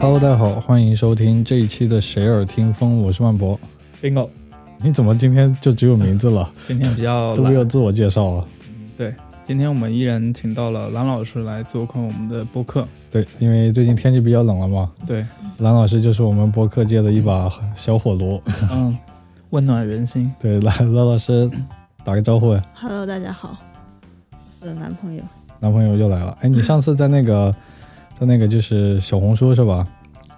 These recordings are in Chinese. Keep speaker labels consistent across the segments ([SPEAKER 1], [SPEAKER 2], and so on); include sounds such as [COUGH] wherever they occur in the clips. [SPEAKER 1] Hello，大家好，欢迎收听这一期的《谁耳听风》，我是万博。
[SPEAKER 2] bingo，
[SPEAKER 1] 你怎么今天就只有名字了，
[SPEAKER 2] 今天比 [LAUGHS] 较
[SPEAKER 1] 都没有
[SPEAKER 2] 懒。
[SPEAKER 1] 自我介绍了？
[SPEAKER 2] 对，今天我们依然请到了蓝老师来做客我们的播客。
[SPEAKER 1] 对，因为最近天气比较冷了嘛，
[SPEAKER 2] [LAUGHS] 对，
[SPEAKER 1] 蓝老师就是我们播客界的一把小火炉。 [LAUGHS]
[SPEAKER 2] 嗯，温暖人心。
[SPEAKER 1] 对，蓝蓝老师打个招呼，
[SPEAKER 3] Hello，大家好，我是男朋友
[SPEAKER 1] 男朋友又来了。哎，你上次在那个 [LAUGHS] 在那个就是小红书是吧？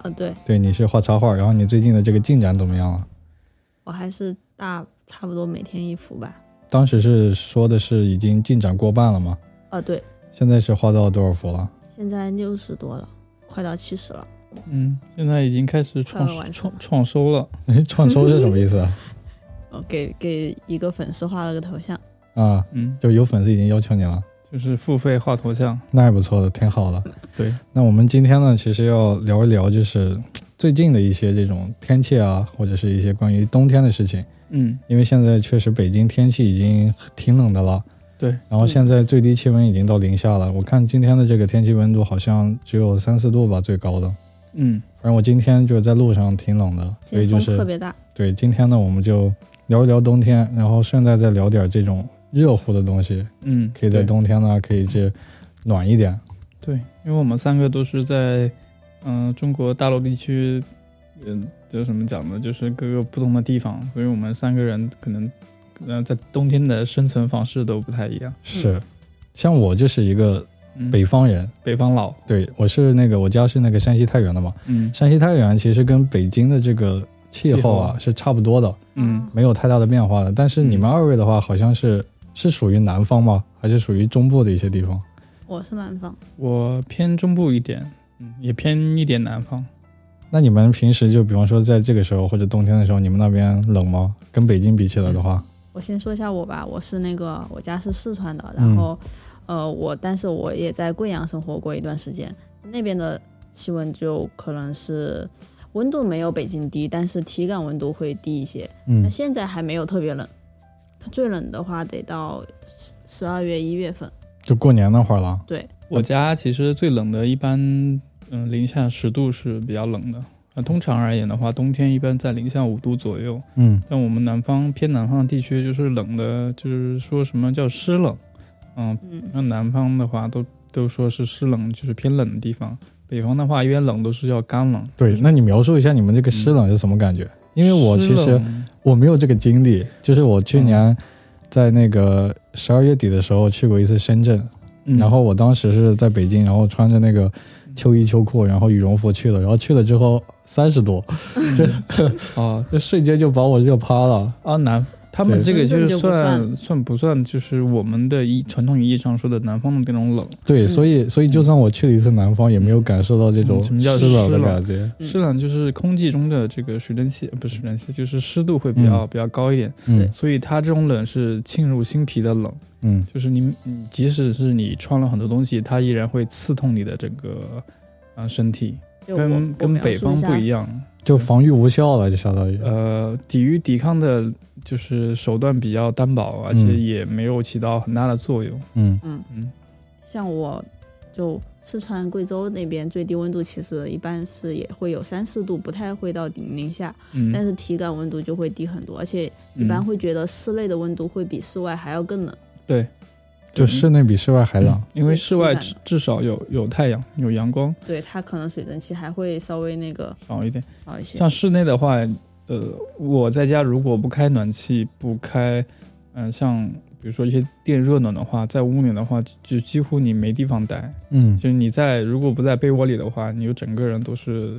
[SPEAKER 3] 哦，对
[SPEAKER 1] 对，你是画插画，然后你最近的这个进展怎么样了？
[SPEAKER 3] 我还是大差不多每天一幅吧。
[SPEAKER 1] 当时是说的是已经进展过半了吗？
[SPEAKER 3] 哦，对，
[SPEAKER 1] 现在是画到多少幅了？
[SPEAKER 3] 现在六十多了，快到七十了。
[SPEAKER 2] 嗯，现在已经开始创
[SPEAKER 3] 快完成
[SPEAKER 2] 创创收了。
[SPEAKER 1] 哎，创收是什么意思啊？
[SPEAKER 3] 我哦给给一个粉丝画了个头像，
[SPEAKER 1] 啊，
[SPEAKER 2] 嗯，
[SPEAKER 1] 就有粉丝已经要求你了，
[SPEAKER 2] 就是付费画头像。
[SPEAKER 1] 那还不错的，挺好的。
[SPEAKER 2] [LAUGHS] 对，
[SPEAKER 1] 那我们今天呢，其实要聊一聊，就是最近的一些这种天气啊，或者是一些关于冬天的事情，
[SPEAKER 2] 嗯，
[SPEAKER 1] 因为现在确实北京天气已经挺冷的了。
[SPEAKER 2] 对，
[SPEAKER 1] 然后现在最低气温已经到零下了，我看今天的这个天气温度好像只有三四度吧，最高的。
[SPEAKER 2] 嗯，
[SPEAKER 1] 反正我今天就是在路上挺冷的，所
[SPEAKER 3] 今
[SPEAKER 1] 以
[SPEAKER 3] 天
[SPEAKER 1] 哎就
[SPEAKER 3] 风
[SPEAKER 1] 是
[SPEAKER 3] 特别大。
[SPEAKER 1] 对，今天呢，我们就聊一聊冬天，然后顺带再聊点这种热乎的东西，
[SPEAKER 2] 嗯，
[SPEAKER 1] 可以在
[SPEAKER 2] 对
[SPEAKER 1] 冬天呢，可以这暖一点。
[SPEAKER 2] 对，因为我们三个都是在嗯、中国大陆地区，嗯，就怎么讲呢？就是各个不同的地方，所以我们三个人可能嗯、呃在冬天的生存方式都不太一样。
[SPEAKER 1] 是，像我就是一个
[SPEAKER 2] 嗯，
[SPEAKER 1] 北方人，
[SPEAKER 2] 北方佬。
[SPEAKER 1] 对我是那个我家是那个山西太原的嘛，
[SPEAKER 2] 嗯
[SPEAKER 1] 山西太原其实跟北京的这个气候
[SPEAKER 2] 气
[SPEAKER 1] 啊嗯
[SPEAKER 2] 候
[SPEAKER 1] 是差不多的，
[SPEAKER 2] 嗯，
[SPEAKER 1] 没有太大的变化的。但是你们二位的话，好像是是属于南方吗？还是属于中部的一些地方？
[SPEAKER 3] 我是南方，
[SPEAKER 2] 我偏中部一点，嗯，也偏一点南方。
[SPEAKER 1] 那你们平时就比方说在这个时候或者冬天的时候，你们那边冷吗？跟北京比起来的话，
[SPEAKER 3] 我先说一下我吧，我是那个我家是四川的，
[SPEAKER 1] 嗯
[SPEAKER 3] 然后、呃我但是我也在贵阳生活过一段时间，那边的气温就可能是温度没有北京低，但是体感温度会低一些。
[SPEAKER 1] 嗯
[SPEAKER 3] 那现在还没有特别冷，它最冷的话得到十十二月一月份。
[SPEAKER 1] 就过年那会儿了。
[SPEAKER 3] 对，
[SPEAKER 2] 我家其实最冷的，一般嗯零下十度是比较冷的。呃，通常而言的话，冬天一般在零下五度左右。
[SPEAKER 1] 嗯，
[SPEAKER 2] 但我们南方偏南方的地区，就是冷的，就是说什么叫湿冷，嗯，
[SPEAKER 3] 嗯，
[SPEAKER 2] 那南方的话都都说是湿冷，就是偏冷的地方。北方的话，一般冷都是叫干冷。
[SPEAKER 1] 对。那你描述一下你们这个湿冷是什么感觉？因为我其
[SPEAKER 2] 湿
[SPEAKER 1] 实
[SPEAKER 2] 冷
[SPEAKER 1] 我没有这个经历，就是我去
[SPEAKER 2] 嗯
[SPEAKER 1] 年在那个十二月底的时候去过一次深圳，
[SPEAKER 2] 嗯
[SPEAKER 1] 然后我当时是在北京，然后穿着那个秋衣秋裤，然后羽绒服去了，然后去了之后三十度，
[SPEAKER 2] 哦，
[SPEAKER 1] 那瞬间就把我热趴了。
[SPEAKER 2] 啊，南他们
[SPEAKER 1] 对
[SPEAKER 2] 这个
[SPEAKER 3] 深圳
[SPEAKER 2] 是
[SPEAKER 3] 就不
[SPEAKER 2] 算
[SPEAKER 3] 算
[SPEAKER 2] 算不算就是我们的一传统意义上说的南方的那种冷？
[SPEAKER 1] 对，
[SPEAKER 3] 嗯
[SPEAKER 1] 所以所以就算我去了一次南方，也没有感受到这种
[SPEAKER 2] 嗯什么叫
[SPEAKER 1] 湿冷
[SPEAKER 2] 湿
[SPEAKER 1] 的
[SPEAKER 2] 冷
[SPEAKER 1] 感觉。
[SPEAKER 3] 嗯
[SPEAKER 2] 湿冷就是空气中的这个水蒸气，呃不是水蒸气，就是湿度会比较、比较高一点，
[SPEAKER 1] 嗯
[SPEAKER 2] 所以它这种冷是沁入心脾的冷，
[SPEAKER 1] 嗯，
[SPEAKER 2] 就是你你即使是你穿了很多东西，它依然会刺痛你的整个呃身体，
[SPEAKER 3] 就我
[SPEAKER 2] 跟跟北方不一
[SPEAKER 3] 样。
[SPEAKER 2] 样，
[SPEAKER 1] 就防御无效了，就相当于。
[SPEAKER 2] 呃，抵御抵抗的就是手段比较单薄，而且也没有起到很大的作用。
[SPEAKER 1] 嗯
[SPEAKER 3] 嗯，
[SPEAKER 2] 嗯
[SPEAKER 3] 像我就四川贵州那边最低温度其实一般是也会有三四度，不太会到零零下，
[SPEAKER 2] 嗯，
[SPEAKER 3] 但是体感温度就会低很多，而且一般
[SPEAKER 2] 嗯
[SPEAKER 3] 会觉得室内的温度会比室外还要更冷。
[SPEAKER 2] 对。
[SPEAKER 1] 就
[SPEAKER 3] 嗯
[SPEAKER 1] 室内比室外还冷。
[SPEAKER 2] 嗯因为
[SPEAKER 3] 对
[SPEAKER 2] 室
[SPEAKER 3] 是
[SPEAKER 2] 外
[SPEAKER 3] 的
[SPEAKER 2] 至至少有有太阳，有阳光
[SPEAKER 3] 对，它可能水蒸气还会稍微那个
[SPEAKER 2] 少一点。
[SPEAKER 3] 少一些。
[SPEAKER 2] 像室内的话，呃，我在家如果不开暖气，不开，嗯、像比如说一些电热暖的话，在屋里的话，就就几乎你没地方待。
[SPEAKER 1] 嗯，
[SPEAKER 2] 就是你在如果不在被窝里的话，你就整个人都是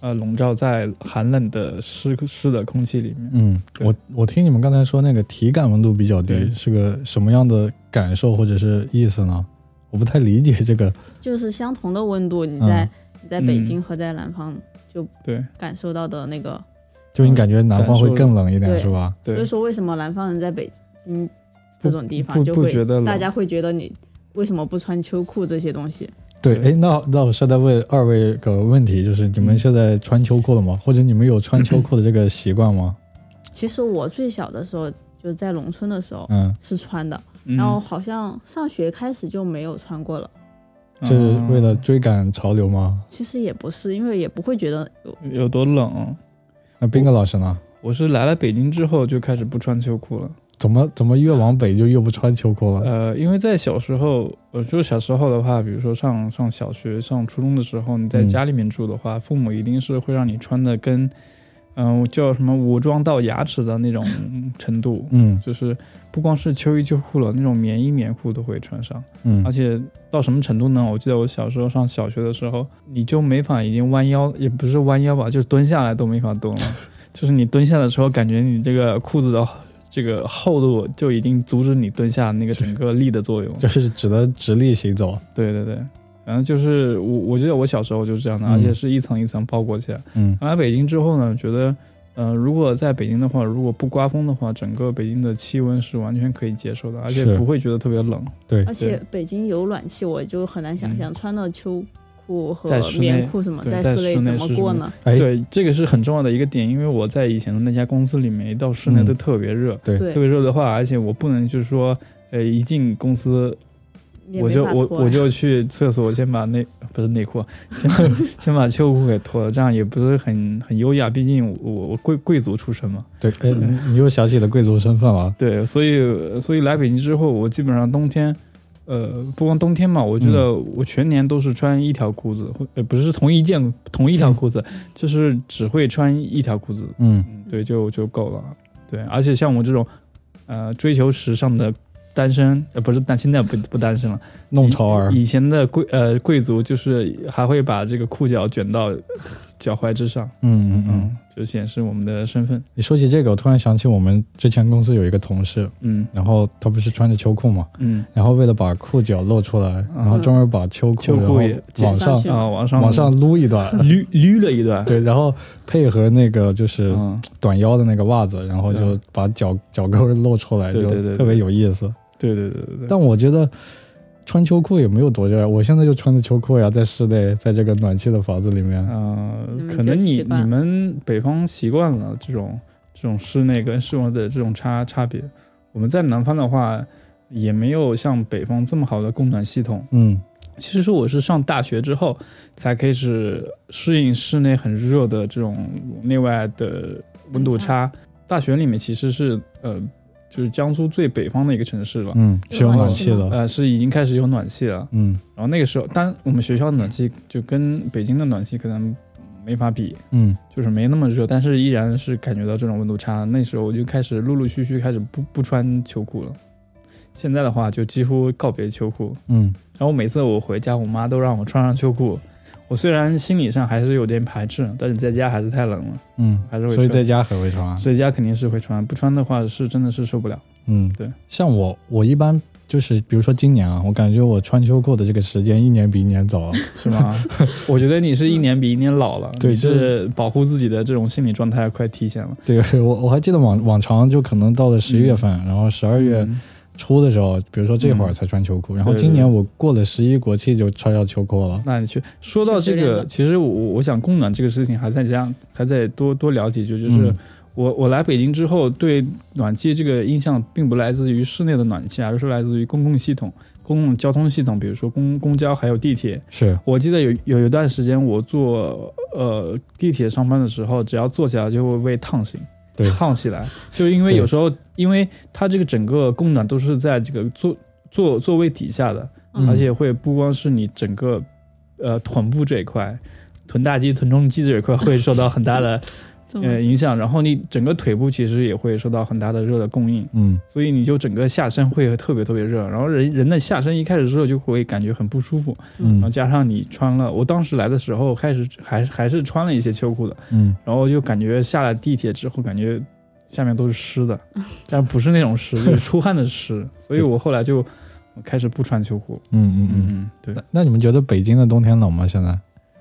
[SPEAKER 2] 呃笼罩在寒冷的湿湿的空气里面。
[SPEAKER 1] 嗯，
[SPEAKER 2] 对
[SPEAKER 1] 我我听你们刚才说那个体感温度比较低，
[SPEAKER 2] 对
[SPEAKER 1] 是个什么样的感受或者是意思呢？我不太理解这个。
[SPEAKER 3] 就是相同的温度，你在、你在北
[SPEAKER 2] 嗯
[SPEAKER 3] 京和在南方就
[SPEAKER 2] 对
[SPEAKER 3] 感受到的那个，
[SPEAKER 1] 就你
[SPEAKER 2] 呃
[SPEAKER 1] 感觉南方会更冷一点
[SPEAKER 3] 对
[SPEAKER 1] 是吧？
[SPEAKER 3] 所
[SPEAKER 2] 对
[SPEAKER 3] 以，说为什么南方人在北京这种地
[SPEAKER 2] 不
[SPEAKER 3] 方就
[SPEAKER 2] 不
[SPEAKER 3] 会
[SPEAKER 2] 觉得冷
[SPEAKER 3] 大家会觉得你为什么不穿秋裤这些东西？
[SPEAKER 1] 对，
[SPEAKER 2] 对
[SPEAKER 1] 哎，那那我现在问二位个问题，就是你们
[SPEAKER 2] 嗯
[SPEAKER 1] 现在穿秋裤了吗？或者你们有穿秋裤的这个习惯
[SPEAKER 2] [LAUGHS]
[SPEAKER 1] 吗？
[SPEAKER 3] 其实我最小的时候就是在农村的时候
[SPEAKER 1] 嗯，
[SPEAKER 3] 是穿的，
[SPEAKER 2] 嗯
[SPEAKER 3] 然后好像上学开始就没有穿过了。
[SPEAKER 1] 嗯是
[SPEAKER 2] 呃
[SPEAKER 1] 为了追赶潮流吗？
[SPEAKER 3] 其实也不是，因为也不会觉得有
[SPEAKER 2] 嗯有多冷。
[SPEAKER 1] 那斌哥老师呢？
[SPEAKER 2] 我是来了北京之后就开始不穿秋裤了。
[SPEAKER 1] 怎么怎么越往北就越不穿秋裤了？
[SPEAKER 2] 呃，因为在小时候，我说小时候的话，比如说上上小学、上初中的时候，你在
[SPEAKER 1] 嗯
[SPEAKER 2] 家里面住的话，父母一定是会让你穿的跟，嗯、叫什么武装到牙齿的那种程度，
[SPEAKER 1] 嗯
[SPEAKER 2] 就是不光是秋衣秋裤了，那种棉衣棉裤都会穿上。
[SPEAKER 1] 嗯
[SPEAKER 2] 而且到什么程度呢？我记得我小时候上小学的时候，你就没法已经弯腰，也不是弯腰吧，就是蹲下来都没法蹲
[SPEAKER 1] [LAUGHS]
[SPEAKER 2] 了。就是你蹲下的时候，感觉你这个裤子的这个厚度就已经阻止你蹲下那个整个力的作用。
[SPEAKER 1] 就是只能直立行走。
[SPEAKER 2] 对对对，然后就是我我记得我小时候就是这样的，
[SPEAKER 1] 嗯
[SPEAKER 2] 而且是一层一层包裹起来。
[SPEAKER 1] 嗯
[SPEAKER 2] 来北京之后呢，觉得，嗯、如果在北京的话，如果不刮风的话，整个北京的气温是完全可以接受的，而且
[SPEAKER 1] 是
[SPEAKER 2] 不会觉得特别冷。
[SPEAKER 1] 对
[SPEAKER 3] 而且北京有暖气，我就很难想象穿到秋裤和
[SPEAKER 2] 嗯在室内
[SPEAKER 3] 棉裤什么
[SPEAKER 2] 对
[SPEAKER 3] 在
[SPEAKER 2] 在
[SPEAKER 3] 室内
[SPEAKER 2] 室内
[SPEAKER 3] 怎
[SPEAKER 2] 是
[SPEAKER 3] 么
[SPEAKER 2] 什
[SPEAKER 3] 过
[SPEAKER 2] 么
[SPEAKER 3] 呢？
[SPEAKER 1] 哎
[SPEAKER 2] 对，这个是很重要的一个点，因为我在以前的那家公司里面，一到室内
[SPEAKER 1] 嗯
[SPEAKER 2] 都特别热，
[SPEAKER 1] 对
[SPEAKER 3] 对
[SPEAKER 2] 特，别热的话，而且我不能就是说，呃，一进公司
[SPEAKER 3] 你也
[SPEAKER 2] 我
[SPEAKER 3] 没
[SPEAKER 2] 就
[SPEAKER 3] 法
[SPEAKER 2] 我
[SPEAKER 3] 脱啊
[SPEAKER 2] 我就去厕所，先把内不是内裤，啊先 [LAUGHS] 把先把秋裤给脱了，这样也不是很很优雅，毕竟我我我贵贵族出身嘛，
[SPEAKER 1] 对，哎，你你又想起了贵族身份了。
[SPEAKER 2] 对，所以所以来北京之后，我基本上冬天。呃，不光冬天嘛，我觉得
[SPEAKER 1] 嗯
[SPEAKER 2] 我全年都是穿一条裤子，或、呃不是同一件同一条
[SPEAKER 1] [LAUGHS]
[SPEAKER 2] 裤子，就是只会穿一条裤子，
[SPEAKER 1] 嗯，
[SPEAKER 2] 嗯，对，就就够了。对，而且像我这种，呃，追求时尚的单身，呃，不是，但现在不不单身了。
[SPEAKER 1] 弄潮儿
[SPEAKER 2] 以以前的贵呃贵族就是还会把这个裤脚卷到脚踝之上，
[SPEAKER 1] 嗯嗯嗯。
[SPEAKER 2] 嗯，就显示我们的身份。
[SPEAKER 1] 你说起这个，我突然想起我们之前公司有一个同事，
[SPEAKER 2] 嗯
[SPEAKER 1] 然后他不是穿着秋裤嘛，
[SPEAKER 2] 嗯，
[SPEAKER 1] 然后为了把裤脚露出来，然后专门把秋裤
[SPEAKER 2] 秋裤也
[SPEAKER 1] 然后往
[SPEAKER 3] 剪上
[SPEAKER 1] 上
[SPEAKER 3] 去
[SPEAKER 2] 啊，往上，
[SPEAKER 1] 往嗯上撸一段
[SPEAKER 2] [LAUGHS] 捋捋了一段，
[SPEAKER 1] 对，然后配合那个就是
[SPEAKER 2] 嗯，
[SPEAKER 1] 短腰的那个袜子，然后就把脚脚跟儿露出来，
[SPEAKER 2] 对
[SPEAKER 1] 就
[SPEAKER 2] 对对对
[SPEAKER 1] 特别有意思。
[SPEAKER 2] 对对对对对。
[SPEAKER 1] 但我觉得穿秋裤也没有多热，我现在就穿着秋裤呀，在室内，在这个暖气的房子里面。
[SPEAKER 2] 呃
[SPEAKER 3] 你，们
[SPEAKER 2] 可
[SPEAKER 3] 就
[SPEAKER 2] 能你
[SPEAKER 3] 习惯
[SPEAKER 2] 你们北方习惯了这种这种室内跟室外的这种差差别。我们在南方的话，也没有像北方这么好的供暖系统。
[SPEAKER 1] 嗯，
[SPEAKER 2] 其实说我是上大学之后才开始适应室内很热的这种内外的温度
[SPEAKER 3] 嗯
[SPEAKER 2] 差。大学里面其实是呃，就是江苏最北方的一个城市了，
[SPEAKER 1] 嗯，是有暖气的。
[SPEAKER 2] 呃，是已经开始有暖气了。
[SPEAKER 1] 嗯
[SPEAKER 2] 然后那个时候，当然我们学校的暖气就跟北京的暖气可能没法比，
[SPEAKER 1] 嗯
[SPEAKER 2] 就是没那么热，但是依然是感觉到这种温度差。那时候我就开始陆陆续续开始不不穿秋裤了。现在的话，就几乎告别秋裤。
[SPEAKER 1] 嗯，
[SPEAKER 2] 然后每次我回家，我妈都让我穿上秋裤。我虽然心理上还是有点排斥，但是在家还是太冷了，
[SPEAKER 1] 嗯，
[SPEAKER 2] 还是会
[SPEAKER 1] 所以
[SPEAKER 2] 穿。
[SPEAKER 1] 在家很会穿啊。
[SPEAKER 2] 所以家肯定是会穿，不穿的话是真的是受不了。
[SPEAKER 1] 嗯，
[SPEAKER 2] 对。
[SPEAKER 1] 像我，我一般就是，比如说今年啊，我感觉我穿秋裤的这个时间一年比一年
[SPEAKER 2] [LAUGHS]
[SPEAKER 1] 早。
[SPEAKER 2] 是吗？我觉得你是一年比一年老了，
[SPEAKER 1] 对
[SPEAKER 2] 你
[SPEAKER 1] 就是
[SPEAKER 2] 保护自己的这种心理状态快提前了。
[SPEAKER 1] 对我，我还记得往往常就可能到了十一月份，然后十二月
[SPEAKER 2] 嗯
[SPEAKER 1] 初的时候，比如说这会儿才穿秋裤，然后
[SPEAKER 2] 对对嗯
[SPEAKER 1] 今年我过了十一国庆就穿上秋裤了。
[SPEAKER 2] 那你去说到这
[SPEAKER 3] 确实有点
[SPEAKER 2] 个，
[SPEAKER 3] 早
[SPEAKER 2] 其实我我想供暖这个事情还在加，还在多多聊几句。就是
[SPEAKER 1] 嗯
[SPEAKER 2] 我、我来北京之后，对暖气这个印象并不来自于室内的暖气，啊而是来自于公共系统、公共交通系统，比如说公公交还有地铁。
[SPEAKER 1] 是，
[SPEAKER 2] 我记得有有一段时间，我坐呃地铁上班的时候，只要坐起来就会被烫醒。
[SPEAKER 1] 对
[SPEAKER 2] 烫起来，就因为
[SPEAKER 1] 对
[SPEAKER 2] 有时候，因为它这个整个供暖都是在这个座座座位底下的，
[SPEAKER 1] 嗯
[SPEAKER 2] 而且会不光是你整个呃臀部这一块，臀大肌、臀中肌这一块会受到很大的
[SPEAKER 3] 怎么
[SPEAKER 2] 呃影响，然后你整个腿部其实也会受到很大的热的供应，
[SPEAKER 1] 嗯，
[SPEAKER 2] 所以你就整个下身会特别特别热，然后人人的下身一开始热就会感觉很不舒服，然后
[SPEAKER 1] 嗯
[SPEAKER 2] 加上你穿了，我当时来的时候开始还还是穿了一些秋裤的，
[SPEAKER 1] 嗯，
[SPEAKER 2] 然后就感觉下了地铁之后，感觉下面都是湿的，但不是那种湿，就是出汗的湿。所以我后来就开始不穿秋裤。
[SPEAKER 1] 嗯嗯嗯。
[SPEAKER 2] 嗯，对，
[SPEAKER 1] 那那你们觉得北京的冬天冷吗？现在？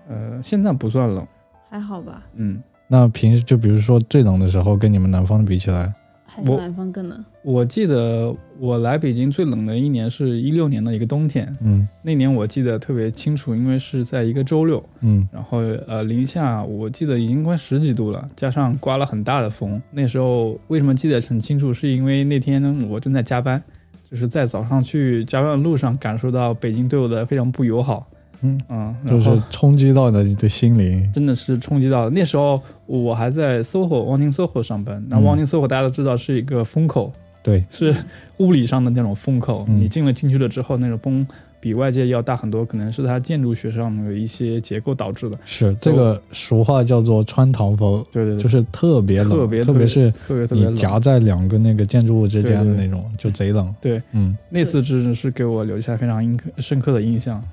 [SPEAKER 2] 呃，现在不算冷。
[SPEAKER 3] 还好吧？
[SPEAKER 2] 嗯，
[SPEAKER 1] 那平时就比如说最冷的时候，跟你们南方比起来，
[SPEAKER 3] 还是
[SPEAKER 2] 我
[SPEAKER 3] 南方更冷。
[SPEAKER 2] 我记得我来北京最冷的一年是一六年的一个冬天，
[SPEAKER 1] 嗯
[SPEAKER 2] 那年我记得特别清楚，因为是在一个周六，
[SPEAKER 1] 嗯
[SPEAKER 2] 然后呃零下我记得已经快十几度了，加上刮了很大的风。那时候为什么记得很清楚，是因为那天我正在加班，就是在早上去加班的路上感受到北京对我的非常不友好。
[SPEAKER 1] 嗯
[SPEAKER 2] 嗯，然
[SPEAKER 1] 就
[SPEAKER 2] 后
[SPEAKER 1] 是冲击到了你的心灵。
[SPEAKER 2] 真的是冲击到。那时候我还在 SOHO 汪宁 SOHO 上班，那
[SPEAKER 1] 嗯
[SPEAKER 2] 汪宁 SOHO 大家都知道是一个风口，
[SPEAKER 1] 对，
[SPEAKER 2] 是物理上的那种风口。
[SPEAKER 1] 嗯
[SPEAKER 2] 你进了进去了之后，那种风比外界要大很多，可能是它建筑学上的一些结构导致的。
[SPEAKER 1] 是
[SPEAKER 2] 走
[SPEAKER 1] 这个俗话叫做穿堂风，
[SPEAKER 2] 对对对，
[SPEAKER 1] 就是特别冷，
[SPEAKER 2] 特别
[SPEAKER 1] 特别是
[SPEAKER 2] 特别特别
[SPEAKER 1] 你
[SPEAKER 2] 冷。
[SPEAKER 1] 夹在两个那个建筑物之间的
[SPEAKER 2] 对对对
[SPEAKER 1] 那种，就贼冷。
[SPEAKER 2] 对，
[SPEAKER 1] 嗯，
[SPEAKER 2] 那次真的是给我留下非常印刻深刻的印象。嗯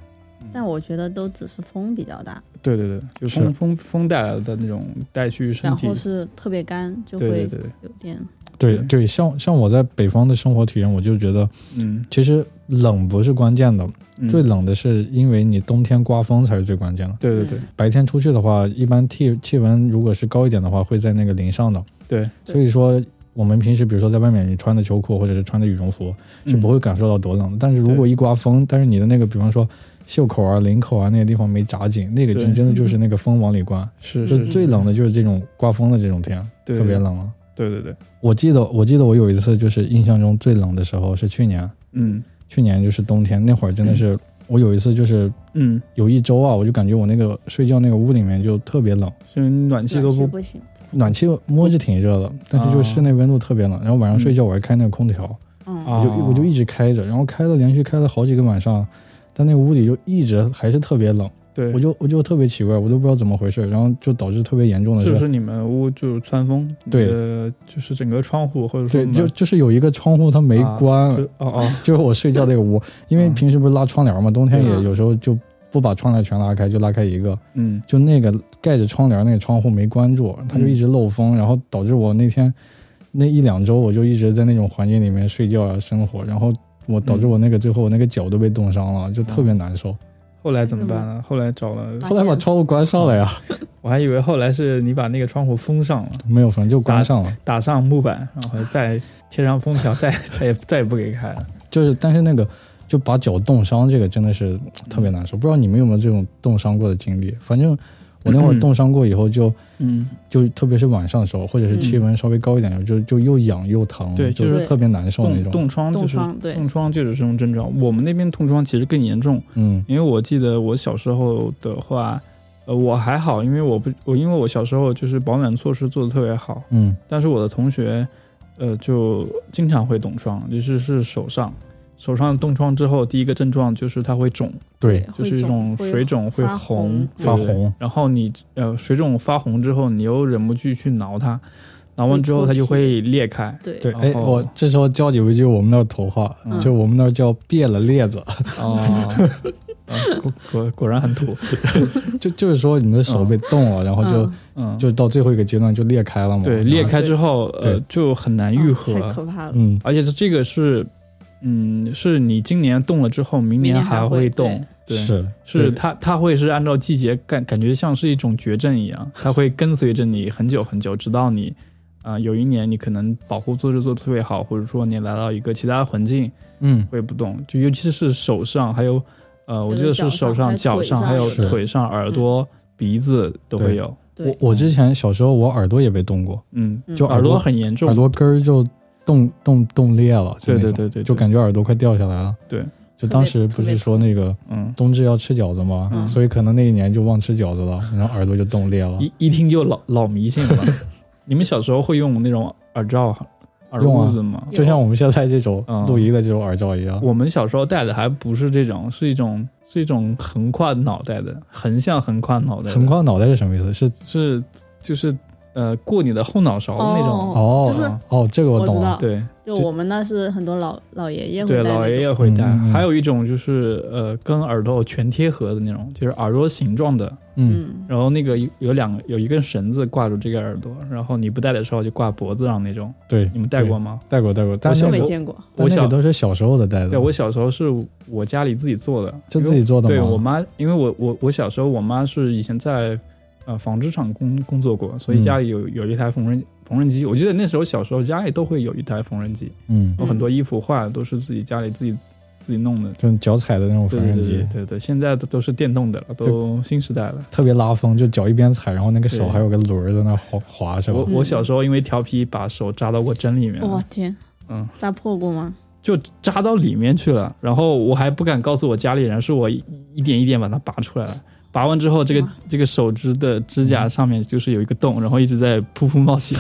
[SPEAKER 3] 但我觉得都只是风比较大，
[SPEAKER 2] 对对对，就是风风风带来的那种带去身
[SPEAKER 3] 然
[SPEAKER 2] 体
[SPEAKER 3] 后，是特别干，就
[SPEAKER 2] 对对
[SPEAKER 3] 会
[SPEAKER 2] 对，对
[SPEAKER 3] 有点
[SPEAKER 1] 对
[SPEAKER 2] 对
[SPEAKER 1] 对，像像我在北方的生活体验，我就觉得
[SPEAKER 2] 嗯，
[SPEAKER 1] 其实冷不是关键的，
[SPEAKER 2] 嗯
[SPEAKER 1] 最，冷的是因为你冬天刮风才是最关键的。
[SPEAKER 2] 对对对
[SPEAKER 3] 嗯
[SPEAKER 1] 白天出去的话，一般气气温如果是高一点的话，会在那个零上的。
[SPEAKER 2] 对，
[SPEAKER 3] 对
[SPEAKER 1] 所以说我们平时比如说在外面，你穿的秋裤或者是穿的羽绒服是不
[SPEAKER 2] 嗯
[SPEAKER 1] 会感受到多冷的。但是如果一刮风，但是你的那个比方说袖口啊、领口啊那个地方没扎紧，那个
[SPEAKER 2] 对
[SPEAKER 1] 真真的就是那个风往里
[SPEAKER 2] [LAUGHS]
[SPEAKER 1] 刮。
[SPEAKER 2] 是
[SPEAKER 1] 就是最冷的就是这种刮风的这种天，
[SPEAKER 2] 对
[SPEAKER 1] 特别，冷了。
[SPEAKER 2] 对对对，
[SPEAKER 1] 我记得我记得我有一次就是印象中最冷的时候是去年，
[SPEAKER 2] 嗯
[SPEAKER 1] 去年就是冬天那会儿真的是、我有一次就是
[SPEAKER 2] 嗯，
[SPEAKER 1] 有一周啊，我就感觉我那个睡觉那个屋里面就特别冷，
[SPEAKER 2] 所以暖气都
[SPEAKER 3] 暖气
[SPEAKER 2] 不
[SPEAKER 3] 不行。
[SPEAKER 1] 暖气摸着挺热的，但是就
[SPEAKER 2] 啊
[SPEAKER 1] 是室内温度特别冷。然后晚上睡觉我还开那个空调，
[SPEAKER 3] 嗯，
[SPEAKER 2] 啊
[SPEAKER 1] 我就我就一直开着，然后开了连续开了好几个晚上，但那屋里就一直还是特别冷，
[SPEAKER 2] 对，
[SPEAKER 1] 我就我就特别奇怪，我都不知道怎么回事，然后就导致特别严重的
[SPEAKER 2] 是不是你们屋就是穿风？
[SPEAKER 1] 对
[SPEAKER 2] 呃，就是整个窗户或者说
[SPEAKER 1] 对，就
[SPEAKER 2] 门
[SPEAKER 1] 就是有一个窗户它没
[SPEAKER 2] 啊
[SPEAKER 1] 关，
[SPEAKER 2] 就哦哦，
[SPEAKER 1] [LAUGHS] 就是我睡觉那个屋，因为
[SPEAKER 2] 嗯
[SPEAKER 1] 平时不是拉窗帘嘛，冬天也
[SPEAKER 3] 对啊
[SPEAKER 1] 有时候就不把窗帘全拉开，就拉开一个，
[SPEAKER 2] 嗯
[SPEAKER 1] 就那个盖着窗帘那个窗户没关住，它就一直漏风，然后导致我那天那一两周我就一直在那种环境里面睡觉啊生活，然后我导致我那个最后我那个脚都被冻伤了，就特别难受。
[SPEAKER 2] 后来怎么办呢？后来找了，
[SPEAKER 3] 啊
[SPEAKER 1] 后来把窗户关上了呀，
[SPEAKER 2] 我还以为后来是你把那个窗户封上了，
[SPEAKER 1] 没有，反正就关上了。
[SPEAKER 2] 打上木板，然后再贴上封条，再 [LAUGHS] 再也再也不给开了。
[SPEAKER 1] 就是但是那个就把脚冻伤这个真的是特别难受，不知道你们有没有这种冻伤过的经历？反正我那会儿冻伤过以后就。
[SPEAKER 2] 嗯，
[SPEAKER 1] 就特别是晚上的时候，或者是气温稍微高一点的时候，就就又痒又疼，
[SPEAKER 2] 对
[SPEAKER 1] 就
[SPEAKER 2] 就是
[SPEAKER 1] 特别难受哦那种。
[SPEAKER 2] 冻冻疮就
[SPEAKER 3] 冻
[SPEAKER 2] 是嗯
[SPEAKER 3] 疮对，
[SPEAKER 2] 冻疮就是这种症状。我们那边冻疮其实更严重，
[SPEAKER 1] 嗯
[SPEAKER 2] 因为我记得我小时候的话，呃，我还好，因为我不我因为我小时候就是保暖措施做的特别好，
[SPEAKER 1] 嗯，
[SPEAKER 2] 但是我的同学，呃，就经常会冻疮，就是是手上，手上冻疮之后，第一个症状就是它会肿，
[SPEAKER 1] 对，
[SPEAKER 2] 就
[SPEAKER 3] 会
[SPEAKER 2] 是一种
[SPEAKER 3] 会
[SPEAKER 2] 水肿会
[SPEAKER 3] 发
[SPEAKER 2] 红
[SPEAKER 3] 红，
[SPEAKER 2] 对
[SPEAKER 1] 发
[SPEAKER 2] 不对
[SPEAKER 1] 红。
[SPEAKER 2] 然后你呃水肿发红之后，你又忍不住去挠它，挠完之后
[SPEAKER 3] 会
[SPEAKER 2] 它
[SPEAKER 3] 出
[SPEAKER 2] 就
[SPEAKER 3] 皮
[SPEAKER 2] 会裂
[SPEAKER 3] [LAUGHS]
[SPEAKER 2] 开
[SPEAKER 3] 对
[SPEAKER 1] 对，
[SPEAKER 2] 然
[SPEAKER 1] 哎，
[SPEAKER 2] 后
[SPEAKER 1] 我这时候教你们一句我们那儿土话，
[SPEAKER 2] 嗯
[SPEAKER 1] 就我们那儿叫“别了列子 [LAUGHS]
[SPEAKER 2] 哦。啊果果果然很土，”，
[SPEAKER 1] 就就是说你的手被冻了，然后就
[SPEAKER 3] 嗯
[SPEAKER 2] 嗯，
[SPEAKER 1] 就到最后一个阶段就裂开了嘛。
[SPEAKER 2] 对
[SPEAKER 1] 然后
[SPEAKER 2] 裂开之后，呃
[SPEAKER 1] 对，
[SPEAKER 2] 就很难愈合，
[SPEAKER 3] 哦
[SPEAKER 2] 啊
[SPEAKER 3] 太可怕了。
[SPEAKER 1] 嗯，
[SPEAKER 2] 而且是这个是，嗯，是你今年动了之后，明
[SPEAKER 3] 明年还
[SPEAKER 2] 还
[SPEAKER 3] 会
[SPEAKER 2] 动，对，
[SPEAKER 1] 是
[SPEAKER 2] 是
[SPEAKER 1] 对
[SPEAKER 2] 它它会是按照季节感感觉像是一种绝症一样，它会跟随着你很久很久，直到你，啊、有一年你可能保护措施做得特别好，或者说你来到一个其他的环境
[SPEAKER 1] 嗯，
[SPEAKER 2] 会不动，就尤其是手上还有，呃，我记得是手上、
[SPEAKER 3] 有的嗯脚
[SPEAKER 2] 脚
[SPEAKER 3] 上
[SPEAKER 2] 上还有
[SPEAKER 1] 还有
[SPEAKER 2] 腿上、耳朵、鼻子都会有，
[SPEAKER 1] 我
[SPEAKER 3] 对，
[SPEAKER 1] 我之前小时候我耳朵也被冻过，
[SPEAKER 2] 嗯，
[SPEAKER 3] 嗯
[SPEAKER 1] 就
[SPEAKER 2] 耳
[SPEAKER 1] 朵
[SPEAKER 2] 朵很严重，
[SPEAKER 1] 耳朵根儿就冻冻冻裂了，就
[SPEAKER 2] 对
[SPEAKER 1] 那
[SPEAKER 2] 对
[SPEAKER 1] 种
[SPEAKER 2] 对对，
[SPEAKER 1] 就
[SPEAKER 2] 对
[SPEAKER 1] 感觉耳朵快掉下来了。
[SPEAKER 2] 对，
[SPEAKER 1] 就当时不是说那个。
[SPEAKER 2] 嗯，
[SPEAKER 1] 冬至要吃饺子嘛，
[SPEAKER 2] 嗯
[SPEAKER 1] 所以可能那一年就忘吃饺子了，然后耳朵就冻裂了。
[SPEAKER 2] 一一听就老老迷信了。 [LAUGHS] 你们小时候会用那种耳罩、耳
[SPEAKER 1] 用啊
[SPEAKER 2] 箍子吗？
[SPEAKER 1] 就像我们现在这种
[SPEAKER 2] 嗯
[SPEAKER 1] 录音的这种耳罩一样，
[SPEAKER 2] 我们小时候戴的还不是这种，是一种是一种横跨脑袋的，横向横跨脑袋的，
[SPEAKER 1] 横跨脑袋是什么意思？是
[SPEAKER 2] 是就是呃过你的后脑勺那种。啊
[SPEAKER 1] 哦，
[SPEAKER 3] 就是
[SPEAKER 1] 哦，这个
[SPEAKER 3] 我知
[SPEAKER 1] 懂
[SPEAKER 3] 道
[SPEAKER 1] 了。，
[SPEAKER 2] 对
[SPEAKER 3] 就
[SPEAKER 1] 就
[SPEAKER 3] 我们那是很多老老爷爷会
[SPEAKER 2] 对，
[SPEAKER 3] 戴那
[SPEAKER 2] 老爷
[SPEAKER 3] 种，
[SPEAKER 2] 爷会戴。
[SPEAKER 1] 嗯嗯嗯
[SPEAKER 2] 还有一种就是呃跟耳朵全贴合的那种，就是耳朵形状的，
[SPEAKER 1] 嗯，
[SPEAKER 3] 嗯，
[SPEAKER 2] 然后那个有有两个有一根绳子挂住这个耳朵，然后你不戴的时候就挂脖子上那种。
[SPEAKER 1] 对，
[SPEAKER 2] 你们戴过吗？
[SPEAKER 1] 戴过戴过，但
[SPEAKER 2] 我
[SPEAKER 1] 那
[SPEAKER 2] 小
[SPEAKER 3] 没
[SPEAKER 1] 个
[SPEAKER 3] 见过，
[SPEAKER 1] 但
[SPEAKER 2] 我
[SPEAKER 1] 那
[SPEAKER 2] 小
[SPEAKER 1] 个都是小时候的戴的，
[SPEAKER 2] 对我小时候是我家里自己做的，
[SPEAKER 1] 就自己做的吗？
[SPEAKER 2] 对我妈，因为我我我小时候，我妈是以前在呃纺织厂工工作过，所以
[SPEAKER 1] 嗯
[SPEAKER 2] 家里有有一台缝纫缝纫机。我记得那时候小时候家里都会有一台缝纫机，
[SPEAKER 1] 嗯，
[SPEAKER 2] 有很多衣服画的都是自己家里自己自己弄的。
[SPEAKER 1] 就脚踩的那种缝
[SPEAKER 2] 对对
[SPEAKER 1] 纫
[SPEAKER 2] 对
[SPEAKER 1] 机
[SPEAKER 2] 对，对对，现在都都是电动的了，都新时代了。
[SPEAKER 1] 特别拉风，就脚一边踩，然后那个手
[SPEAKER 2] 对
[SPEAKER 1] 还有个轮儿在那滑滑是吧
[SPEAKER 2] 我？
[SPEAKER 3] 嗯
[SPEAKER 2] 我小时候因为调皮把手扎到过针里面了，
[SPEAKER 3] 我天，
[SPEAKER 2] 嗯，
[SPEAKER 3] 扎破过吗？
[SPEAKER 2] 就扎到里面去了。然后我还不敢告诉我家里人，是我一一点一点把它拔出来了。拔完之后，这个
[SPEAKER 3] 哇
[SPEAKER 2] 这个手指的指甲上面就是有一个洞，然后一直在噗噗冒血，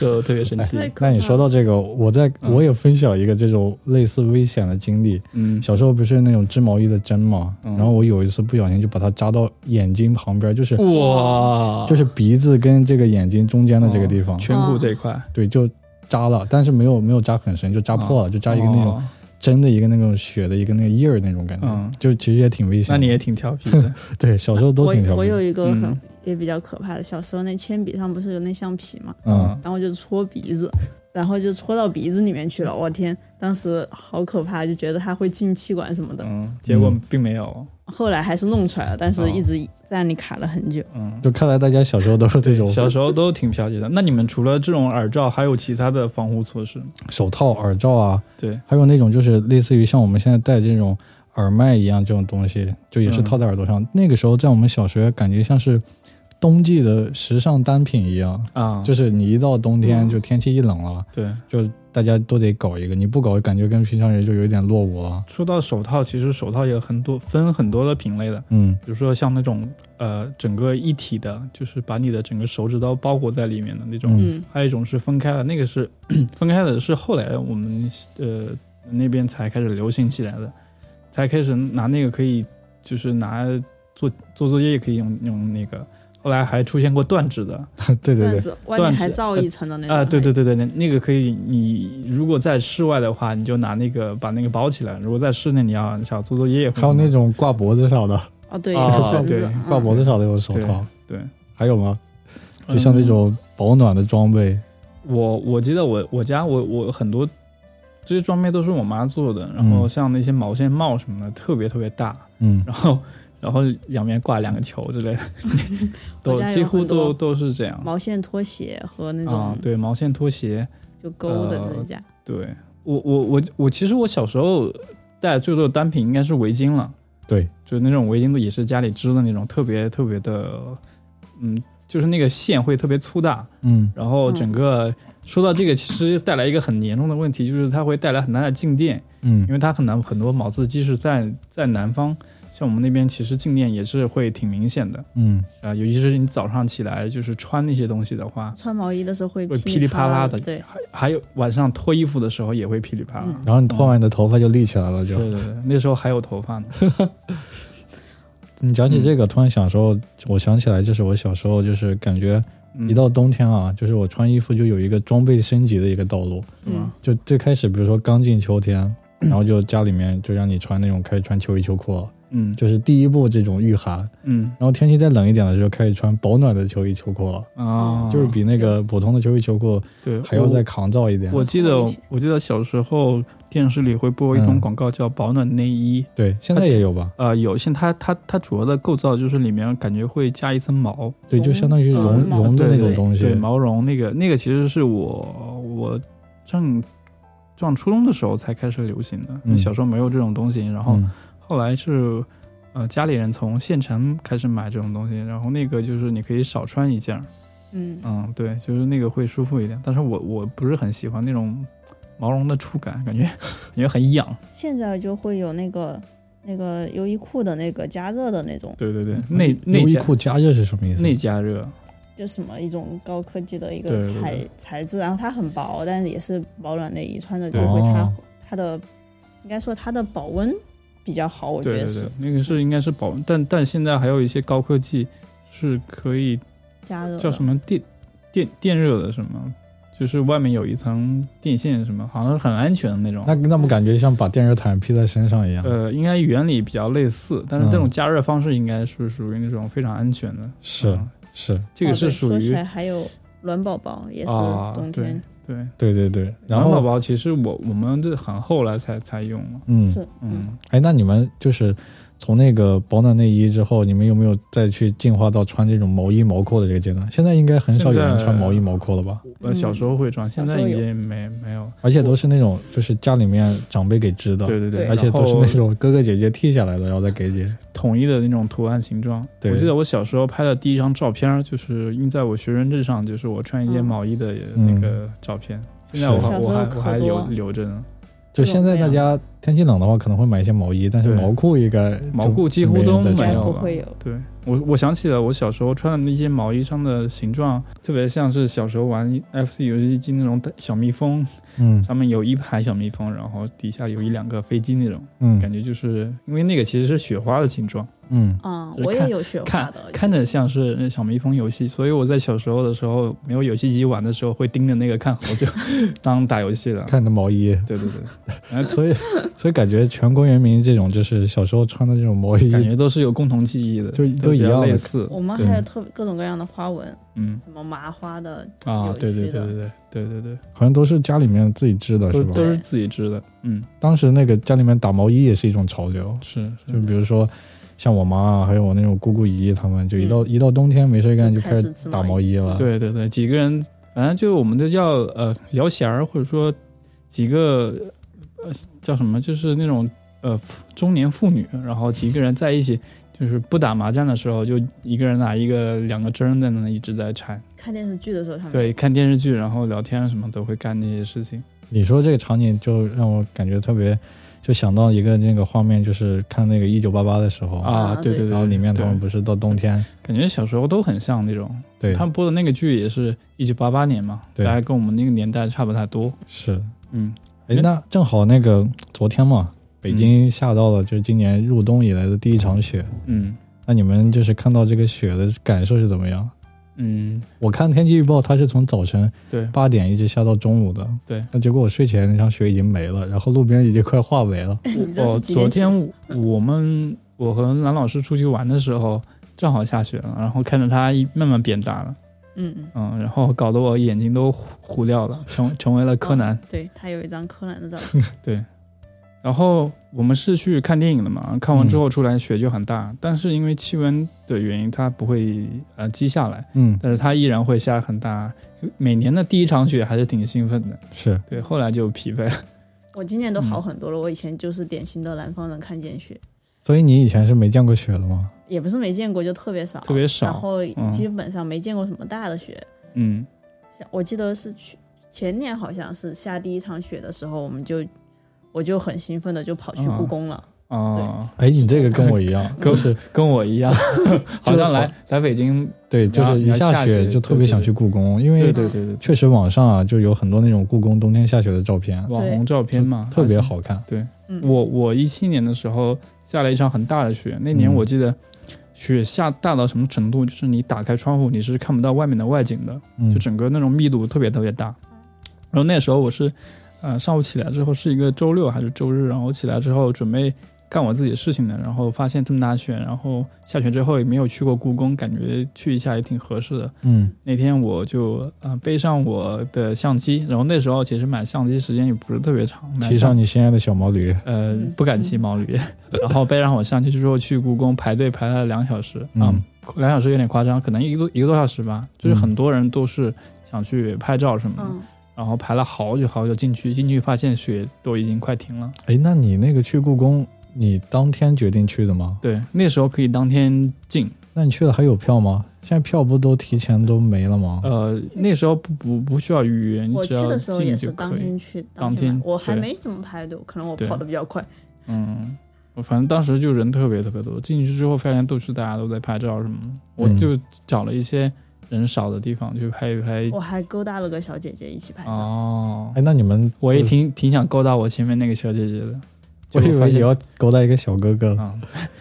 [SPEAKER 2] 就特别神奇。
[SPEAKER 3] 太可怕
[SPEAKER 1] 哎那
[SPEAKER 3] 了
[SPEAKER 1] 你说到这个，我在
[SPEAKER 2] 嗯
[SPEAKER 1] 我也分享一个这种类似危险的经历。
[SPEAKER 2] 嗯
[SPEAKER 1] 小时候不是那种织毛衣的针嘛，
[SPEAKER 2] 嗯
[SPEAKER 1] 然后我有一次不小心就把它扎到眼睛旁边，就是
[SPEAKER 2] 哇，
[SPEAKER 1] 就是鼻子跟这个眼睛中间的这个地方，
[SPEAKER 2] 颧骨这一块
[SPEAKER 1] 对，就扎了，但是没有没有扎很深，就扎破了，就扎一个那种
[SPEAKER 2] 哦
[SPEAKER 1] 针的一个那种血的一个那个印儿那种感觉，
[SPEAKER 2] 嗯
[SPEAKER 1] 就其实也挺危险
[SPEAKER 2] 那
[SPEAKER 1] 的。
[SPEAKER 2] 你也挺调皮的，
[SPEAKER 1] [LAUGHS] 对小时候都
[SPEAKER 3] 我
[SPEAKER 1] 挺调
[SPEAKER 3] 我
[SPEAKER 1] 皮的，
[SPEAKER 3] 有一个很、
[SPEAKER 2] 嗯
[SPEAKER 3] 也比较可怕的，小时候那铅笔上不是有那橡皮嘛，
[SPEAKER 1] 嗯，
[SPEAKER 3] 然后就戳鼻子，然后就戳到鼻子里面去了。我天，当时好可怕，就觉得它会进气管什么的。
[SPEAKER 2] 嗯，结果并没有，
[SPEAKER 3] 后来还是弄出来了，但是
[SPEAKER 2] 哦
[SPEAKER 3] 一直在那里卡了很久。
[SPEAKER 2] 嗯，
[SPEAKER 1] 就看来大家小时候都是这种
[SPEAKER 2] 小时候都挺调皮的。那你们除了这种耳罩，还有其他的防护措施吗？
[SPEAKER 1] 手套、耳罩啊，
[SPEAKER 2] 对，
[SPEAKER 1] 还有那种就是类似于像我们现在戴这种耳麦一样这种东西，就也是
[SPEAKER 2] 嗯
[SPEAKER 1] 套在耳朵上。那个时候在我们小学，感觉像是冬季的时尚单品一样，
[SPEAKER 2] 啊，
[SPEAKER 1] 就是你一到冬天，
[SPEAKER 3] 嗯
[SPEAKER 1] 就天气一冷了，
[SPEAKER 2] 对。
[SPEAKER 1] 就大家都得搞一个，你不搞，感觉跟平常人就有点落伍了。
[SPEAKER 2] 说到手套，其实手套也很多分很多的品类的，
[SPEAKER 1] 嗯 [LAUGHS]
[SPEAKER 2] 比如说像那种呃整个一体的，就是把你的整个手指都包裹在里面的那种，
[SPEAKER 1] 嗯
[SPEAKER 3] 嗯，
[SPEAKER 2] 还有一种是分开的，那个是 [COUGHS] 分开的，是后来我们呃那边才开始流行起来的，才开始拿那个可以，就是拿做做作业也可以用用那个，后来还出现过断指的，
[SPEAKER 1] 对对
[SPEAKER 3] 段
[SPEAKER 1] 对，
[SPEAKER 3] 子外
[SPEAKER 2] 段
[SPEAKER 3] 面
[SPEAKER 2] 子
[SPEAKER 3] 还罩一层的那种。
[SPEAKER 2] 啊、对对对对，那那个可以，你如果在室外的话，你就拿那个把那个包起来；如果在室内，你要想做作业，
[SPEAKER 1] 还有那种挂脖子上的，
[SPEAKER 3] 哦对，
[SPEAKER 2] 啊
[SPEAKER 3] 有绳
[SPEAKER 2] 对
[SPEAKER 3] 子，嗯
[SPEAKER 1] 挂脖子上的有手
[SPEAKER 2] 对
[SPEAKER 1] 套，
[SPEAKER 2] 对，嗯
[SPEAKER 1] 还有吗？就像那种保暖的装备，
[SPEAKER 2] 我我记得我我家我我很多这些装备都是我妈做的，然后
[SPEAKER 1] 嗯
[SPEAKER 2] 像那些毛线帽什么的，特别特别大， [LAUGHS]
[SPEAKER 1] 嗯，
[SPEAKER 2] 然后然后两边挂两个球之
[SPEAKER 3] [LAUGHS]
[SPEAKER 2] 类的，
[SPEAKER 3] 我
[SPEAKER 2] 都
[SPEAKER 3] 家有
[SPEAKER 2] 几乎
[SPEAKER 3] 很多
[SPEAKER 2] 都都是这样
[SPEAKER 3] 毛线拖鞋和那
[SPEAKER 2] 啊
[SPEAKER 3] 种，
[SPEAKER 2] 对，呃毛线拖鞋，
[SPEAKER 3] 就勾的指甲。
[SPEAKER 2] 对我我我我其实我小时候带最多的单品应该是围巾了，
[SPEAKER 1] 对，
[SPEAKER 2] 就是那种围巾也是家里织的那种，特别特别的，嗯，就是那个线会特别粗大，
[SPEAKER 1] 嗯
[SPEAKER 2] 然后
[SPEAKER 3] 嗯
[SPEAKER 2] 整个、说到这个，其实带来一个很严重的问题，就是它会带来很大的静电，
[SPEAKER 1] 嗯
[SPEAKER 2] 因为它很难很多毛刺，即使在在南方，像我们那边其实静电也是会挺明显的
[SPEAKER 1] 嗯，
[SPEAKER 2] 啊、尤其是你早上起来就是穿那些东西的话，
[SPEAKER 3] 穿毛衣的时候会
[SPEAKER 2] 会
[SPEAKER 3] 噼
[SPEAKER 2] 噼里啪啦
[SPEAKER 3] 啦
[SPEAKER 2] 的，
[SPEAKER 3] 对，
[SPEAKER 2] 还还有晚上脱衣服的时候也会噼里啪啦。
[SPEAKER 3] 嗯
[SPEAKER 1] 然后你脱完你的头发就立起来了，就
[SPEAKER 2] 对对对，那时候还有头发呢。
[SPEAKER 1] 你讲起这个，突然想说，我想起来，就是我小时候，就是感觉
[SPEAKER 2] 嗯
[SPEAKER 1] 一到冬天啊，就是我穿衣服就有一个装备升级的一个道路。
[SPEAKER 2] 是吧
[SPEAKER 1] 就最开始，比如说刚进秋
[SPEAKER 2] [CLEARS THROAT]
[SPEAKER 1] 天，然后就家里面就让你穿那种开始穿秋衣秋裤了，
[SPEAKER 2] 嗯
[SPEAKER 1] 就是第一步这种御寒。
[SPEAKER 2] 嗯
[SPEAKER 1] 然后天气再冷一点的时候，开始穿保暖的秋衣秋裤了，
[SPEAKER 2] 啊，
[SPEAKER 1] 就是比那个普通的秋衣秋裤
[SPEAKER 2] 对
[SPEAKER 1] 还要再抗造一点。
[SPEAKER 2] 我记得，我记得小时候电视里会播一种
[SPEAKER 1] 嗯
[SPEAKER 2] 广告叫“保暖内衣”，
[SPEAKER 1] 对，现在也有吧？
[SPEAKER 2] 呃，有些它它它主要的构造就是里面感觉会加一层毛，
[SPEAKER 1] 对，就相当于绒
[SPEAKER 3] 绒毛
[SPEAKER 1] 绒的
[SPEAKER 2] 对
[SPEAKER 1] 那
[SPEAKER 2] 对
[SPEAKER 1] 种东西
[SPEAKER 2] 对。毛绒那个那个其实是我我上上初中的时候才开始流行的，
[SPEAKER 1] 嗯
[SPEAKER 2] 小时候没有这种东西，然后
[SPEAKER 1] 嗯
[SPEAKER 2] 后来是呃家里人从县城开始买这种东西，然后那个就是你可以少穿一件儿，
[SPEAKER 3] 嗯，
[SPEAKER 2] 嗯，对，就是那个会舒服一点，但是我我不是很喜欢那种毛绒的触感，感觉 [LAUGHS] 感觉很痒，
[SPEAKER 3] 现在就会有那个那个优衣库的那个加热的那种，
[SPEAKER 2] 对对对，内内
[SPEAKER 1] 优衣
[SPEAKER 2] 加
[SPEAKER 1] 库加热是什么意思？
[SPEAKER 2] 内加热，
[SPEAKER 3] 就什么一种高科技的一个
[SPEAKER 2] 对对
[SPEAKER 3] 材
[SPEAKER 2] 对
[SPEAKER 3] 材质，然后它很薄，但是也是保暖内衣，穿着就会
[SPEAKER 1] 对
[SPEAKER 3] 它
[SPEAKER 1] 哦
[SPEAKER 3] 它的应该说它的保温比较好，我觉
[SPEAKER 2] 对
[SPEAKER 3] 得
[SPEAKER 2] 对
[SPEAKER 3] 是嗯
[SPEAKER 2] 对，那个是应该是保温，但但现在还有一些高科技是可以
[SPEAKER 3] 加热
[SPEAKER 2] 叫什
[SPEAKER 3] 么？
[SPEAKER 2] 么电电电热的什么，就是外面有一层电线什么，好像很安全的那种
[SPEAKER 1] 那。那不感觉像把电热毯披在身上一样？
[SPEAKER 2] 呃，应该原理比较类似，但是这种
[SPEAKER 1] 嗯
[SPEAKER 2] 加热方式应该是属于那种非常安全的。
[SPEAKER 1] 是
[SPEAKER 2] 嗯
[SPEAKER 1] 是，
[SPEAKER 2] 这个
[SPEAKER 3] 哦
[SPEAKER 2] 是
[SPEAKER 3] 对
[SPEAKER 2] 属
[SPEAKER 3] 说
[SPEAKER 2] 于
[SPEAKER 3] 起来还有暖宝宝也是
[SPEAKER 2] 啊
[SPEAKER 3] 冬
[SPEAKER 2] 对
[SPEAKER 3] 天、
[SPEAKER 2] 对。
[SPEAKER 1] 对对对。然
[SPEAKER 2] 暖宝
[SPEAKER 1] 后
[SPEAKER 2] 宝其实我我们这很后来才才用了，
[SPEAKER 1] 嗯，
[SPEAKER 3] 是嗯
[SPEAKER 2] 嗯，
[SPEAKER 1] 哎，那你们就是从那个保暖内衣之后，你们有没有再去进化到穿这种毛衣毛裤的这个阶段？现在应该很少有人穿毛衣毛裤了吧？
[SPEAKER 2] 嗯我小时候会穿，现在
[SPEAKER 3] 嗯小时候
[SPEAKER 2] 已
[SPEAKER 3] 有
[SPEAKER 2] 经没没有。
[SPEAKER 1] 而且都是那种就是家里面长辈给织的，
[SPEAKER 2] 对对
[SPEAKER 3] 对
[SPEAKER 1] 而且
[SPEAKER 2] 然后
[SPEAKER 1] 都是那种哥哥姐姐剃下来的，然后再给姐。
[SPEAKER 2] 统一的那种图案形状。
[SPEAKER 1] 对
[SPEAKER 2] 我记得我小时候拍的第一张照片儿，就是印在我学生证上，就是我穿一件
[SPEAKER 3] 嗯
[SPEAKER 2] 毛衣的那个照片。现在我
[SPEAKER 1] 是
[SPEAKER 2] 还我
[SPEAKER 3] 小时
[SPEAKER 2] 还
[SPEAKER 3] 候
[SPEAKER 2] 我还
[SPEAKER 3] 可多
[SPEAKER 2] 留留着呢，
[SPEAKER 1] 就
[SPEAKER 3] 各种
[SPEAKER 1] 现在
[SPEAKER 3] 各
[SPEAKER 1] 大
[SPEAKER 3] 样
[SPEAKER 1] 家天气冷的话，可能会买一些毛衣，但是
[SPEAKER 2] 对
[SPEAKER 1] 毛裤应该
[SPEAKER 2] 毛
[SPEAKER 1] 就
[SPEAKER 2] 裤几乎
[SPEAKER 1] 没人
[SPEAKER 2] 都
[SPEAKER 1] 再
[SPEAKER 3] 应
[SPEAKER 2] 没
[SPEAKER 1] 穿了
[SPEAKER 3] 该
[SPEAKER 2] 有
[SPEAKER 3] 不
[SPEAKER 2] 吧
[SPEAKER 3] 会有。
[SPEAKER 2] 对我，我想起了我小时候穿的那些毛衣上的形状，特别像是小时候玩 FC 游戏机那种大小蜜蜂，
[SPEAKER 1] 嗯
[SPEAKER 2] 上面有一排小蜜蜂，然后底下有一两个飞机那种，
[SPEAKER 1] 嗯
[SPEAKER 2] 感觉就是因为那个其实是雪花的形状，
[SPEAKER 1] 嗯，
[SPEAKER 3] 嗯，
[SPEAKER 2] 就是
[SPEAKER 3] 我也
[SPEAKER 2] 看
[SPEAKER 3] 有雪花
[SPEAKER 2] 看
[SPEAKER 3] 的，
[SPEAKER 2] 看着像是那小蜜蜂游戏，所以我在小时候的时候没有游戏机玩的时候，会盯着那个看好久，当打游戏
[SPEAKER 3] [LAUGHS]
[SPEAKER 2] 的。
[SPEAKER 1] 看你的毛衣， [LAUGHS]
[SPEAKER 2] 对对对，然后
[SPEAKER 1] 所以所以感觉全国人民这种就是小时候穿的这种毛衣，
[SPEAKER 2] 感觉都是有共同记忆的，
[SPEAKER 1] 就都
[SPEAKER 2] 都
[SPEAKER 1] 一
[SPEAKER 2] 比较
[SPEAKER 1] 样的
[SPEAKER 2] 类似。
[SPEAKER 3] 我们
[SPEAKER 1] 对
[SPEAKER 3] 还有特各种各样的花纹，
[SPEAKER 2] 嗯
[SPEAKER 3] 什么麻花的
[SPEAKER 2] 啊，
[SPEAKER 3] 有
[SPEAKER 2] 对对
[SPEAKER 3] 趣
[SPEAKER 2] 对
[SPEAKER 3] 的
[SPEAKER 2] 对对对对对，
[SPEAKER 1] 好像都是家里面自己织的，
[SPEAKER 2] 都
[SPEAKER 1] 是吧
[SPEAKER 2] 都？是自己织的。嗯，
[SPEAKER 1] 当时那个家里面打毛衣也是一种潮流，
[SPEAKER 2] 是，
[SPEAKER 1] 就是比如说像我妈啊，还有我那种姑姑姨姨他们，就一
[SPEAKER 3] 嗯
[SPEAKER 1] 到一到冬天没事干
[SPEAKER 3] 就
[SPEAKER 1] 就
[SPEAKER 3] 开
[SPEAKER 1] 开
[SPEAKER 3] 始
[SPEAKER 1] 始
[SPEAKER 3] 织
[SPEAKER 1] 打
[SPEAKER 3] 毛
[SPEAKER 1] 毛衣了。，
[SPEAKER 2] 对对对，几个人，反正就我们这叫呃聊闲儿，或者说几个呃叫什么，就是那种呃中年妇女，然后几个人在一起，就是不打麻将的时候，就一个人拿一个两个针在那一直在拆，
[SPEAKER 3] 看电视剧的时候他们
[SPEAKER 2] 对，看电视剧，然后聊天什么都会干这些事情。
[SPEAKER 1] 你说这个场景就让我感觉特别，就想到一个那个画面，就是看那个一九八八的时候
[SPEAKER 2] 啊，
[SPEAKER 3] 啊
[SPEAKER 2] 对对
[SPEAKER 3] 对
[SPEAKER 2] 对，
[SPEAKER 1] 然后里面他
[SPEAKER 2] 对
[SPEAKER 1] 们不是到冬天，
[SPEAKER 2] 感觉小时候都很像那种，
[SPEAKER 1] 对，
[SPEAKER 2] 他们播的那个剧也是一九八八年嘛，大
[SPEAKER 1] 对
[SPEAKER 2] 概跟我们那个年代差不太多。
[SPEAKER 1] 是。
[SPEAKER 2] 嗯，
[SPEAKER 1] 哎，那正好那个昨天嘛，北京下到了就是今年入冬以来的第一场雪。
[SPEAKER 2] 嗯
[SPEAKER 1] 那你们就是看到这个雪的感受是怎么样？
[SPEAKER 2] 嗯，
[SPEAKER 1] 我看天气预报，它是从早晨
[SPEAKER 2] 对，
[SPEAKER 1] 八点一直下到中午的。
[SPEAKER 2] 对，
[SPEAKER 1] 那结果我睡前那场雪已经没了，然后路边已经快化为了。
[SPEAKER 3] [LAUGHS] 你这
[SPEAKER 2] 哦，
[SPEAKER 3] 是几年
[SPEAKER 2] 昨
[SPEAKER 3] 前
[SPEAKER 2] 天我们我和蓝老师出去玩的时候，正好下雪了，然后看着它一慢慢变大了，
[SPEAKER 3] 嗯嗯
[SPEAKER 2] 嗯，然后搞得我眼睛都糊糊掉
[SPEAKER 3] [LAUGHS]
[SPEAKER 2] 了，成成为了柯南。
[SPEAKER 3] 对他有一张柯南的照片，
[SPEAKER 2] 然后我们是去看电影的嘛，看完之后出来雪就很大，但是因为气温的原因，它不会呃积下来，
[SPEAKER 1] 嗯，
[SPEAKER 2] 但是它依然会下很大。每年的第一场雪还是挺兴奋的，
[SPEAKER 1] 是
[SPEAKER 2] 对，后来就疲惫了。
[SPEAKER 3] 我今
[SPEAKER 2] 嗯
[SPEAKER 3] 年都好很多了。我以前就是典型的南方人看见雪，
[SPEAKER 1] 所以你以前是没见过雪的吗？
[SPEAKER 3] 也不是没见过，就特别少，
[SPEAKER 2] 特别少
[SPEAKER 3] 然后
[SPEAKER 2] 嗯
[SPEAKER 3] 基本上没见过什么大的雪。
[SPEAKER 2] 嗯
[SPEAKER 3] 像我记得是去前年好像是下第一场雪的时候，我们就我就很兴奋的就跑去
[SPEAKER 2] 嗯
[SPEAKER 3] 故宫了。
[SPEAKER 2] 啊、
[SPEAKER 1] 哎，你这个跟我一样，
[SPEAKER 2] [LAUGHS] 跟
[SPEAKER 1] 就是
[SPEAKER 2] 跟我
[SPEAKER 3] [LAUGHS]
[SPEAKER 2] 一样，好像来来北京，
[SPEAKER 1] 对，就是一下雪就特别想去故宫，因
[SPEAKER 2] 对
[SPEAKER 1] 为
[SPEAKER 2] 对对对，
[SPEAKER 1] 确实网上啊就有很多那种故宫冬天下雪的照片，
[SPEAKER 2] 网红照片嘛，
[SPEAKER 1] 特别。好看。
[SPEAKER 3] 嗯，
[SPEAKER 2] 我我一七年的时候下了一场很大的雪，那年
[SPEAKER 1] 嗯
[SPEAKER 2] 我记得雪下大到什么程度，就是你打开窗户你是看不到外面的外景的，
[SPEAKER 1] 嗯
[SPEAKER 2] 就，整个那种密度特别特别大。然后那时候我是，呃，上午起来之后是一个周六还是周日，然后起来之后准备干我自己的事情的，然后发现这么大雪，然后下雪之后也没有去过故宫，感觉去一下也挺合适的。
[SPEAKER 1] 嗯
[SPEAKER 2] 那天我就呃背上我的相机，然后那时候其实买相机时间也不是特别长，买
[SPEAKER 1] 骑上你心爱的小毛驴，
[SPEAKER 2] 呃
[SPEAKER 3] 嗯
[SPEAKER 2] 不敢骑毛驴，然后背上我相机之后去故宫排队排了两小时，啊、
[SPEAKER 1] 嗯
[SPEAKER 2] 两小时有点夸张，可能一个多一个多小时吧，就是很多人都是想去拍照什么的，
[SPEAKER 3] 嗯，
[SPEAKER 2] 然后排了好久好久进去，进去发现雪都已经快停了。
[SPEAKER 1] 哎，那你那个去故宫，你当天决定去的吗？
[SPEAKER 2] 对，那时候可以当天进，
[SPEAKER 1] 那你去了还有票吗？现在票不都提前都没了吗？
[SPEAKER 2] 呃，那时候不不不需要预约，你
[SPEAKER 3] 我
[SPEAKER 2] 只
[SPEAKER 3] 去
[SPEAKER 2] 要
[SPEAKER 3] 的时候
[SPEAKER 2] 进
[SPEAKER 3] 也
[SPEAKER 2] 就是可
[SPEAKER 3] 当
[SPEAKER 2] 以。
[SPEAKER 3] 天去，
[SPEAKER 2] 当
[SPEAKER 3] 天
[SPEAKER 2] 天
[SPEAKER 3] 买我还
[SPEAKER 2] 对
[SPEAKER 3] 没怎么排队，可能我
[SPEAKER 2] 对
[SPEAKER 3] 跑的比较快。
[SPEAKER 2] 嗯，我反正当时就人特别特别多，进去之后发现都是大家都在拍照什么的，我
[SPEAKER 1] 嗯
[SPEAKER 2] 就找了一些人少的地方去拍一拍。
[SPEAKER 3] 我还勾搭了个小姐姐一起拍照，
[SPEAKER 2] 哦
[SPEAKER 1] 哎，，那你们
[SPEAKER 2] 我也挺挺想勾搭我前面那个小姐姐的，
[SPEAKER 1] 我以
[SPEAKER 2] 结果发
[SPEAKER 1] 为
[SPEAKER 2] 现
[SPEAKER 1] 你要勾搭一个小哥哥。
[SPEAKER 2] 啊，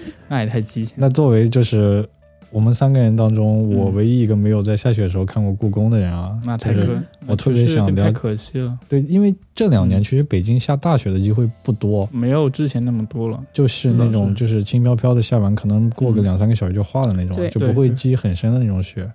[SPEAKER 2] [LAUGHS] 那也太畸形了。
[SPEAKER 1] 那作为就是我们三个人当中，我唯一一个没有在下雪的时候看过故宫的人啊，
[SPEAKER 2] 嗯那太
[SPEAKER 1] 就
[SPEAKER 2] 可
[SPEAKER 1] 是，
[SPEAKER 2] 那
[SPEAKER 1] 我特
[SPEAKER 2] 确
[SPEAKER 1] 别
[SPEAKER 2] 实有
[SPEAKER 1] 想
[SPEAKER 2] 点
[SPEAKER 1] 聊
[SPEAKER 2] 太可惜了，
[SPEAKER 1] 对，因为这两
[SPEAKER 2] 嗯
[SPEAKER 1] 年其实北京下大雪的机会不多，
[SPEAKER 2] 没有之前那么多了。
[SPEAKER 1] 就是那种就是轻飘飘的下完，可能过个
[SPEAKER 2] 嗯
[SPEAKER 1] 两三个小时就化了那种
[SPEAKER 3] 对，
[SPEAKER 1] 就不会积很深的那种雪。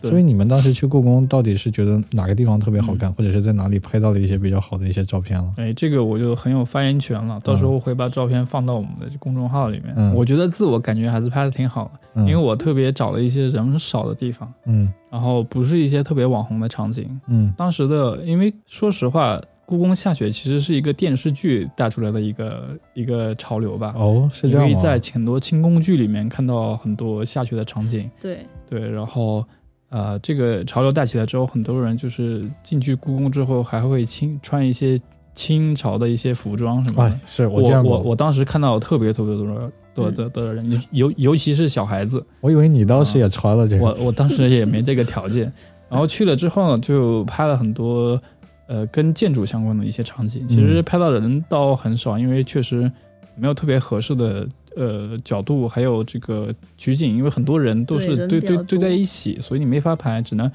[SPEAKER 2] 对
[SPEAKER 1] 所以你们当时去故宫，到底是觉得哪个地方特别好看，
[SPEAKER 2] 嗯
[SPEAKER 1] 或者是在哪里拍到了一些比较好的一些照片了？
[SPEAKER 2] 哎，这个我就很有发言权了，到时候我会把照片放到我们的公众号里面。
[SPEAKER 1] 嗯
[SPEAKER 2] 我觉得自我感觉还是拍的挺好的，
[SPEAKER 1] 嗯
[SPEAKER 2] 因为我特别找了一些人少的地方，
[SPEAKER 1] 嗯
[SPEAKER 2] 然后不是一些特别网红的场景。
[SPEAKER 1] 嗯
[SPEAKER 2] 当时的，因为说实话，故宫下雪其实是一个电视剧带出来的一个一个潮流吧。
[SPEAKER 1] 哦，是
[SPEAKER 2] 因
[SPEAKER 1] 这样
[SPEAKER 2] 为
[SPEAKER 1] 吗？
[SPEAKER 2] 在很多清宫剧里面看到很多下雪的场景，
[SPEAKER 3] 对，
[SPEAKER 2] 对，然后呃，这个潮流带起来之后，很多人就是进去故宫之后，还会清穿一些清朝的一些服装什么的
[SPEAKER 1] 哎。，是我
[SPEAKER 2] 我
[SPEAKER 1] 见过
[SPEAKER 2] 我我当时看到特别特别多的多多多的人，尤尤尤其是小孩子，
[SPEAKER 1] 我以为你当时也穿了这个，
[SPEAKER 2] 我我当时也没这个条件，然后去了之后呢，就拍了很多呃跟建筑相关的一些场景，其
[SPEAKER 1] 嗯
[SPEAKER 2] 实拍到的人倒很少，因为确实没有特别合适的呃角度，还有这个取景，因为很多人都是堆
[SPEAKER 3] 对人比较
[SPEAKER 2] 堆
[SPEAKER 3] 多
[SPEAKER 2] 堆在一起，所以你没法拍，只能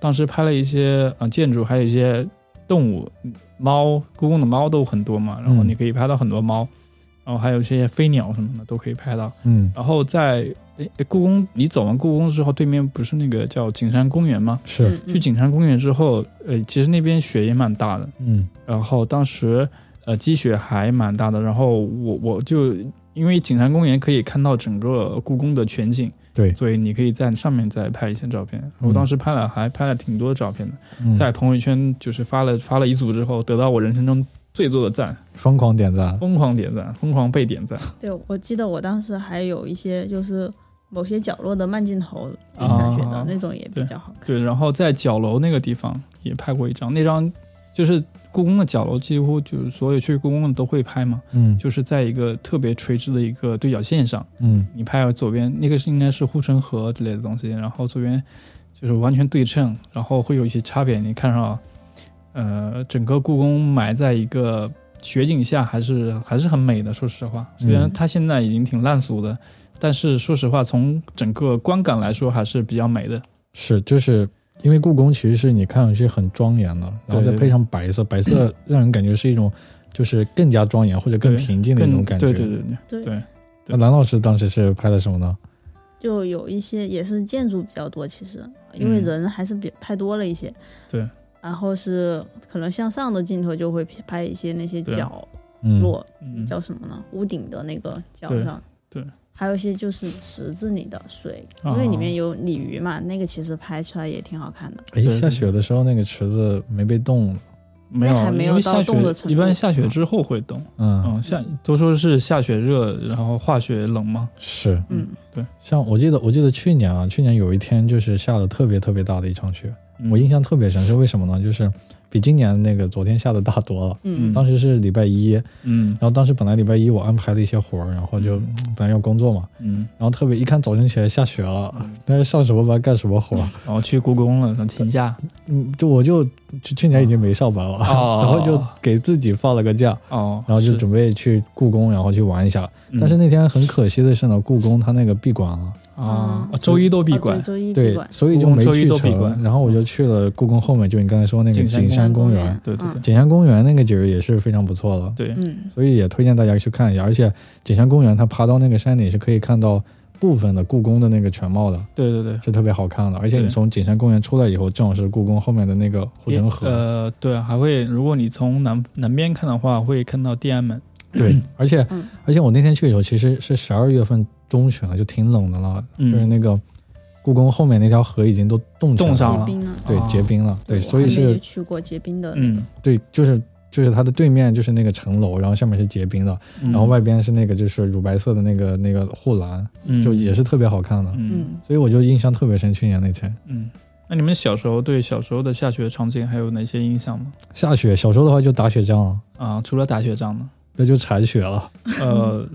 [SPEAKER 2] 当时拍了一些啊、呃建筑，还有一些动物，猫，故宫的猫都很多嘛，然后
[SPEAKER 1] 嗯
[SPEAKER 2] 你可以拍到很多猫，然后还有一些飞鸟什么的都可以拍到。
[SPEAKER 1] 嗯，
[SPEAKER 2] 然后在诶故宫，你走完故宫之后，对面不是那个叫景山公园吗？
[SPEAKER 1] 是，
[SPEAKER 3] 嗯
[SPEAKER 2] 去景山公园之后，呃，其实那边雪也蛮大的，
[SPEAKER 1] 嗯
[SPEAKER 2] 然后当时呃积雪还蛮大的，然后我我就因为景山公园可以看到整个故宫的全景，
[SPEAKER 1] 对
[SPEAKER 2] 所以你可以在上面再拍一些照片。我当时拍了，还拍了挺多照片的，
[SPEAKER 1] 嗯，
[SPEAKER 2] 在朋友圈就是发了发了一组之后，得到我人生中最多的赞，
[SPEAKER 1] 疯狂点赞，
[SPEAKER 2] 疯狂点赞，疯狂被点赞。
[SPEAKER 3] 对，我记得我当时还有一些就是某些角落的慢镜头
[SPEAKER 2] 啊
[SPEAKER 3] 影下去的、那种也比较好看。
[SPEAKER 2] 对，然后在角楼那个地方也拍过一张，那张就是故宫的角楼，几乎就是所有去故宫的都会拍嘛，
[SPEAKER 1] 嗯
[SPEAKER 2] 就是在一个特别垂直的一个对角线上，
[SPEAKER 1] 嗯
[SPEAKER 2] 你拍左边那个是应该是护城河之类的东西，然后左边就是完全对称，然后会有一些差别，你看上，呃，整个故宫埋在一个。雪景下还是还是很美的，说实话，虽然
[SPEAKER 1] 嗯
[SPEAKER 2] 它现在已经挺烂俗的，但是说实话，从整个观感来说还是比较美的。
[SPEAKER 1] 是，就是因为故宫其实是你看上去很庄严的，然后再
[SPEAKER 2] 对对
[SPEAKER 1] 配上白色，白色让人感觉是一种就是更加庄严或者更
[SPEAKER 2] 对
[SPEAKER 1] 平静的一种感觉。
[SPEAKER 2] 对对对对，
[SPEAKER 3] 对
[SPEAKER 2] 对
[SPEAKER 1] 那蓝老师当时是拍了什么呢？
[SPEAKER 3] 就有一些也是建筑比较多，其实因为
[SPEAKER 2] 嗯
[SPEAKER 3] 人还是比太多了一些。
[SPEAKER 2] 对。
[SPEAKER 3] 然后是可能向上的镜头就会拍一些那些
[SPEAKER 2] 对啊
[SPEAKER 3] 角
[SPEAKER 1] 嗯，
[SPEAKER 3] 落，
[SPEAKER 2] 嗯，
[SPEAKER 3] 叫什么呢？屋顶的那个角
[SPEAKER 2] 对
[SPEAKER 3] 上。
[SPEAKER 2] 对
[SPEAKER 3] 还有一些就是池子里的水，
[SPEAKER 2] 啊
[SPEAKER 3] 因为里面有鲤鱼嘛，那个其实拍出来也挺好看的。
[SPEAKER 1] 哎，
[SPEAKER 2] 对
[SPEAKER 1] 下雪的时候那个池子没被冻，
[SPEAKER 2] 没
[SPEAKER 3] 那还
[SPEAKER 2] 有，
[SPEAKER 3] 没有
[SPEAKER 2] 因为下
[SPEAKER 3] 到冻的程
[SPEAKER 2] 雪
[SPEAKER 3] 度啊
[SPEAKER 2] 一般下雪之后会冻，
[SPEAKER 1] 嗯，
[SPEAKER 2] 嗯，下都说是下雪热，然后化雪冷嘛，
[SPEAKER 1] 是。
[SPEAKER 3] 嗯，
[SPEAKER 1] 像我记得，我记得去年啊，去年有一天就是下了特别特别大的一场雪，
[SPEAKER 2] 嗯
[SPEAKER 1] 我印象特别深，是为什么呢？就是比今年那个昨天下的大多了。
[SPEAKER 3] 嗯
[SPEAKER 1] 当时是礼拜一，然
[SPEAKER 2] 嗯
[SPEAKER 1] 后当时本来礼拜一我安排了一些活儿，然后就
[SPEAKER 2] 嗯
[SPEAKER 1] 本来要工作嘛，
[SPEAKER 2] 嗯，
[SPEAKER 1] 然后特别一看早晨起来下雪了，但是上什么班干什么活儿，
[SPEAKER 2] 然后去故宫了，然后
[SPEAKER 1] [LAUGHS]
[SPEAKER 2] 请假，
[SPEAKER 1] 嗯，就我就去去年已经没上班了，
[SPEAKER 2] 哦
[SPEAKER 1] 然后就给自己放了个假，
[SPEAKER 2] 哦，
[SPEAKER 1] 然后就是准备去故宫，然后去玩一下。
[SPEAKER 2] 嗯
[SPEAKER 1] 但是那天很可惜的是呢，故宫它那个闭馆了，
[SPEAKER 2] 啊
[SPEAKER 3] 啊，
[SPEAKER 2] 周一都闭
[SPEAKER 3] 啊
[SPEAKER 2] 馆
[SPEAKER 3] 对，周一闭
[SPEAKER 1] 对
[SPEAKER 3] 馆，，
[SPEAKER 1] 所以就没
[SPEAKER 2] 故宫周一
[SPEAKER 1] 去
[SPEAKER 2] 都闭馆
[SPEAKER 1] 成。然后我就去了故宫后面，就你刚才说那个
[SPEAKER 2] 景山
[SPEAKER 1] 景山公园
[SPEAKER 3] 园，，
[SPEAKER 2] 对对
[SPEAKER 3] 嗯
[SPEAKER 2] 对
[SPEAKER 1] 景山公园那个景儿也是非常不错的，
[SPEAKER 2] 对，
[SPEAKER 3] 嗯，
[SPEAKER 1] 所以也推荐大家去看一下。而且景山公园它爬到那个山顶是可以看到部分的故宫的那个全貌的，
[SPEAKER 2] 对对对。
[SPEAKER 1] 是特别好看的。而且你
[SPEAKER 2] 对
[SPEAKER 1] 从景山公园出来以后，正好是故宫后面的那个护城河。
[SPEAKER 2] 呃，对，还会，如果你从南南边看的话，会看到地安门。
[SPEAKER 1] 对，而且、
[SPEAKER 3] 嗯
[SPEAKER 1] 而且我那天去的时候其实是十二月份中旬了，就挺冷的了，
[SPEAKER 2] 嗯
[SPEAKER 1] 就是那个故宫后面那条河已经都冻起来
[SPEAKER 2] 冻上
[SPEAKER 1] 了，
[SPEAKER 3] 结
[SPEAKER 2] 了
[SPEAKER 3] 冰呢？
[SPEAKER 1] 对，
[SPEAKER 2] 哦
[SPEAKER 1] 结冰了，对，
[SPEAKER 3] 我
[SPEAKER 1] 所以
[SPEAKER 3] 还没有
[SPEAKER 1] 是
[SPEAKER 3] 去过结冰的，
[SPEAKER 2] 嗯，
[SPEAKER 1] 对，就是就是它的对面就是那个城楼，然后下面是结冰的，
[SPEAKER 2] 然
[SPEAKER 1] 然后外边是那个就是乳白色的那个那个护栏，就也是特别好看的，
[SPEAKER 2] 嗯
[SPEAKER 3] 嗯，
[SPEAKER 1] 所以我就印象特别深，去年那天。
[SPEAKER 2] 嗯。那你们小时候对小时候的下雪场景还有哪些印象吗？
[SPEAKER 1] 下雪，小时候的话就打雪仗了，
[SPEAKER 2] 啊，除了打雪仗呢？
[SPEAKER 1] 那就铲雪了。
[SPEAKER 2] 呃，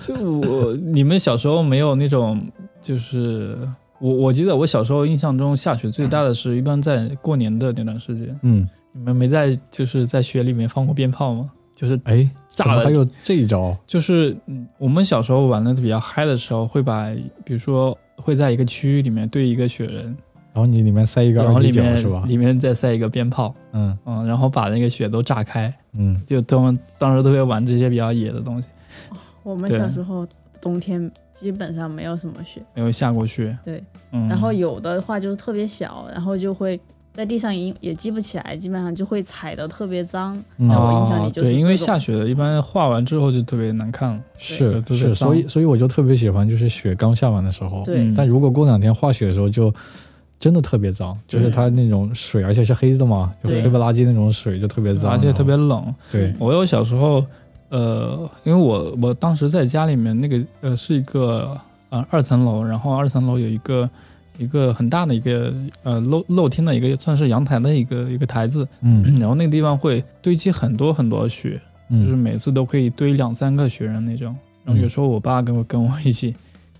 [SPEAKER 2] 就我你们小时候没有那种，就是我我记得我小时候印象中下雪最大的是一般在过年的那段时间，
[SPEAKER 1] 嗯，
[SPEAKER 2] 你们没在就是在雪里面放过鞭炮吗？就是
[SPEAKER 1] 哎，
[SPEAKER 2] 炸
[SPEAKER 1] 怎么
[SPEAKER 2] 了
[SPEAKER 1] 还有这一招？
[SPEAKER 2] 就是嗯我们小时候玩的比较嗨的时候，会把比如说会在一个区域里面对一个雪人，
[SPEAKER 1] 然后你里面塞一个
[SPEAKER 2] 然后
[SPEAKER 1] 二踢
[SPEAKER 2] 里
[SPEAKER 1] 脚是吧
[SPEAKER 2] 面？里面再塞一个鞭炮，
[SPEAKER 1] 嗯
[SPEAKER 2] 嗯，然后把那个雪都炸开，
[SPEAKER 1] 嗯，
[SPEAKER 2] 就他们当时都会玩这些比较野的东西，
[SPEAKER 3] 我们
[SPEAKER 2] 对
[SPEAKER 3] 小时候冬天基本上没有什么雪，
[SPEAKER 2] 没有下过雪，
[SPEAKER 3] 对，
[SPEAKER 2] 嗯，
[SPEAKER 3] 然后有的话就是特别小，然后就会在地上也也记不起来，基本上就会踩的特别脏。
[SPEAKER 1] 嗯
[SPEAKER 3] 在我印象里
[SPEAKER 2] 哦
[SPEAKER 3] 就是
[SPEAKER 2] 对，因为
[SPEAKER 3] 这种
[SPEAKER 2] 下雪一般画完之后就特别难看了。
[SPEAKER 1] 是
[SPEAKER 2] 对都
[SPEAKER 1] 是，
[SPEAKER 2] 得
[SPEAKER 1] 所以所以我就特别喜欢，就是雪刚下完的时候。
[SPEAKER 3] 对
[SPEAKER 2] 嗯
[SPEAKER 1] 但如果过两天化雪的时候，就真的特别脏，就是
[SPEAKER 2] 对
[SPEAKER 1] 它那种水，而且是黑的嘛，就
[SPEAKER 3] 对
[SPEAKER 1] 黑不拉几那种水，就特别脏，
[SPEAKER 2] 而且特别
[SPEAKER 1] 然后
[SPEAKER 2] 冷。
[SPEAKER 1] 对。
[SPEAKER 3] 嗯
[SPEAKER 2] 我有小时候，呃，因为我我当时在家里面那个呃是一个呃二层楼，然后二层楼有一个一个很大的一个呃露露天的一个算是阳台的一个一个台子，
[SPEAKER 1] 嗯
[SPEAKER 2] 然后那个地方会堆积很多很多雪，就是
[SPEAKER 1] 嗯
[SPEAKER 2] 每次都可以堆两三个雪人那种。然后有时候我爸跟我跟我一起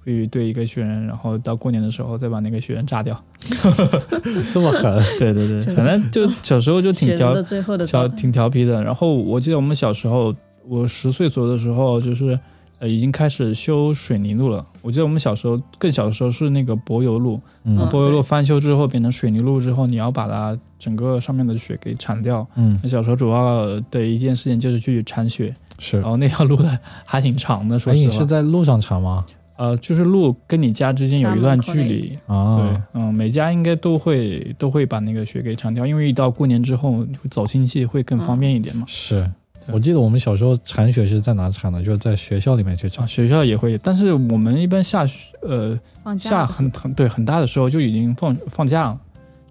[SPEAKER 2] 会堆一个雪人，然后到过年的时候再把那个雪人炸掉。
[SPEAKER 1] 这么狠，
[SPEAKER 2] [LAUGHS] 对对对，反正就小时候就挺
[SPEAKER 3] 雪
[SPEAKER 2] 调
[SPEAKER 3] 人的最后的
[SPEAKER 2] 小
[SPEAKER 3] 招
[SPEAKER 2] 挺调皮的。然后我记得我们小时候，我十岁左右的时候，就是呃已经开始修水泥路了。我记得我们小时候更小的时候是那个柏油路，
[SPEAKER 1] 嗯
[SPEAKER 2] 柏油路
[SPEAKER 3] 对
[SPEAKER 2] 翻修之后变成水泥路之后，你要把它整个上面的雪给铲掉。
[SPEAKER 1] 嗯
[SPEAKER 2] 那小时候主要的一件事情就是去铲雪，
[SPEAKER 1] 是
[SPEAKER 2] 然。后那条路呢还挺长的，
[SPEAKER 1] 嗯哦哎，
[SPEAKER 2] 说实
[SPEAKER 1] 你
[SPEAKER 2] 话
[SPEAKER 1] 是。在路上查吗？
[SPEAKER 2] 呃，就是路跟你家之间有一段距离，对
[SPEAKER 1] 啊，，
[SPEAKER 2] 嗯，每家应该都会都会把那个雪给铲掉，因为一到过年之后走亲戚会更方便一点嘛。
[SPEAKER 1] 是。
[SPEAKER 2] 对
[SPEAKER 1] 我记得我们小时候铲雪是在哪铲的？就是在学校里面去
[SPEAKER 2] 啊，
[SPEAKER 1] 铲。
[SPEAKER 2] 学校也会，但是我们一般下雪呃
[SPEAKER 3] 放假
[SPEAKER 2] 下
[SPEAKER 3] 的时候
[SPEAKER 2] 很很对很大的时候就已经放放假了，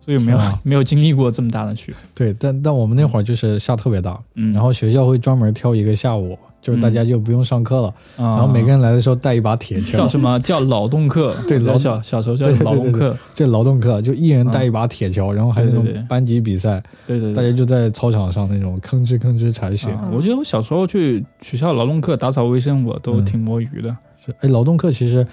[SPEAKER 2] 所以没有
[SPEAKER 1] 是吗
[SPEAKER 2] [LAUGHS] 没有经历过这么大的雪。
[SPEAKER 1] 对，但但我们那会儿就是下特别大，
[SPEAKER 2] 嗯，
[SPEAKER 1] 然后学校会专门挑一个下午，就是大家就不用上课了，
[SPEAKER 2] 然呃
[SPEAKER 1] 然后每个人来的时候带一把铁
[SPEAKER 2] 叫
[SPEAKER 1] 锹，[LAUGHS]
[SPEAKER 2] 什么叫劳动课？
[SPEAKER 1] 对
[SPEAKER 2] 叫
[SPEAKER 1] 劳
[SPEAKER 2] 小小时候叫
[SPEAKER 1] 对对
[SPEAKER 2] 劳
[SPEAKER 1] 对
[SPEAKER 2] 动课。
[SPEAKER 1] 这劳动课就一人带一把铁锹，然后还有那
[SPEAKER 2] 对对
[SPEAKER 1] 种
[SPEAKER 2] 对
[SPEAKER 1] 班级比赛，
[SPEAKER 2] 对对
[SPEAKER 1] 大
[SPEAKER 2] 对
[SPEAKER 1] 家。就在操场上那种吭哧吭哧铲雪。
[SPEAKER 2] 啊我觉得我小时候去学校劳动课打扫卫生，我都
[SPEAKER 1] 嗯
[SPEAKER 2] 挺摸鱼的。
[SPEAKER 1] 是，哎，劳动课其实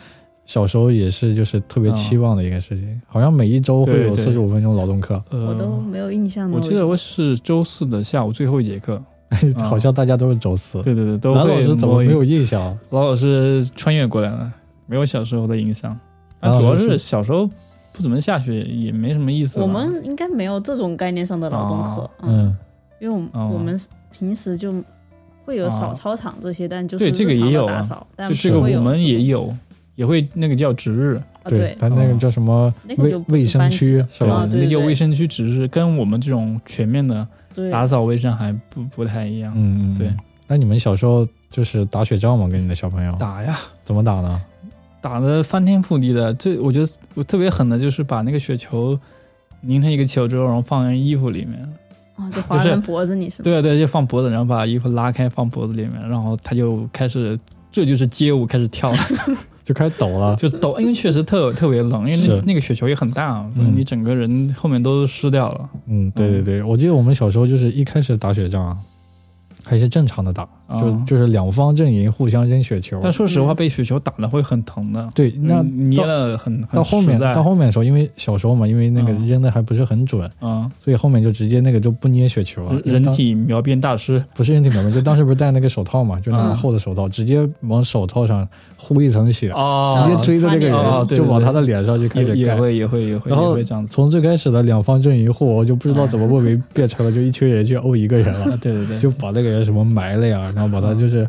[SPEAKER 1] 小时候也是就是特别期望的一个事情，好像每一周会有
[SPEAKER 2] 对对
[SPEAKER 1] 四十五分钟劳动课，
[SPEAKER 2] 呃，
[SPEAKER 3] 我都没有印象了。
[SPEAKER 2] 我记得
[SPEAKER 3] 我
[SPEAKER 2] 我是周四的下午最后一节课，啊
[SPEAKER 1] 好像大家都是周四。
[SPEAKER 2] 对对对，都
[SPEAKER 1] 男老
[SPEAKER 2] 会
[SPEAKER 1] 师怎么
[SPEAKER 2] 摸鱼
[SPEAKER 1] 没有印象？
[SPEAKER 2] 老老师穿越过来了，没有小时候的影响。
[SPEAKER 1] 老
[SPEAKER 2] 但
[SPEAKER 1] 师
[SPEAKER 2] 主要是
[SPEAKER 1] 是
[SPEAKER 2] 小时候不怎么下雪，也没什么意思吧。
[SPEAKER 3] 我们应该没有这种概念上的劳动课
[SPEAKER 2] 哦，
[SPEAKER 3] 嗯，
[SPEAKER 1] 嗯，
[SPEAKER 3] 因为我们
[SPEAKER 2] 哦
[SPEAKER 3] 我们平时就会有扫操场这些，但就是
[SPEAKER 2] 对这个
[SPEAKER 3] 日常
[SPEAKER 2] 也
[SPEAKER 3] 的
[SPEAKER 2] 有啊
[SPEAKER 3] 打扫，但
[SPEAKER 2] 就这
[SPEAKER 3] 不
[SPEAKER 2] 个
[SPEAKER 3] 会
[SPEAKER 2] 我们
[SPEAKER 3] 有
[SPEAKER 2] 也有，也会那个叫值日，
[SPEAKER 3] 啊对
[SPEAKER 1] 他那个
[SPEAKER 2] 哦
[SPEAKER 1] 叫什么
[SPEAKER 3] 那个
[SPEAKER 1] 卫
[SPEAKER 3] 就不是
[SPEAKER 1] 卫生
[SPEAKER 3] 班级
[SPEAKER 1] 区是吧
[SPEAKER 3] 啊？对
[SPEAKER 2] 那
[SPEAKER 3] 对
[SPEAKER 2] 叫
[SPEAKER 3] 对
[SPEAKER 2] 卫生区值日，跟我们这种全面的
[SPEAKER 3] 对啊
[SPEAKER 2] 打扫卫生还不不太一样。
[SPEAKER 1] 嗯，嗯
[SPEAKER 2] 对。
[SPEAKER 1] 那你们小时候就是打雪仗吗？跟你的小朋友
[SPEAKER 2] 打呀，
[SPEAKER 1] 怎么打呢？
[SPEAKER 2] 打的翻天覆地的。最我觉得我特别狠的就是把那个雪球拧成一个球之后，然后放在衣服里面，
[SPEAKER 3] 啊，就划
[SPEAKER 2] 就是
[SPEAKER 3] 人脖子你是吗？
[SPEAKER 2] 对啊，对啊，就放脖子，然后把衣服拉开放脖子里面，然后他就开始，这就是街舞开始跳了， [LAUGHS]
[SPEAKER 1] 就开始抖了。
[SPEAKER 2] 就是抖，因为确实特特别冷，因为那
[SPEAKER 1] 是
[SPEAKER 2] 那个雪球也很大，啊所以
[SPEAKER 1] 嗯
[SPEAKER 2] 你整个人后面都湿掉了。
[SPEAKER 1] 嗯，对对对，我记得我们小时候就是一开始打雪仗啊，还是正常的打，就
[SPEAKER 2] 嗯
[SPEAKER 1] 就是两方阵营互相扔雪球。
[SPEAKER 2] 但说实话，被雪球打的会很疼的，
[SPEAKER 1] 对，那
[SPEAKER 2] 嗯捏
[SPEAKER 1] 到
[SPEAKER 2] 了很很
[SPEAKER 1] 到后面
[SPEAKER 2] 实在
[SPEAKER 1] 到后面的时候，因为小时候嘛，因为那个
[SPEAKER 2] 嗯
[SPEAKER 1] 扔的还不是很准，
[SPEAKER 2] 嗯，
[SPEAKER 1] 所以后面就直接那个就不捏雪球了。因为
[SPEAKER 2] 人
[SPEAKER 1] 当
[SPEAKER 2] 体描边大师，
[SPEAKER 1] 不是人体表面，就当时不是戴那个手套嘛，就那
[SPEAKER 2] 嗯
[SPEAKER 1] 种厚的手套，直接往手套上糊一层雪，
[SPEAKER 2] 哦
[SPEAKER 1] 直接追着那个人，
[SPEAKER 2] 哦对对
[SPEAKER 1] 就往
[SPEAKER 2] 对
[SPEAKER 1] 他的脸上就开
[SPEAKER 2] 也
[SPEAKER 1] 始
[SPEAKER 2] 也
[SPEAKER 1] 盖。
[SPEAKER 2] 会也会也会
[SPEAKER 1] 然
[SPEAKER 2] 也
[SPEAKER 1] 后
[SPEAKER 2] 会这
[SPEAKER 1] [LAUGHS]
[SPEAKER 2] 样子嗯
[SPEAKER 1] 从最开始的两方阵营互殴，就不知道怎么莫名变成了就一群人去殴一个人
[SPEAKER 2] 啊 [LAUGHS]
[SPEAKER 1] 了，，
[SPEAKER 2] 对对对，
[SPEAKER 1] 就把那个人什么埋了呀，然后把他就是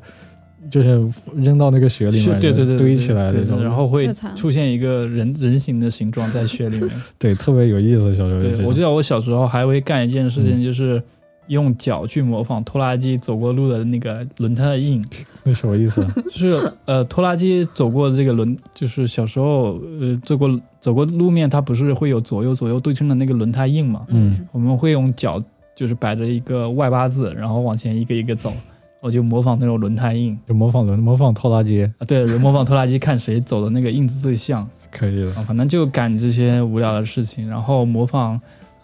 [SPEAKER 1] 就是扔到那个雪里
[SPEAKER 2] 是
[SPEAKER 1] 面，
[SPEAKER 2] 嗯对对对对
[SPEAKER 1] 堆起来
[SPEAKER 2] 对
[SPEAKER 1] 那
[SPEAKER 2] 对
[SPEAKER 1] 种，
[SPEAKER 2] 然后会
[SPEAKER 3] 太惨了
[SPEAKER 2] 出现一个人人形的形状在雪里面。
[SPEAKER 1] 对特别有意思。小时候就
[SPEAKER 2] 对，
[SPEAKER 1] 这
[SPEAKER 2] 我嗯记
[SPEAKER 1] 样
[SPEAKER 2] 得我小时候还会干一件事情，就是用脚去模仿拖拉机走过路的那个轮胎的 [LAUGHS] 印，
[SPEAKER 1] [LAUGHS] 那什么意思？
[SPEAKER 2] 就是呃，拖拉机走过这个轮，就是小时候呃，走过走过路面，它不是会有左右左右对称的那个轮胎印嘛？
[SPEAKER 1] 嗯，
[SPEAKER 2] 我们会用脚就是摆着一个外八字，然后往前一个一个走，我就模仿那种轮胎印
[SPEAKER 1] 就模仿轮模仿拖拉机，
[SPEAKER 2] 啊，对，模仿拖拉机看谁走的那个印子最像。
[SPEAKER 1] 可以的。
[SPEAKER 2] 啊，反正就干这些无聊的事情，然后模仿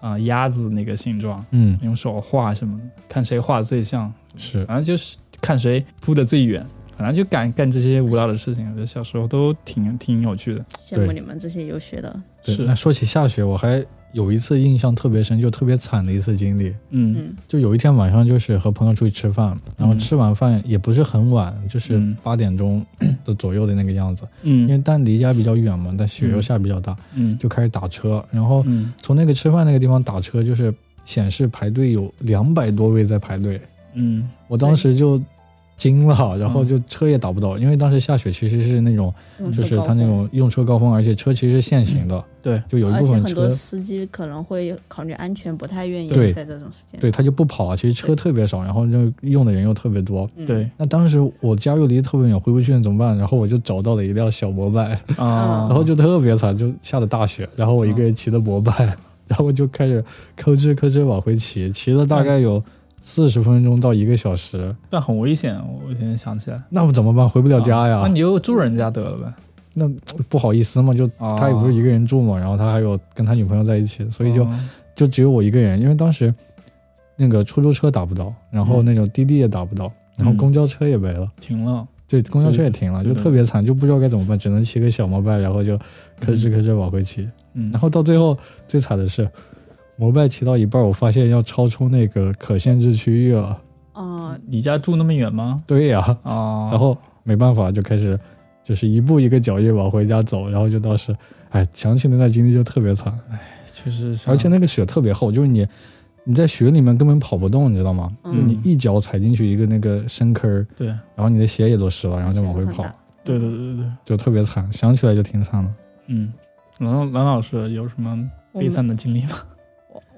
[SPEAKER 2] 啊、呃鸭子那个形状，
[SPEAKER 1] 嗯，
[SPEAKER 2] 用手画什么的，看谁画的最像，
[SPEAKER 1] 是
[SPEAKER 2] 反正就是看谁扑的最远，反正就干干这些无聊的事情。我觉得小时候都挺挺有趣的，
[SPEAKER 3] 羡慕
[SPEAKER 1] 对
[SPEAKER 3] 你们这些有学的，
[SPEAKER 1] 对。
[SPEAKER 2] 是
[SPEAKER 1] 那说起下雪，我还有一次印象特别深，就特别惨的一次经历。
[SPEAKER 2] 嗯
[SPEAKER 3] 嗯，
[SPEAKER 1] 就有一天晚上，就是和朋友出去吃饭，然后吃完饭也不是很晚，就是
[SPEAKER 2] 嗯
[SPEAKER 1] 八点钟的左右的那个样子。因为
[SPEAKER 2] 嗯
[SPEAKER 1] 但离家比较远嘛，但雪又下比较大，
[SPEAKER 2] 嗯
[SPEAKER 1] 就开始打车。然后
[SPEAKER 2] 嗯
[SPEAKER 1] 从那个吃饭那个地方打车，就是显示排队有两百多位在排队，
[SPEAKER 2] 嗯
[SPEAKER 1] 我当时就惊了，然后就车也打不到，因为当时下雪其实是那种
[SPEAKER 3] 用
[SPEAKER 1] 就
[SPEAKER 3] 车
[SPEAKER 1] 是
[SPEAKER 3] 高
[SPEAKER 1] 它那
[SPEAKER 3] 峰，
[SPEAKER 1] 种用车高峰，而且车其实是限行的，
[SPEAKER 2] 对，
[SPEAKER 1] 就有一
[SPEAKER 3] 而
[SPEAKER 1] 部
[SPEAKER 3] 且
[SPEAKER 1] 分
[SPEAKER 3] 很
[SPEAKER 1] 车
[SPEAKER 3] 多司机可能会考虑安全，不太愿
[SPEAKER 1] 对
[SPEAKER 3] 意在这种时间，
[SPEAKER 1] 对他就不跑了，其实车特别少，然后就用的人又特别多。
[SPEAKER 3] 嗯，
[SPEAKER 2] 对
[SPEAKER 1] 那当时我家又离特别远，回不去了怎么办？然后我就找到了一辆小摩拜，
[SPEAKER 3] 嗯
[SPEAKER 2] 啊，
[SPEAKER 1] 然后就特别惨，就下的大雪，然后我一个
[SPEAKER 3] 啊
[SPEAKER 1] 人骑的摩拜，然后就开始吭哧吭哧往回骑，骑了大概有四十分钟到一个小时，
[SPEAKER 2] 但很危险，我现在想起来。啊
[SPEAKER 1] 那我怎么办？回不了家呀
[SPEAKER 3] 啊
[SPEAKER 2] 那。你就住人家得了呗。
[SPEAKER 1] 那不好意思嘛，就
[SPEAKER 2] 啊
[SPEAKER 1] 他也不是一个人住嘛，然后他还有跟他女朋友在一起，所以就
[SPEAKER 2] 嗯
[SPEAKER 1] 就只有我一个人，因为当时那个出租车打不到，然后
[SPEAKER 2] 嗯
[SPEAKER 1] 那种滴滴也打不到，然后
[SPEAKER 2] 嗯
[SPEAKER 1] 公交车也没了。
[SPEAKER 2] 停了，
[SPEAKER 1] 对，公交车也停了，
[SPEAKER 2] 对嗯
[SPEAKER 1] 就
[SPEAKER 2] 的
[SPEAKER 1] 特别惨，就不知道该怎么办，只能骑个小摩拜，然后就吭哧吭哧往回骑。
[SPEAKER 2] 嗯，
[SPEAKER 1] 然后到最后最惨的是，摩拜骑到一半，我发现要超出那个可限制区域了。
[SPEAKER 3] 哦、
[SPEAKER 2] 离家住那么远吗？
[SPEAKER 1] 对呀、
[SPEAKER 2] 啊，
[SPEAKER 1] 然后没办法，就开始就是一步一个脚印往回家走，然后就当时，哎，想起那段经历就特别惨，
[SPEAKER 2] 确实像，
[SPEAKER 1] 而且那个雪特别厚，就是你你在雪里面根本跑不动，你知道吗？
[SPEAKER 2] 就
[SPEAKER 1] 就
[SPEAKER 3] 嗯
[SPEAKER 1] 你，一脚踩进去一个那个深坑儿，
[SPEAKER 2] 对
[SPEAKER 1] 然后你的鞋也都湿了，然后再往回
[SPEAKER 3] 确实很
[SPEAKER 1] 跑
[SPEAKER 3] 大，，嗯
[SPEAKER 2] 对对对对对，
[SPEAKER 1] 就特别惨，想起来就挺惨的。
[SPEAKER 2] 嗯，蓝蓝老师有什么
[SPEAKER 3] 我
[SPEAKER 2] 悲
[SPEAKER 3] 们
[SPEAKER 2] 惨的经历吗？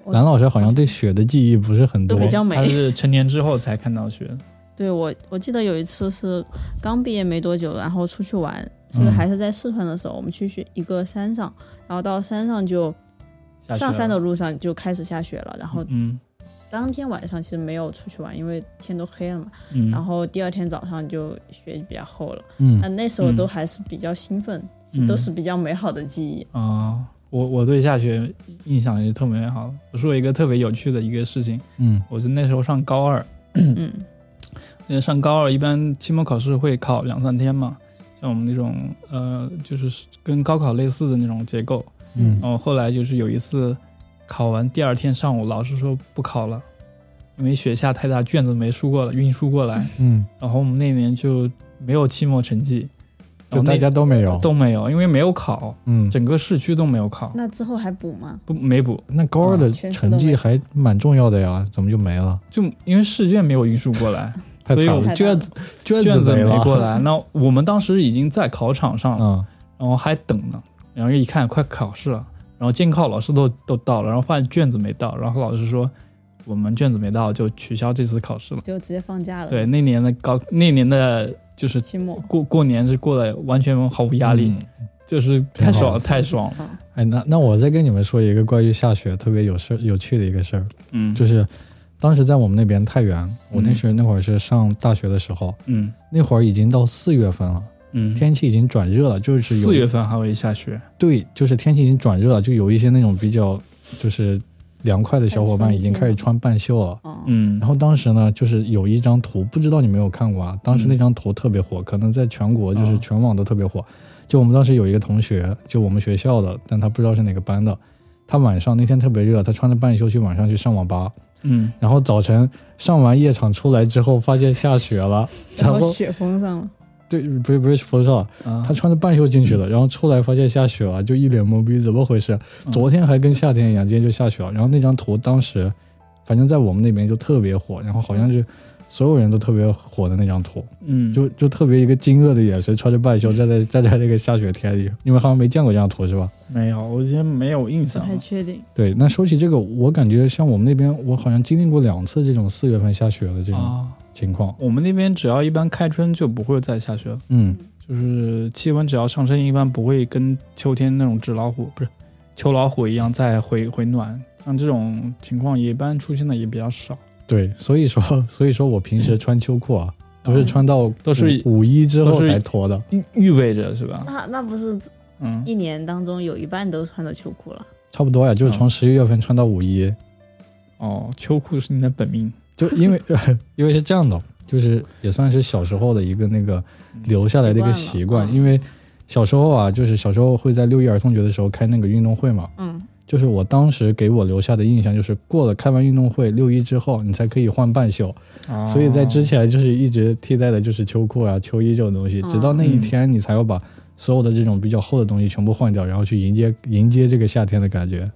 [SPEAKER 3] 我
[SPEAKER 1] 蓝老师好像对雪的记忆不是很多
[SPEAKER 3] 都，比较美
[SPEAKER 2] 他是成年之后才看到雪，
[SPEAKER 3] 对我，我记得有一次是刚毕业没多久，然后出去玩，是
[SPEAKER 1] 嗯
[SPEAKER 3] 还是在四川的时候，我们去去一个山上，然后到山上就
[SPEAKER 2] 下雪
[SPEAKER 3] 上
[SPEAKER 2] 了
[SPEAKER 3] 山的，路上就开始下雪了，然后
[SPEAKER 2] 嗯
[SPEAKER 3] 当天晚上其实没有出去玩，因为天都黑了嘛，
[SPEAKER 2] 嗯，
[SPEAKER 3] 然后第二天早上就雪比较厚了，
[SPEAKER 1] 嗯
[SPEAKER 3] 那、，那时候都
[SPEAKER 2] 嗯
[SPEAKER 3] 还是比较兴奋，
[SPEAKER 2] 嗯
[SPEAKER 3] 都是比较美好的记忆。
[SPEAKER 2] 啊、我我对下雪印象也特别美好。我说一个特别有趣的一个事情，
[SPEAKER 1] 嗯
[SPEAKER 2] 我是那时候上高二，
[SPEAKER 3] 嗯
[SPEAKER 2] 因为上高二一般期末考试会考两三天嘛，像我们那种呃，就是跟高考类似的那种结构。
[SPEAKER 1] 嗯
[SPEAKER 2] 然后后来就是有一次考完第二天上午，老师说不考了，因为雪下太大，卷子没输过了，运输过
[SPEAKER 3] [LAUGHS]
[SPEAKER 2] 来。
[SPEAKER 1] 嗯，
[SPEAKER 2] 然后我们那年就没有期末成绩，然
[SPEAKER 1] 就
[SPEAKER 2] 后
[SPEAKER 1] 大
[SPEAKER 2] 那
[SPEAKER 1] 家都没有，
[SPEAKER 2] 都没有，因为没有考，
[SPEAKER 1] 嗯，
[SPEAKER 2] 整个市区都没有考，
[SPEAKER 3] 那之后还补吗？
[SPEAKER 2] 不没补，
[SPEAKER 1] 那高二的
[SPEAKER 2] 啊
[SPEAKER 3] 全市都
[SPEAKER 1] 成
[SPEAKER 3] 没
[SPEAKER 1] 绩还蛮重要的呀，怎么就没了？
[SPEAKER 2] 就因为试卷没有运输
[SPEAKER 1] [LAUGHS]
[SPEAKER 2] 过来，
[SPEAKER 1] 太
[SPEAKER 2] 所以
[SPEAKER 1] 惨
[SPEAKER 2] 我
[SPEAKER 1] 了，
[SPEAKER 3] 太
[SPEAKER 1] 卷
[SPEAKER 3] 大
[SPEAKER 1] 子卷
[SPEAKER 2] 卷子
[SPEAKER 1] 没
[SPEAKER 2] 没
[SPEAKER 1] 了，[LAUGHS]
[SPEAKER 2] 过来。那我们当时已经在考场上了，
[SPEAKER 1] 嗯，
[SPEAKER 2] 然后还等呢，然后一看快考试了，然后监考老师都都到了，然后发现卷子没到，然后老师说我们卷子没到就取消这次考试了。
[SPEAKER 3] 就直接放
[SPEAKER 1] 嗯
[SPEAKER 3] 假了。
[SPEAKER 2] 对，，那年的高那年的就是
[SPEAKER 3] 期末
[SPEAKER 2] 过过年是过得完全毫无压力，
[SPEAKER 1] 嗯。
[SPEAKER 2] 就是太
[SPEAKER 1] 挺
[SPEAKER 2] 爽
[SPEAKER 1] 好
[SPEAKER 2] 了，太爽了。
[SPEAKER 3] 嗯
[SPEAKER 1] 哎，那那我再跟你们说一个关于下雪特别有事有趣的一个事儿，
[SPEAKER 2] 嗯，
[SPEAKER 1] 就是当时在我们那边太原，我那时候那会儿是上大学的时候，
[SPEAKER 2] 嗯
[SPEAKER 1] 那会儿已经到四月份了，
[SPEAKER 2] 嗯，
[SPEAKER 1] 天气已经转热了，就是有
[SPEAKER 2] 四月份还会下雪。
[SPEAKER 1] 对，就是天气已经转热了，就有一些那种比较就是凉快的小伙伴已经开始穿半袖了。
[SPEAKER 3] 嗯
[SPEAKER 2] 嗯，
[SPEAKER 1] 然后当时呢，就是有一张图，不知道你们有看过啊？当时
[SPEAKER 2] 嗯
[SPEAKER 1] 那张图特别火，可能在全国就是
[SPEAKER 2] 啊
[SPEAKER 1] 全网都特别火。就我们当时有一个同学，就我们学校的，但他不知道是哪个班的。他晚上那天特别热，他穿着半袖去晚上去上网吧，
[SPEAKER 2] 嗯，
[SPEAKER 1] 然后早晨上完夜场出来之后，发现下雪了，然
[SPEAKER 3] 然后
[SPEAKER 1] 后
[SPEAKER 3] 雪封上了，
[SPEAKER 1] 对，不是不是辐射，
[SPEAKER 2] 啊
[SPEAKER 1] 他穿着半袖进去了，然后出来发现下雪了，就一脸懵逼，怎么回事？
[SPEAKER 2] 嗯
[SPEAKER 1] 昨天还跟夏天一样，今天就下雪了。然后那张图当时，反正在我们那边就特别火，然后好像是所有人都特别火的那张图，
[SPEAKER 2] 嗯，
[SPEAKER 1] 就就特别一个惊愕的眼神，穿着半袖站在站在那个下雪天里，你们好像没见过这张图是吧？
[SPEAKER 2] 没有，我今天没有印
[SPEAKER 3] 不
[SPEAKER 2] 象
[SPEAKER 3] 太
[SPEAKER 2] 了。
[SPEAKER 3] 确定。
[SPEAKER 1] 对，那说起这个，我感觉像我们那边，我好像经历过两次这种四月份下雪的这种
[SPEAKER 2] 啊，
[SPEAKER 1] 情况。
[SPEAKER 2] 我们那边只要一般开春就不会再下雪了，
[SPEAKER 1] 嗯
[SPEAKER 2] 就是气温只要上升，一般不会跟秋天那种纸老虎不是秋老虎一样再回回暖。像这种情况一般出现的也比较少，
[SPEAKER 1] 对，所以说所以说我平时穿秋裤啊，都是穿到
[SPEAKER 2] 都是
[SPEAKER 1] 五五一之后
[SPEAKER 2] 都是
[SPEAKER 1] 才脱的。
[SPEAKER 2] 预预备着是吧？
[SPEAKER 3] 那那不是
[SPEAKER 2] 嗯，
[SPEAKER 3] 一年当中有一半都穿着秋裤了？
[SPEAKER 1] 差不多呀，就是从十一月份穿到五一，
[SPEAKER 2] 哦，秋裤是你的本命，
[SPEAKER 1] 就因为 [LAUGHS] 因为是这样的，就是也算是小时候的一个那个留下来的一个习惯，
[SPEAKER 3] 习惯了嗯
[SPEAKER 1] 因为小时候啊，就是小时候会在六一儿童节的时候开那个运动会嘛，
[SPEAKER 3] 嗯，
[SPEAKER 1] 就是我当时给我留下的印象就是，过了开完运动会六一之后，你才可以换半袖，
[SPEAKER 2] 哦
[SPEAKER 1] 所以在之前就是一直替代的就是秋裤啊、秋衣这种东西，
[SPEAKER 3] 嗯
[SPEAKER 1] 直到那一天你才要把所有的这种比较厚的东西全部换掉，然后去迎接迎接这个夏天的感觉。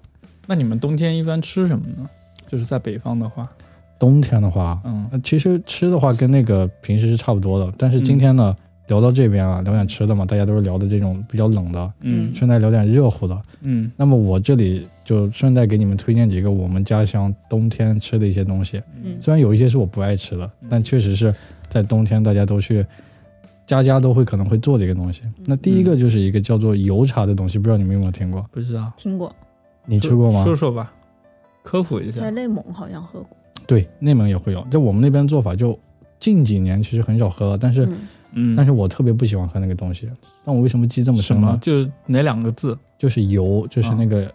[SPEAKER 2] 那你们冬天一般吃什么呢？就是在北方的话，
[SPEAKER 1] 冬天的话，
[SPEAKER 2] 嗯
[SPEAKER 1] 呃，其实吃的话跟那个平时是差不多的，但是今天呢，聊到这边啊，聊点吃的嘛，大家都是聊的这种比较冷的，
[SPEAKER 2] 嗯
[SPEAKER 1] 顺带聊点热乎的。
[SPEAKER 2] 嗯
[SPEAKER 1] 那么我这里就顺带给你们推荐几个我们家乡冬天吃的一些东西，
[SPEAKER 3] 嗯
[SPEAKER 1] 虽然有一些是我不爱吃的，但确实是在冬天大家都去。家家都会可能会做的一个东西，那第一个就是一个叫做油茶的东西，不知道你们有没有听过？
[SPEAKER 2] 不知道，
[SPEAKER 3] 听过，
[SPEAKER 1] 你吃过吗？
[SPEAKER 2] 说说吧，科普
[SPEAKER 1] 啊
[SPEAKER 2] 一
[SPEAKER 3] 在
[SPEAKER 2] 下。
[SPEAKER 3] 内蒙好像喝过。
[SPEAKER 1] 对，内蒙也会有。在我们那边做法就近几年其实很少喝了，但是
[SPEAKER 3] 嗯
[SPEAKER 2] 嗯，
[SPEAKER 1] 但是我特别不喜欢喝那个东西。但我为什么记这么
[SPEAKER 2] 什
[SPEAKER 1] 深
[SPEAKER 2] 么
[SPEAKER 1] 呢？
[SPEAKER 2] 就哪两个字？
[SPEAKER 1] 就是油，就是那个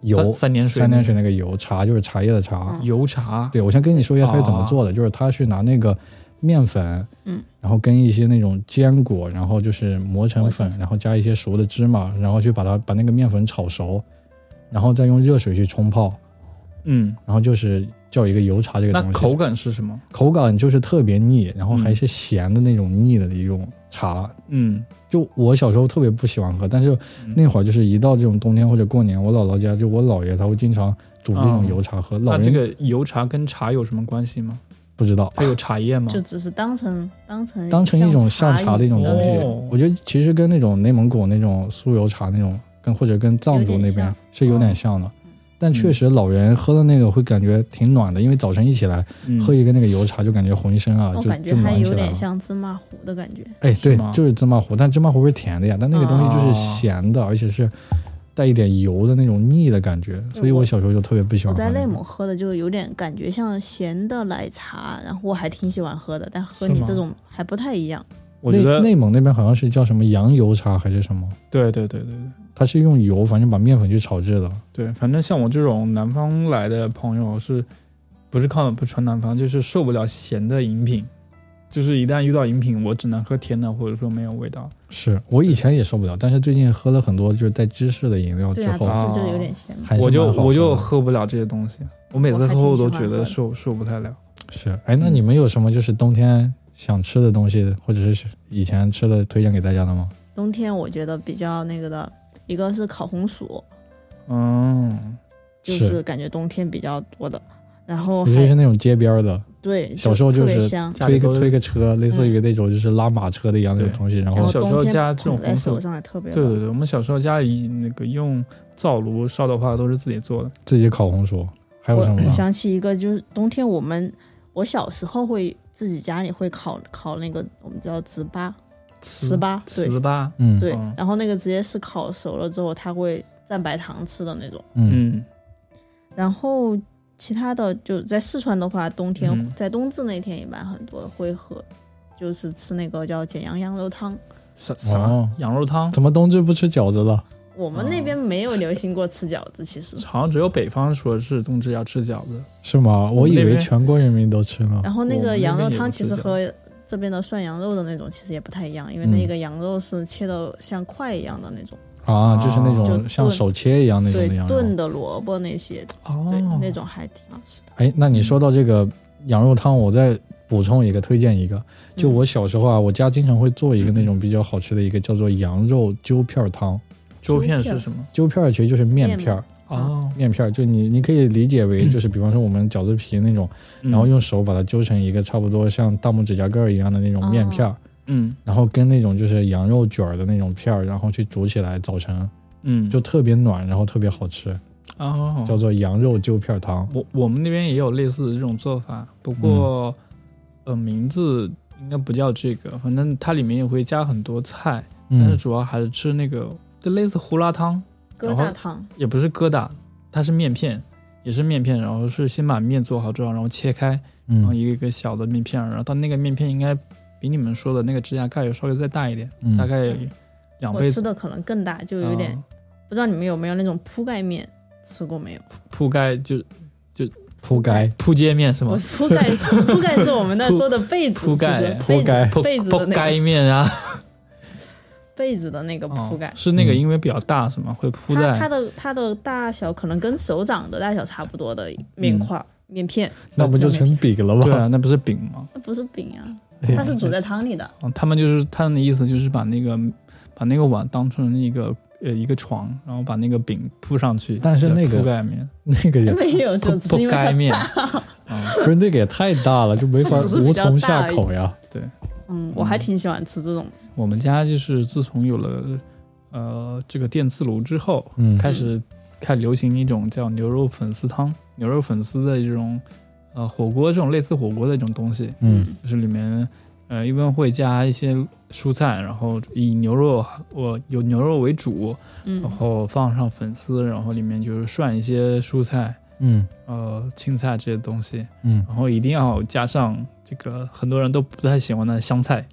[SPEAKER 1] 油
[SPEAKER 2] 嗯三，三点水，
[SPEAKER 1] 三点水那个油，茶就是茶叶的茶。
[SPEAKER 3] 嗯
[SPEAKER 2] 油茶，
[SPEAKER 1] 对，我先跟你说一下它是怎么做的，
[SPEAKER 2] 啊
[SPEAKER 1] 就是它是拿那个面粉，
[SPEAKER 3] 嗯，
[SPEAKER 1] 然后跟一些那种坚果，然后就是磨成粉，然后加一些熟的芝麻，然后去把它把那个面粉炒熟，然后再用热水去冲泡，
[SPEAKER 2] 嗯，
[SPEAKER 1] 然后就是叫一个油茶这个
[SPEAKER 2] 那
[SPEAKER 1] 东西。
[SPEAKER 2] 口嗯感是什么？
[SPEAKER 1] 口感就是特别腻，然后还是咸的那种腻的一种茶。
[SPEAKER 2] 嗯，
[SPEAKER 1] 就我小时候特别不喜欢喝，但是
[SPEAKER 2] 嗯
[SPEAKER 1] 那会儿就是一到这种冬天或者过年，我姥姥家就我姥爷他会经常煮这种
[SPEAKER 2] 哦
[SPEAKER 1] 油茶喝。老
[SPEAKER 2] 那
[SPEAKER 1] 人
[SPEAKER 2] 这个油茶跟茶有什么关系吗？
[SPEAKER 1] 不知道，
[SPEAKER 2] 它有茶叶吗？
[SPEAKER 3] 就只是当成当成
[SPEAKER 1] 嗯当成一种像
[SPEAKER 3] 像
[SPEAKER 1] 茶的一种东西
[SPEAKER 2] 哦。
[SPEAKER 1] 我觉得其实跟那种内蒙古那种酥油茶那种，跟或者跟藏族那
[SPEAKER 3] 有点
[SPEAKER 1] 边
[SPEAKER 3] 像
[SPEAKER 1] 是有点像的
[SPEAKER 3] 嗯。
[SPEAKER 1] 但确实老人喝的那个会感觉挺暖的，因为早晨一起来
[SPEAKER 2] 嗯
[SPEAKER 1] 喝一个那个油茶，就感觉浑身啊
[SPEAKER 3] 我
[SPEAKER 1] 就
[SPEAKER 3] 哦感觉
[SPEAKER 1] 就
[SPEAKER 3] 还
[SPEAKER 1] 暖起
[SPEAKER 3] 有
[SPEAKER 1] 来
[SPEAKER 3] 点
[SPEAKER 1] 了。
[SPEAKER 3] 像芝麻糊的感觉，
[SPEAKER 1] 哎，对
[SPEAKER 2] 是吗，
[SPEAKER 1] 就是芝麻糊，但芝麻糊是甜的呀，但那个东西就是
[SPEAKER 2] 哦
[SPEAKER 1] 咸的，而且是带一点油的那种腻的感觉，所以
[SPEAKER 3] 我
[SPEAKER 1] 我小时候就特别不喜
[SPEAKER 3] 我
[SPEAKER 1] 欢喝
[SPEAKER 3] 在
[SPEAKER 1] 那个。
[SPEAKER 3] 内蒙喝的就有点感觉像咸的奶茶，然后我还挺喜欢喝的，但和你
[SPEAKER 2] 是吗
[SPEAKER 3] 这种还不太一样。
[SPEAKER 2] 我觉
[SPEAKER 1] 内
[SPEAKER 2] 得
[SPEAKER 1] 内蒙那边好像是叫什么羊油茶还是什么，
[SPEAKER 2] 对对对对对
[SPEAKER 1] 它是用油，反正把面粉去炒制的。
[SPEAKER 2] 对，反正像我这种南方来的朋友是，不是靠不纯南方，就是受不了咸的饮品，就是一旦遇到饮品，我只能喝甜的，或者说没有味道。
[SPEAKER 1] 是我以前也受不了，但是最近喝了很多就是带芝士的饮料
[SPEAKER 3] 对
[SPEAKER 1] 之
[SPEAKER 3] 啊，
[SPEAKER 1] 后，
[SPEAKER 3] 只
[SPEAKER 2] 芝士
[SPEAKER 3] 是就有点咸。
[SPEAKER 1] 还是
[SPEAKER 2] 我就
[SPEAKER 1] 蛮好喝的
[SPEAKER 2] 我就喝不了这些东西，我每次
[SPEAKER 3] 我还
[SPEAKER 2] 喝我
[SPEAKER 3] 挺
[SPEAKER 2] 都
[SPEAKER 3] 喜欢
[SPEAKER 2] 觉
[SPEAKER 3] 喝
[SPEAKER 2] 得
[SPEAKER 3] 的
[SPEAKER 2] 受受不太了。
[SPEAKER 1] 是哎，那你们有什么就是冬天想吃的东西，或者是以前吃的推荐给大家的吗？
[SPEAKER 3] 冬天我觉得比较那个的，一个是烤红薯，
[SPEAKER 2] 嗯，
[SPEAKER 3] 就是是感觉冬天比较多的，然
[SPEAKER 1] 尤
[SPEAKER 3] 后
[SPEAKER 1] 其是
[SPEAKER 3] 还
[SPEAKER 1] 那种街边儿的，
[SPEAKER 3] 对，
[SPEAKER 1] 小时候
[SPEAKER 3] 特
[SPEAKER 1] 就
[SPEAKER 3] 别
[SPEAKER 1] 是
[SPEAKER 3] 香，
[SPEAKER 2] 家里
[SPEAKER 1] 推个
[SPEAKER 2] 都嗯
[SPEAKER 1] 推个车，类
[SPEAKER 3] 嗯
[SPEAKER 1] 似于那种就是拉马车的一样那种
[SPEAKER 2] 对
[SPEAKER 1] 东西，然
[SPEAKER 3] 然
[SPEAKER 1] 后
[SPEAKER 3] 后
[SPEAKER 2] 小时
[SPEAKER 3] 冬
[SPEAKER 2] 候
[SPEAKER 3] 天
[SPEAKER 2] 家这种
[SPEAKER 3] 捧在
[SPEAKER 2] 红薯
[SPEAKER 3] 手上也特别
[SPEAKER 2] 对
[SPEAKER 3] 棒
[SPEAKER 2] 对对，我们小时候家里那个用灶炉烧的话都是自己做的。
[SPEAKER 1] 自己烤红薯，还有什么
[SPEAKER 3] 我
[SPEAKER 1] 呢？
[SPEAKER 3] 想起一个，就是冬天我们，我小时候会自己家里会烤烤那个我们叫糍粑，糍粑，对
[SPEAKER 2] 糍粑，
[SPEAKER 1] 嗯
[SPEAKER 3] 对
[SPEAKER 2] 嗯，
[SPEAKER 3] 然后那个直接是烤熟了之后，它会蘸白糖吃的那种。
[SPEAKER 1] 嗯，
[SPEAKER 2] 嗯，
[SPEAKER 3] 然后其他的就在四川的话，冬天、
[SPEAKER 2] 嗯
[SPEAKER 3] 在冬至那天一般很多会喝，就是吃那个叫简阳羊肉汤。
[SPEAKER 2] 啥啥、
[SPEAKER 1] 哦
[SPEAKER 2] 羊肉汤，
[SPEAKER 1] 怎么冬至不吃饺子了？
[SPEAKER 3] 我们
[SPEAKER 2] 哦
[SPEAKER 3] 那边没有流行过吃饺子，其实。
[SPEAKER 2] 好像只有北方说是冬至要吃饺子。
[SPEAKER 1] 是吗？我以
[SPEAKER 2] 那
[SPEAKER 1] 为
[SPEAKER 2] 边
[SPEAKER 1] 全国人民都吃呢。
[SPEAKER 3] 然后那
[SPEAKER 2] 我
[SPEAKER 3] 个
[SPEAKER 2] 们那
[SPEAKER 3] 羊
[SPEAKER 2] 边
[SPEAKER 3] 肉
[SPEAKER 2] 也
[SPEAKER 3] 汤
[SPEAKER 2] 不
[SPEAKER 3] 其
[SPEAKER 2] 吃
[SPEAKER 3] 实
[SPEAKER 2] 饺
[SPEAKER 3] 和这边的涮羊肉的那种其实也不太一样，因为
[SPEAKER 1] 嗯
[SPEAKER 3] 那个羊肉是切的像块一样的那种，
[SPEAKER 1] 啊，就是那
[SPEAKER 2] 就
[SPEAKER 1] 种
[SPEAKER 3] 炖
[SPEAKER 1] 像手切一样那啊种
[SPEAKER 3] 对
[SPEAKER 1] 的羊，肉。
[SPEAKER 3] 炖的萝卜那些，
[SPEAKER 2] 哦
[SPEAKER 3] 对，那种还挺好吃的。
[SPEAKER 1] 哎，那你说到这个羊肉汤，我再补充一个，推荐一
[SPEAKER 3] 嗯
[SPEAKER 1] 个。就我小时候啊，我家经常会做一个那种比较好吃的一个叫做羊肉揪片儿汤。
[SPEAKER 2] 粥
[SPEAKER 3] 粥
[SPEAKER 2] 片
[SPEAKER 3] 片啊
[SPEAKER 2] 是什么？
[SPEAKER 1] 揪片儿其实就是面
[SPEAKER 3] 面
[SPEAKER 1] 片儿，
[SPEAKER 2] 哦，
[SPEAKER 1] 面片儿就你你可以理解为就是比方说我们饺子皮那种，
[SPEAKER 2] 嗯
[SPEAKER 1] 然后用手把它揪成一个差不多像大拇指甲盖儿一样的那种面片儿，
[SPEAKER 2] 嗯
[SPEAKER 1] 然后跟那种就是羊肉卷儿的那种片儿，然后去煮起来早晨
[SPEAKER 2] 嗯，
[SPEAKER 1] 就特别暖，然后特别好吃，
[SPEAKER 2] 哦，
[SPEAKER 1] 叫做羊肉揪片儿汤。
[SPEAKER 2] 我我们那边也有类似的这种做法，不过、
[SPEAKER 1] 嗯
[SPEAKER 2] 呃名字应该不叫这个，反正它里面也会加很多菜，但是
[SPEAKER 1] 嗯，
[SPEAKER 2] 主要还是吃那个就类似胡辣汤，
[SPEAKER 3] 疙
[SPEAKER 2] 然后
[SPEAKER 3] 瘩汤，
[SPEAKER 2] 也不是疙瘩，它是面片，也是面片，然后是先把面做好之后，然后切开，然后
[SPEAKER 1] 嗯
[SPEAKER 2] 一个一个小的面片，然后它那个面片应该比你们说的那个指甲盖有稍微再大一点，
[SPEAKER 1] 嗯，
[SPEAKER 2] 大概有两
[SPEAKER 3] 我
[SPEAKER 2] 倍
[SPEAKER 3] 吃的可能更大，就有点、
[SPEAKER 2] 啊
[SPEAKER 3] 不知道你们有没有那种铺盖面吃过没有？
[SPEAKER 2] 铺盖就
[SPEAKER 1] 铺盖
[SPEAKER 2] 铺街面是吗
[SPEAKER 3] 不？是铺盖，铺盖是我们那说的被子，
[SPEAKER 2] 铺盖
[SPEAKER 3] 其实
[SPEAKER 1] 铺盖
[SPEAKER 2] 铺
[SPEAKER 3] 被子被子
[SPEAKER 2] 铺
[SPEAKER 3] 的那
[SPEAKER 2] 盖
[SPEAKER 3] 个
[SPEAKER 2] 面啊，
[SPEAKER 3] 被子的那个 [LAUGHS] 铺盖
[SPEAKER 2] 哦。是那个因为比较大是吗？会铺
[SPEAKER 3] 它它
[SPEAKER 2] 在
[SPEAKER 3] 的它的大小可能跟手掌的大小差不多的面块、儿面片，
[SPEAKER 1] 那不就成饼了吗？ [LAUGHS]
[SPEAKER 2] 对啊，那不是饼吗？
[SPEAKER 3] 那不是饼啊，它是煮在汤里的。
[SPEAKER 2] 哦，他们就是他们的意思就是把那个把那个碗当成一个呃一个床，然后把那个饼铺上去，
[SPEAKER 1] 但是
[SPEAKER 2] 叫
[SPEAKER 1] 那个
[SPEAKER 2] 铺盖面
[SPEAKER 1] 那个也
[SPEAKER 3] 没 [LAUGHS] 有，
[SPEAKER 2] 铺
[SPEAKER 3] 就只是
[SPEAKER 2] 铺
[SPEAKER 3] 因为
[SPEAKER 2] 盖
[SPEAKER 3] 它
[SPEAKER 2] 面，嗯
[SPEAKER 1] 不是那个也太大了，就没法
[SPEAKER 3] 它只是
[SPEAKER 1] 无
[SPEAKER 3] 比较
[SPEAKER 1] 从
[SPEAKER 3] 大
[SPEAKER 1] 下
[SPEAKER 3] 而已
[SPEAKER 1] 口呀。
[SPEAKER 3] 嗯，我还挺喜欢吃这种。
[SPEAKER 2] 我们家就是自从有了呃这个电磁炉之后，
[SPEAKER 1] 嗯
[SPEAKER 2] 开始开始流行一种叫牛肉粉丝汤、牛肉粉丝的这种呃火锅这种类似火锅的一种东西，
[SPEAKER 1] 嗯，
[SPEAKER 2] 就是里面呃一般会加一些蔬菜，然后以牛肉我有牛肉为主，
[SPEAKER 3] 嗯
[SPEAKER 2] 然，后放上粉丝，然后里面就是涮一些蔬菜。
[SPEAKER 1] 嗯
[SPEAKER 2] 呃，青菜这些东西，
[SPEAKER 1] 嗯，
[SPEAKER 2] 然后一定要加上这个很多人都不太喜欢的香菜，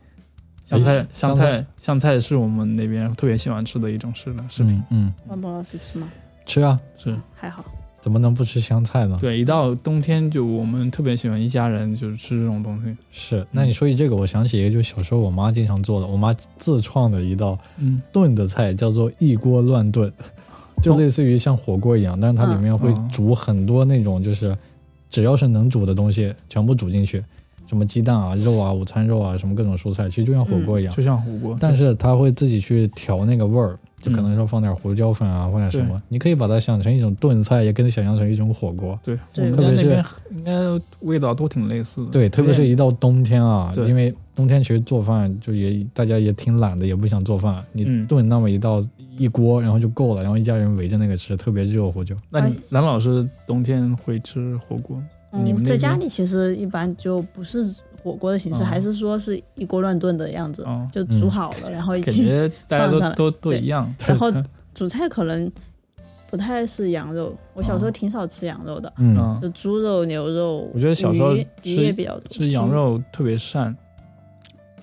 [SPEAKER 2] 香
[SPEAKER 1] 哎
[SPEAKER 2] 菜，香
[SPEAKER 1] 香
[SPEAKER 2] 菜，香菜是我们那边特别喜欢吃的一种食的食品，
[SPEAKER 1] 嗯嗯，
[SPEAKER 3] 万博老师吃吗？
[SPEAKER 1] 吃啊，
[SPEAKER 2] 是
[SPEAKER 3] 还好，
[SPEAKER 1] 怎么能不吃香菜呢？
[SPEAKER 2] 对。一到冬天，就我们特别喜欢一家人就是吃这种东西。
[SPEAKER 1] 是，那你说起这个，我想起一个，就是小时候我妈经常做的，我妈自创的一道
[SPEAKER 2] 嗯，
[SPEAKER 1] 炖的菜，叫做一锅乱炖，嗯就类似于像火锅一样，但是它里面会
[SPEAKER 2] 嗯
[SPEAKER 1] 煮很多那种就是只要是能煮的东西全部煮进去，什么鸡蛋啊、肉啊、午餐肉啊，什么各种蔬菜，其实就像火锅一样，
[SPEAKER 2] 就像火锅，
[SPEAKER 1] 但是它会自己去调那个味儿。就可
[SPEAKER 2] 嗯
[SPEAKER 1] 能说放点胡椒粉啊，放点什么，你可以把它想成一种炖菜，也可以想象成一种火锅。
[SPEAKER 2] 对，我
[SPEAKER 3] 对
[SPEAKER 2] 们
[SPEAKER 3] 特
[SPEAKER 2] 家
[SPEAKER 1] 别
[SPEAKER 2] 那
[SPEAKER 1] 是
[SPEAKER 2] 边应该味道都挺类似的。
[SPEAKER 1] 对，特别是一到冬天啊，
[SPEAKER 2] 对
[SPEAKER 1] 因为冬天其实做饭就也大家也挺懒的，也不想做饭，
[SPEAKER 2] 嗯
[SPEAKER 1] 你炖那么一道一锅，然后就够了，然后一家人围着那个吃，特别热乎就。
[SPEAKER 2] 那你
[SPEAKER 3] 哎
[SPEAKER 2] 蓝老师冬天会吃火锅？你们
[SPEAKER 3] 嗯，
[SPEAKER 2] 那
[SPEAKER 3] 在
[SPEAKER 2] 边
[SPEAKER 3] 家里其实一般就不是火锅的形式，
[SPEAKER 2] 嗯
[SPEAKER 3] 还是说是一锅乱炖的样子，
[SPEAKER 2] 哦
[SPEAKER 3] 就煮好了，然后已
[SPEAKER 2] 感
[SPEAKER 3] 经，
[SPEAKER 2] 觉大家
[SPEAKER 3] 上上
[SPEAKER 2] 都
[SPEAKER 3] 来
[SPEAKER 2] 都都
[SPEAKER 3] 对
[SPEAKER 2] 一样。
[SPEAKER 3] [LAUGHS]
[SPEAKER 2] 嗯
[SPEAKER 3] 然后主菜可能不太是羊肉，我小时候挺少吃羊肉的，
[SPEAKER 1] 嗯，
[SPEAKER 2] 嗯，
[SPEAKER 3] 就猪肉、牛肉，
[SPEAKER 2] 哦我觉得小时候
[SPEAKER 3] 鱼
[SPEAKER 2] 吃
[SPEAKER 3] 鱼也比较多，
[SPEAKER 2] 吃羊肉特别膻，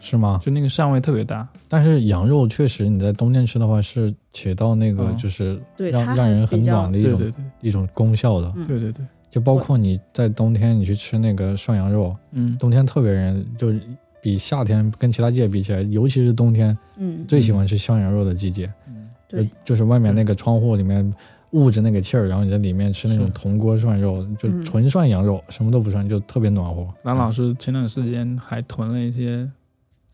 [SPEAKER 1] 是吗？
[SPEAKER 2] 就那个膻味特别大。
[SPEAKER 1] 但是羊肉确实你在冬天吃的话，是起到那个
[SPEAKER 2] 嗯
[SPEAKER 1] 就是
[SPEAKER 3] 对
[SPEAKER 1] 让、
[SPEAKER 3] 它
[SPEAKER 1] 让人很
[SPEAKER 3] 比较
[SPEAKER 1] 暖的一
[SPEAKER 2] 对
[SPEAKER 1] 种
[SPEAKER 2] 对对
[SPEAKER 1] 一种功效的。
[SPEAKER 3] 嗯
[SPEAKER 2] 对对对，
[SPEAKER 1] 就包括你在冬天你去吃那个涮羊肉，
[SPEAKER 2] 嗯，
[SPEAKER 1] 冬天特别人就是比夏天跟其他季节比起来，尤其是冬天
[SPEAKER 3] 嗯，
[SPEAKER 1] 最喜欢吃涮羊肉的季节。
[SPEAKER 2] 嗯
[SPEAKER 3] 对
[SPEAKER 1] 呃
[SPEAKER 3] 嗯
[SPEAKER 1] 就就是外面那个窗户里面捂着那个气儿，然后你在里面吃那
[SPEAKER 2] 是
[SPEAKER 1] 种铜锅涮肉，就
[SPEAKER 3] 嗯哎
[SPEAKER 1] 纯涮羊肉，什么都不涮，就特别暖和。
[SPEAKER 2] 蓝老师前段时间还囤了一些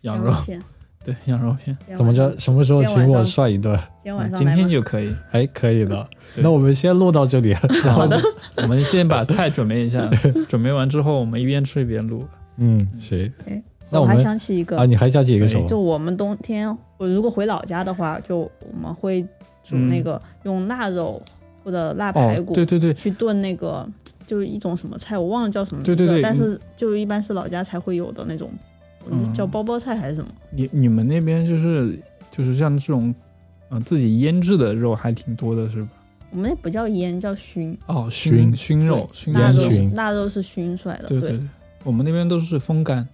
[SPEAKER 2] 羊肉，
[SPEAKER 3] 片，
[SPEAKER 2] [LAUGHS] 对羊肉片，
[SPEAKER 3] 今天
[SPEAKER 1] 怎么
[SPEAKER 3] 晚
[SPEAKER 1] 着？
[SPEAKER 3] 上？
[SPEAKER 1] 什么时候
[SPEAKER 3] 今天晚
[SPEAKER 1] 请我
[SPEAKER 3] 上
[SPEAKER 1] 涮一
[SPEAKER 3] [LAUGHS]
[SPEAKER 1] 顿？
[SPEAKER 3] 今 [LAUGHS] 天晚
[SPEAKER 2] 嗯
[SPEAKER 3] 上
[SPEAKER 2] 今
[SPEAKER 3] 来
[SPEAKER 2] 天
[SPEAKER 3] 吗？
[SPEAKER 2] 就可
[SPEAKER 3] [LAUGHS]
[SPEAKER 2] 以。
[SPEAKER 1] 哎，可以的。[LAUGHS]
[SPEAKER 2] 对
[SPEAKER 1] 那我们先录到这里。
[SPEAKER 2] 好的， [LAUGHS] 我们先把菜准备一
[SPEAKER 3] [LAUGHS]
[SPEAKER 2] 下，准备完之后我们一边吃一边录。
[SPEAKER 1] 嗯，行。
[SPEAKER 3] 哎
[SPEAKER 1] 那我
[SPEAKER 3] 还
[SPEAKER 1] 们
[SPEAKER 3] 想起一个
[SPEAKER 1] 啊，，你还想起一个
[SPEAKER 2] 哎
[SPEAKER 1] 什么？
[SPEAKER 3] 就我们冬天，我如果回老家的话，就我们会煮
[SPEAKER 2] 嗯
[SPEAKER 3] 那个、用腊肉或者腊
[SPEAKER 2] 哦
[SPEAKER 3] 排，骨、
[SPEAKER 2] 对对对，
[SPEAKER 3] 去炖那个，就是一种什么菜，我忘了叫什么名字
[SPEAKER 2] 对
[SPEAKER 3] 了，
[SPEAKER 2] 对对
[SPEAKER 3] 但是就一般是老家才会有的那种，
[SPEAKER 2] 嗯
[SPEAKER 3] 叫包包菜还是什么？
[SPEAKER 2] 你你们那边就是就是像这种，嗯、自己腌制的肉还挺多的是吧？
[SPEAKER 3] 我们那不叫腌，叫熏，
[SPEAKER 2] 哦，熏熏肉，熏
[SPEAKER 3] 腊
[SPEAKER 1] 腌
[SPEAKER 3] 肉
[SPEAKER 2] 肉，
[SPEAKER 1] 熏
[SPEAKER 3] 腊肉是熏出来的，
[SPEAKER 2] 对对对，我们那边都是风干，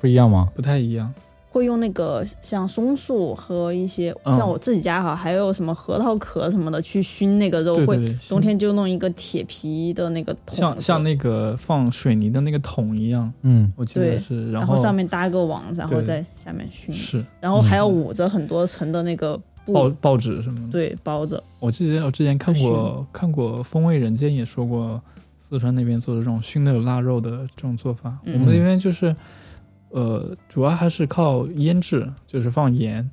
[SPEAKER 1] 不一样吗？
[SPEAKER 2] 不太一样。
[SPEAKER 3] 会用那个像松树和一些、
[SPEAKER 2] 嗯
[SPEAKER 3] 像我自己家哈，还有什么核桃壳什么的去熏那个肉，
[SPEAKER 2] 对对
[SPEAKER 3] 会
[SPEAKER 2] 对，
[SPEAKER 3] 冬天就弄一个铁皮的那个桶子，
[SPEAKER 2] 像像那个放水泥的那个桶一样，
[SPEAKER 1] 嗯，
[SPEAKER 2] 我记得
[SPEAKER 3] 对
[SPEAKER 2] 是，
[SPEAKER 3] 然
[SPEAKER 2] 后
[SPEAKER 3] 上面搭个网，然后
[SPEAKER 2] 对
[SPEAKER 3] 在下面熏，
[SPEAKER 2] 是
[SPEAKER 3] 然后还要
[SPEAKER 2] 嗯
[SPEAKER 3] 捂着很多层的那个
[SPEAKER 2] 报
[SPEAKER 3] 布，
[SPEAKER 2] 报纸什么的。
[SPEAKER 3] 对，包着。
[SPEAKER 2] 我之前我之前看过看过《风味人间》也说过，四川那边做的这种熏的腊肉的这种做法，
[SPEAKER 3] 嗯
[SPEAKER 2] 我们那边就是，呃，主要还是靠腌制，就是放盐，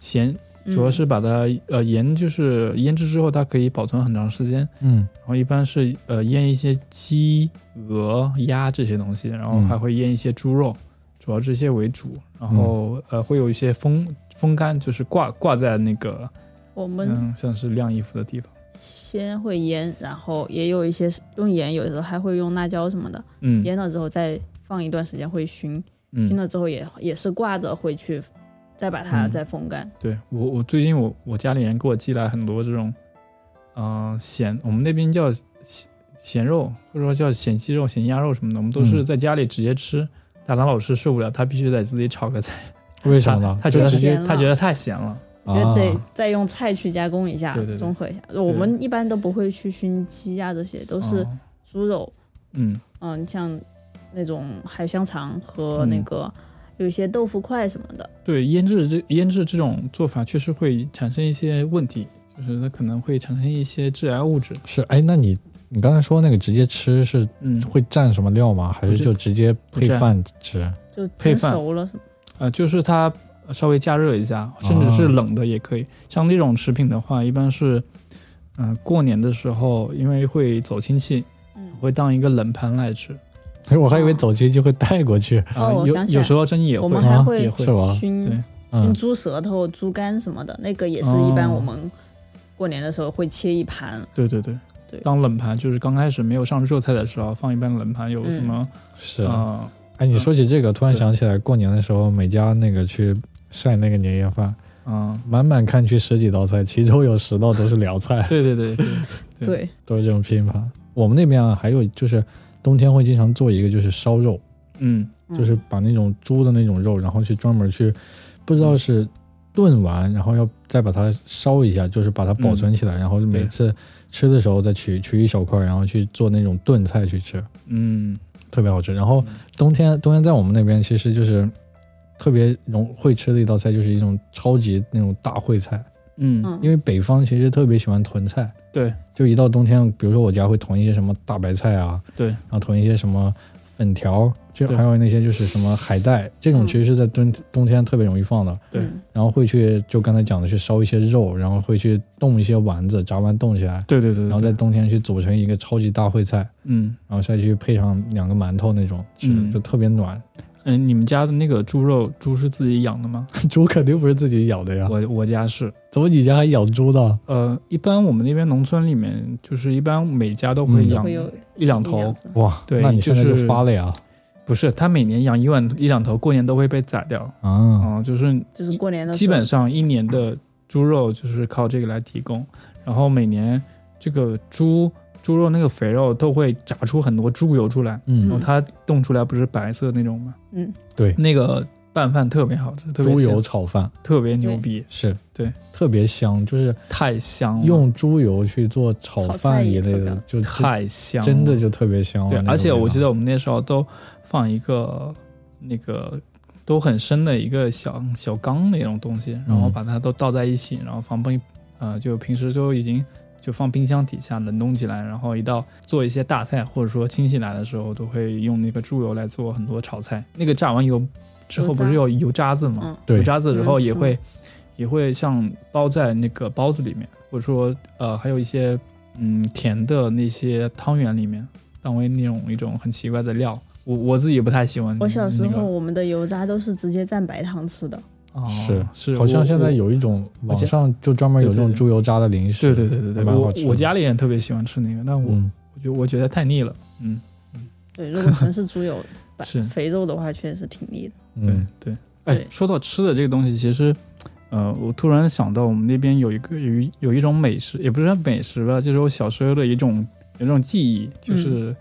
[SPEAKER 2] 咸主要
[SPEAKER 3] 嗯
[SPEAKER 2] 是把它呃盐就是腌制之后，它可以保存很长时间。
[SPEAKER 1] 嗯，
[SPEAKER 2] 然后一般是呃腌一些鸡、鹅、鸭这些东西，然后
[SPEAKER 1] 嗯
[SPEAKER 2] 还会腌一些猪肉，主要这些为主。然
[SPEAKER 3] 嗯
[SPEAKER 2] 后、呃会有一些风风干，就是挂挂在那个
[SPEAKER 3] 我们
[SPEAKER 2] 嗯像是晾衣服的地方。
[SPEAKER 3] 先会腌，然后也有一些是用盐，有时候还会用辣椒什么的。
[SPEAKER 2] 嗯
[SPEAKER 3] 腌了之后再放一段时间会熏，熏
[SPEAKER 2] 嗯，
[SPEAKER 3] 了之后也也是挂着回去，再把它
[SPEAKER 2] 嗯
[SPEAKER 3] 再风干。
[SPEAKER 2] 对我我最近我我家里人给我寄来很多这种，嗯、咸我们那边叫咸咸肉，或者说叫咸鸡肉、咸鸭肉什么的，我们都是
[SPEAKER 1] 嗯
[SPEAKER 2] 在家里直接吃。但郎老师受不了，他必须得自己炒个菜。
[SPEAKER 1] 为什么呢？
[SPEAKER 2] [LAUGHS] 他他觉得
[SPEAKER 1] 就直接
[SPEAKER 3] 咸了
[SPEAKER 2] 他觉得太咸了。
[SPEAKER 3] 我觉得
[SPEAKER 1] 啊
[SPEAKER 3] 得再用菜去加工一下，
[SPEAKER 2] 对对对
[SPEAKER 3] 综合一下。我们一般都不会去熏鸡啊呀、这些都是
[SPEAKER 2] 哦
[SPEAKER 3] 猪肉，
[SPEAKER 2] 嗯
[SPEAKER 3] 嗯，像那种海香肠和那
[SPEAKER 2] 嗯
[SPEAKER 3] 个有一些豆腐块什么的。
[SPEAKER 2] 对腌制这腌制这种做法确实会产生一些问题，就是它可能会产生一些致癌物质。
[SPEAKER 1] 是哎，那你你刚才说那个直接吃是
[SPEAKER 2] 嗯
[SPEAKER 1] 会蘸什么料吗？还是
[SPEAKER 2] 不蘸
[SPEAKER 1] 就直接配饭吃？ [LAUGHS]
[SPEAKER 3] 就
[SPEAKER 2] 配
[SPEAKER 3] 蒸
[SPEAKER 2] 饭
[SPEAKER 3] 熟了什么，
[SPEAKER 2] 呃，就是它稍微加热一下，甚至
[SPEAKER 1] 哦
[SPEAKER 2] 是冷的也可以。像这种食品的话，一般是嗯、呃过年的时候，因为会走亲戚，
[SPEAKER 3] 嗯，
[SPEAKER 2] 会当一个冷盘来吃。
[SPEAKER 1] 哎，我还以
[SPEAKER 3] 啊
[SPEAKER 1] 为走亲戚会带过去。
[SPEAKER 2] 啊、
[SPEAKER 3] 哦我
[SPEAKER 2] 有
[SPEAKER 3] 想起来
[SPEAKER 2] 有时候真也
[SPEAKER 3] 我
[SPEAKER 2] 会
[SPEAKER 3] 们还
[SPEAKER 1] 啊
[SPEAKER 3] 会
[SPEAKER 2] 也会
[SPEAKER 1] 是吧
[SPEAKER 3] 熏
[SPEAKER 2] 对
[SPEAKER 3] 熏
[SPEAKER 1] 嗯，
[SPEAKER 3] 猪舌头、猪肝什么的，那个也是一般
[SPEAKER 2] 哦
[SPEAKER 3] 我们过年的时候会切一盘，
[SPEAKER 2] 对对对。
[SPEAKER 3] 对
[SPEAKER 2] 当冷盘就是刚开始没有上热菜的时候，放一般冷盘有什么？
[SPEAKER 1] 是
[SPEAKER 2] 嗯、
[SPEAKER 1] 啊。哎，你说起这个，突然
[SPEAKER 2] 对
[SPEAKER 1] 想起来，过年的时候每家那个去晒那个年夜饭，
[SPEAKER 2] 嗯，
[SPEAKER 1] 满满看去十几道菜，其中有十道都是凉菜， [LAUGHS]
[SPEAKER 2] 对对对对，对
[SPEAKER 3] 对，
[SPEAKER 1] 都是这种拼盘。我们那边啊，还有就是冬天会经常做一个就是烧肉，
[SPEAKER 2] 嗯
[SPEAKER 1] 就是把那种猪的那种肉，然后去专门去，不知
[SPEAKER 2] 嗯
[SPEAKER 1] 道是炖完，然后要再把它烧一下，就是把它保存起来，然后每
[SPEAKER 2] 嗯对
[SPEAKER 1] 次吃的时候再取取一小块，然后去做那种炖菜去吃，
[SPEAKER 2] 嗯
[SPEAKER 1] 特别好吃。然后
[SPEAKER 2] 嗯
[SPEAKER 1] 冬天冬天在我们那边其实就是特别容会吃的一道菜，就是一种超级那种大烩菜，
[SPEAKER 2] 嗯
[SPEAKER 3] 嗯，
[SPEAKER 1] 因为北方其实特别喜欢囤菜，
[SPEAKER 2] 对，
[SPEAKER 1] 就一到冬天，比如说我家会囤一些什么大白菜啊，
[SPEAKER 2] 对
[SPEAKER 1] 然后囤一些什么粉条，这
[SPEAKER 2] 对
[SPEAKER 1] 还有那些就是什么海带，这种
[SPEAKER 3] 嗯
[SPEAKER 1] 其实是在冬冬天特别容易放的。
[SPEAKER 2] 对
[SPEAKER 3] 嗯
[SPEAKER 1] 然后会去就刚才讲的去烧一些肉，然后会去冻一些丸子，炸完冻起来，
[SPEAKER 2] 对对对，
[SPEAKER 1] 然后在冬天去组成一个超级大烩菜，
[SPEAKER 2] 嗯
[SPEAKER 1] 然后再去配上两个馒头那种吃，
[SPEAKER 2] 嗯
[SPEAKER 1] 就特别暖。 [LAUGHS]
[SPEAKER 2] 嗯，你们家的那个猪肉猪是自己养的吗？
[SPEAKER 1] 猪肯定不是自己咬的呀，
[SPEAKER 2] 我我家是，
[SPEAKER 1] 怎么你家还养猪的？
[SPEAKER 2] 呃，一般我们那边农村里面，就是一般每家都会
[SPEAKER 1] 嗯
[SPEAKER 3] 都
[SPEAKER 2] 养
[SPEAKER 3] 会有
[SPEAKER 2] 一两
[SPEAKER 3] 一
[SPEAKER 2] 头
[SPEAKER 3] 两，只
[SPEAKER 1] 哇，
[SPEAKER 2] 对
[SPEAKER 1] 那你现在
[SPEAKER 2] 就
[SPEAKER 1] 就是发了呀？
[SPEAKER 2] 不是，他每年养一万一两头，过年都会被宰掉。
[SPEAKER 1] 啊，
[SPEAKER 2] 啊、就是
[SPEAKER 3] 就是过年的时候
[SPEAKER 2] 基本上一年的猪肉就是靠这个来提供，然后每年这个猪猪肉那个肥肉都会炸出很多猪油出来，然后
[SPEAKER 1] 嗯，
[SPEAKER 2] 它冻出来不是白色那种吗？
[SPEAKER 3] 嗯
[SPEAKER 1] 对，
[SPEAKER 2] 那个拌饭特别好吃，特别
[SPEAKER 1] 猪油
[SPEAKER 2] 香
[SPEAKER 1] 炒饭
[SPEAKER 2] 特别牛逼，
[SPEAKER 1] 是
[SPEAKER 2] 对，
[SPEAKER 1] 特别香，就是
[SPEAKER 2] 太香了，
[SPEAKER 1] 用猪油去做炒
[SPEAKER 3] 炒
[SPEAKER 1] 饭
[SPEAKER 3] 菜
[SPEAKER 1] 一
[SPEAKER 3] 也
[SPEAKER 1] 类
[SPEAKER 3] 特别
[SPEAKER 1] 的
[SPEAKER 3] 好，
[SPEAKER 1] 就
[SPEAKER 2] 太香了，
[SPEAKER 1] 真的就特别香了。
[SPEAKER 2] 对
[SPEAKER 1] 那，个
[SPEAKER 2] 而且
[SPEAKER 1] 味
[SPEAKER 2] 我
[SPEAKER 1] 道
[SPEAKER 2] 记得我们那时候都放一个那个都很深的一个小小缸那种东西，然
[SPEAKER 1] 嗯
[SPEAKER 2] 后把它都倒在一起，然后放冰，呃，就平时就已经就放冰箱底下冷冻起来，然后一到做一些大菜或者说亲戚来的时候，都会用那个猪油来做很多炒菜。那个炸完油之后
[SPEAKER 3] 油渣
[SPEAKER 2] 不是有油渣子吗？
[SPEAKER 3] 嗯
[SPEAKER 1] 对
[SPEAKER 2] 油渣子之后
[SPEAKER 3] 嗯
[SPEAKER 2] 也
[SPEAKER 3] 是
[SPEAKER 2] 会也会像包在那个包子里面，或者说呃还有一些嗯甜的那些汤圆里面，当为那种一种很奇怪的料。我我自己不太喜嗯欢那个。
[SPEAKER 3] 我小时候我们的油渣都是直接蘸白糖吃的，
[SPEAKER 2] 哦
[SPEAKER 1] 是
[SPEAKER 2] 是，
[SPEAKER 1] 好像
[SPEAKER 2] 我
[SPEAKER 1] 现在
[SPEAKER 2] 我
[SPEAKER 1] 有一种
[SPEAKER 2] 我
[SPEAKER 1] 网
[SPEAKER 2] 家
[SPEAKER 1] 上就专门有这种
[SPEAKER 2] 对对对
[SPEAKER 1] 猪油渣的零
[SPEAKER 2] 对
[SPEAKER 1] 食，
[SPEAKER 2] 对对对对，
[SPEAKER 1] 还蛮好
[SPEAKER 2] 我
[SPEAKER 1] 吃的
[SPEAKER 2] 我家里人特别喜欢吃那个，但我、
[SPEAKER 1] 嗯，
[SPEAKER 2] 我觉我觉得太腻了。嗯，
[SPEAKER 3] 对，如果全是
[SPEAKER 2] [LAUGHS]
[SPEAKER 3] 猪油白
[SPEAKER 2] 是
[SPEAKER 3] 肥肉的话，确实挺腻的。
[SPEAKER 2] 对
[SPEAKER 1] 嗯
[SPEAKER 2] 对。哎
[SPEAKER 3] 对，
[SPEAKER 2] 说到吃的这个东西，其实，呃，我突然想到我们那边有一个有一有一种美食，也不是美食吧，就是我小时候的一种有一种记忆，就是
[SPEAKER 3] 嗯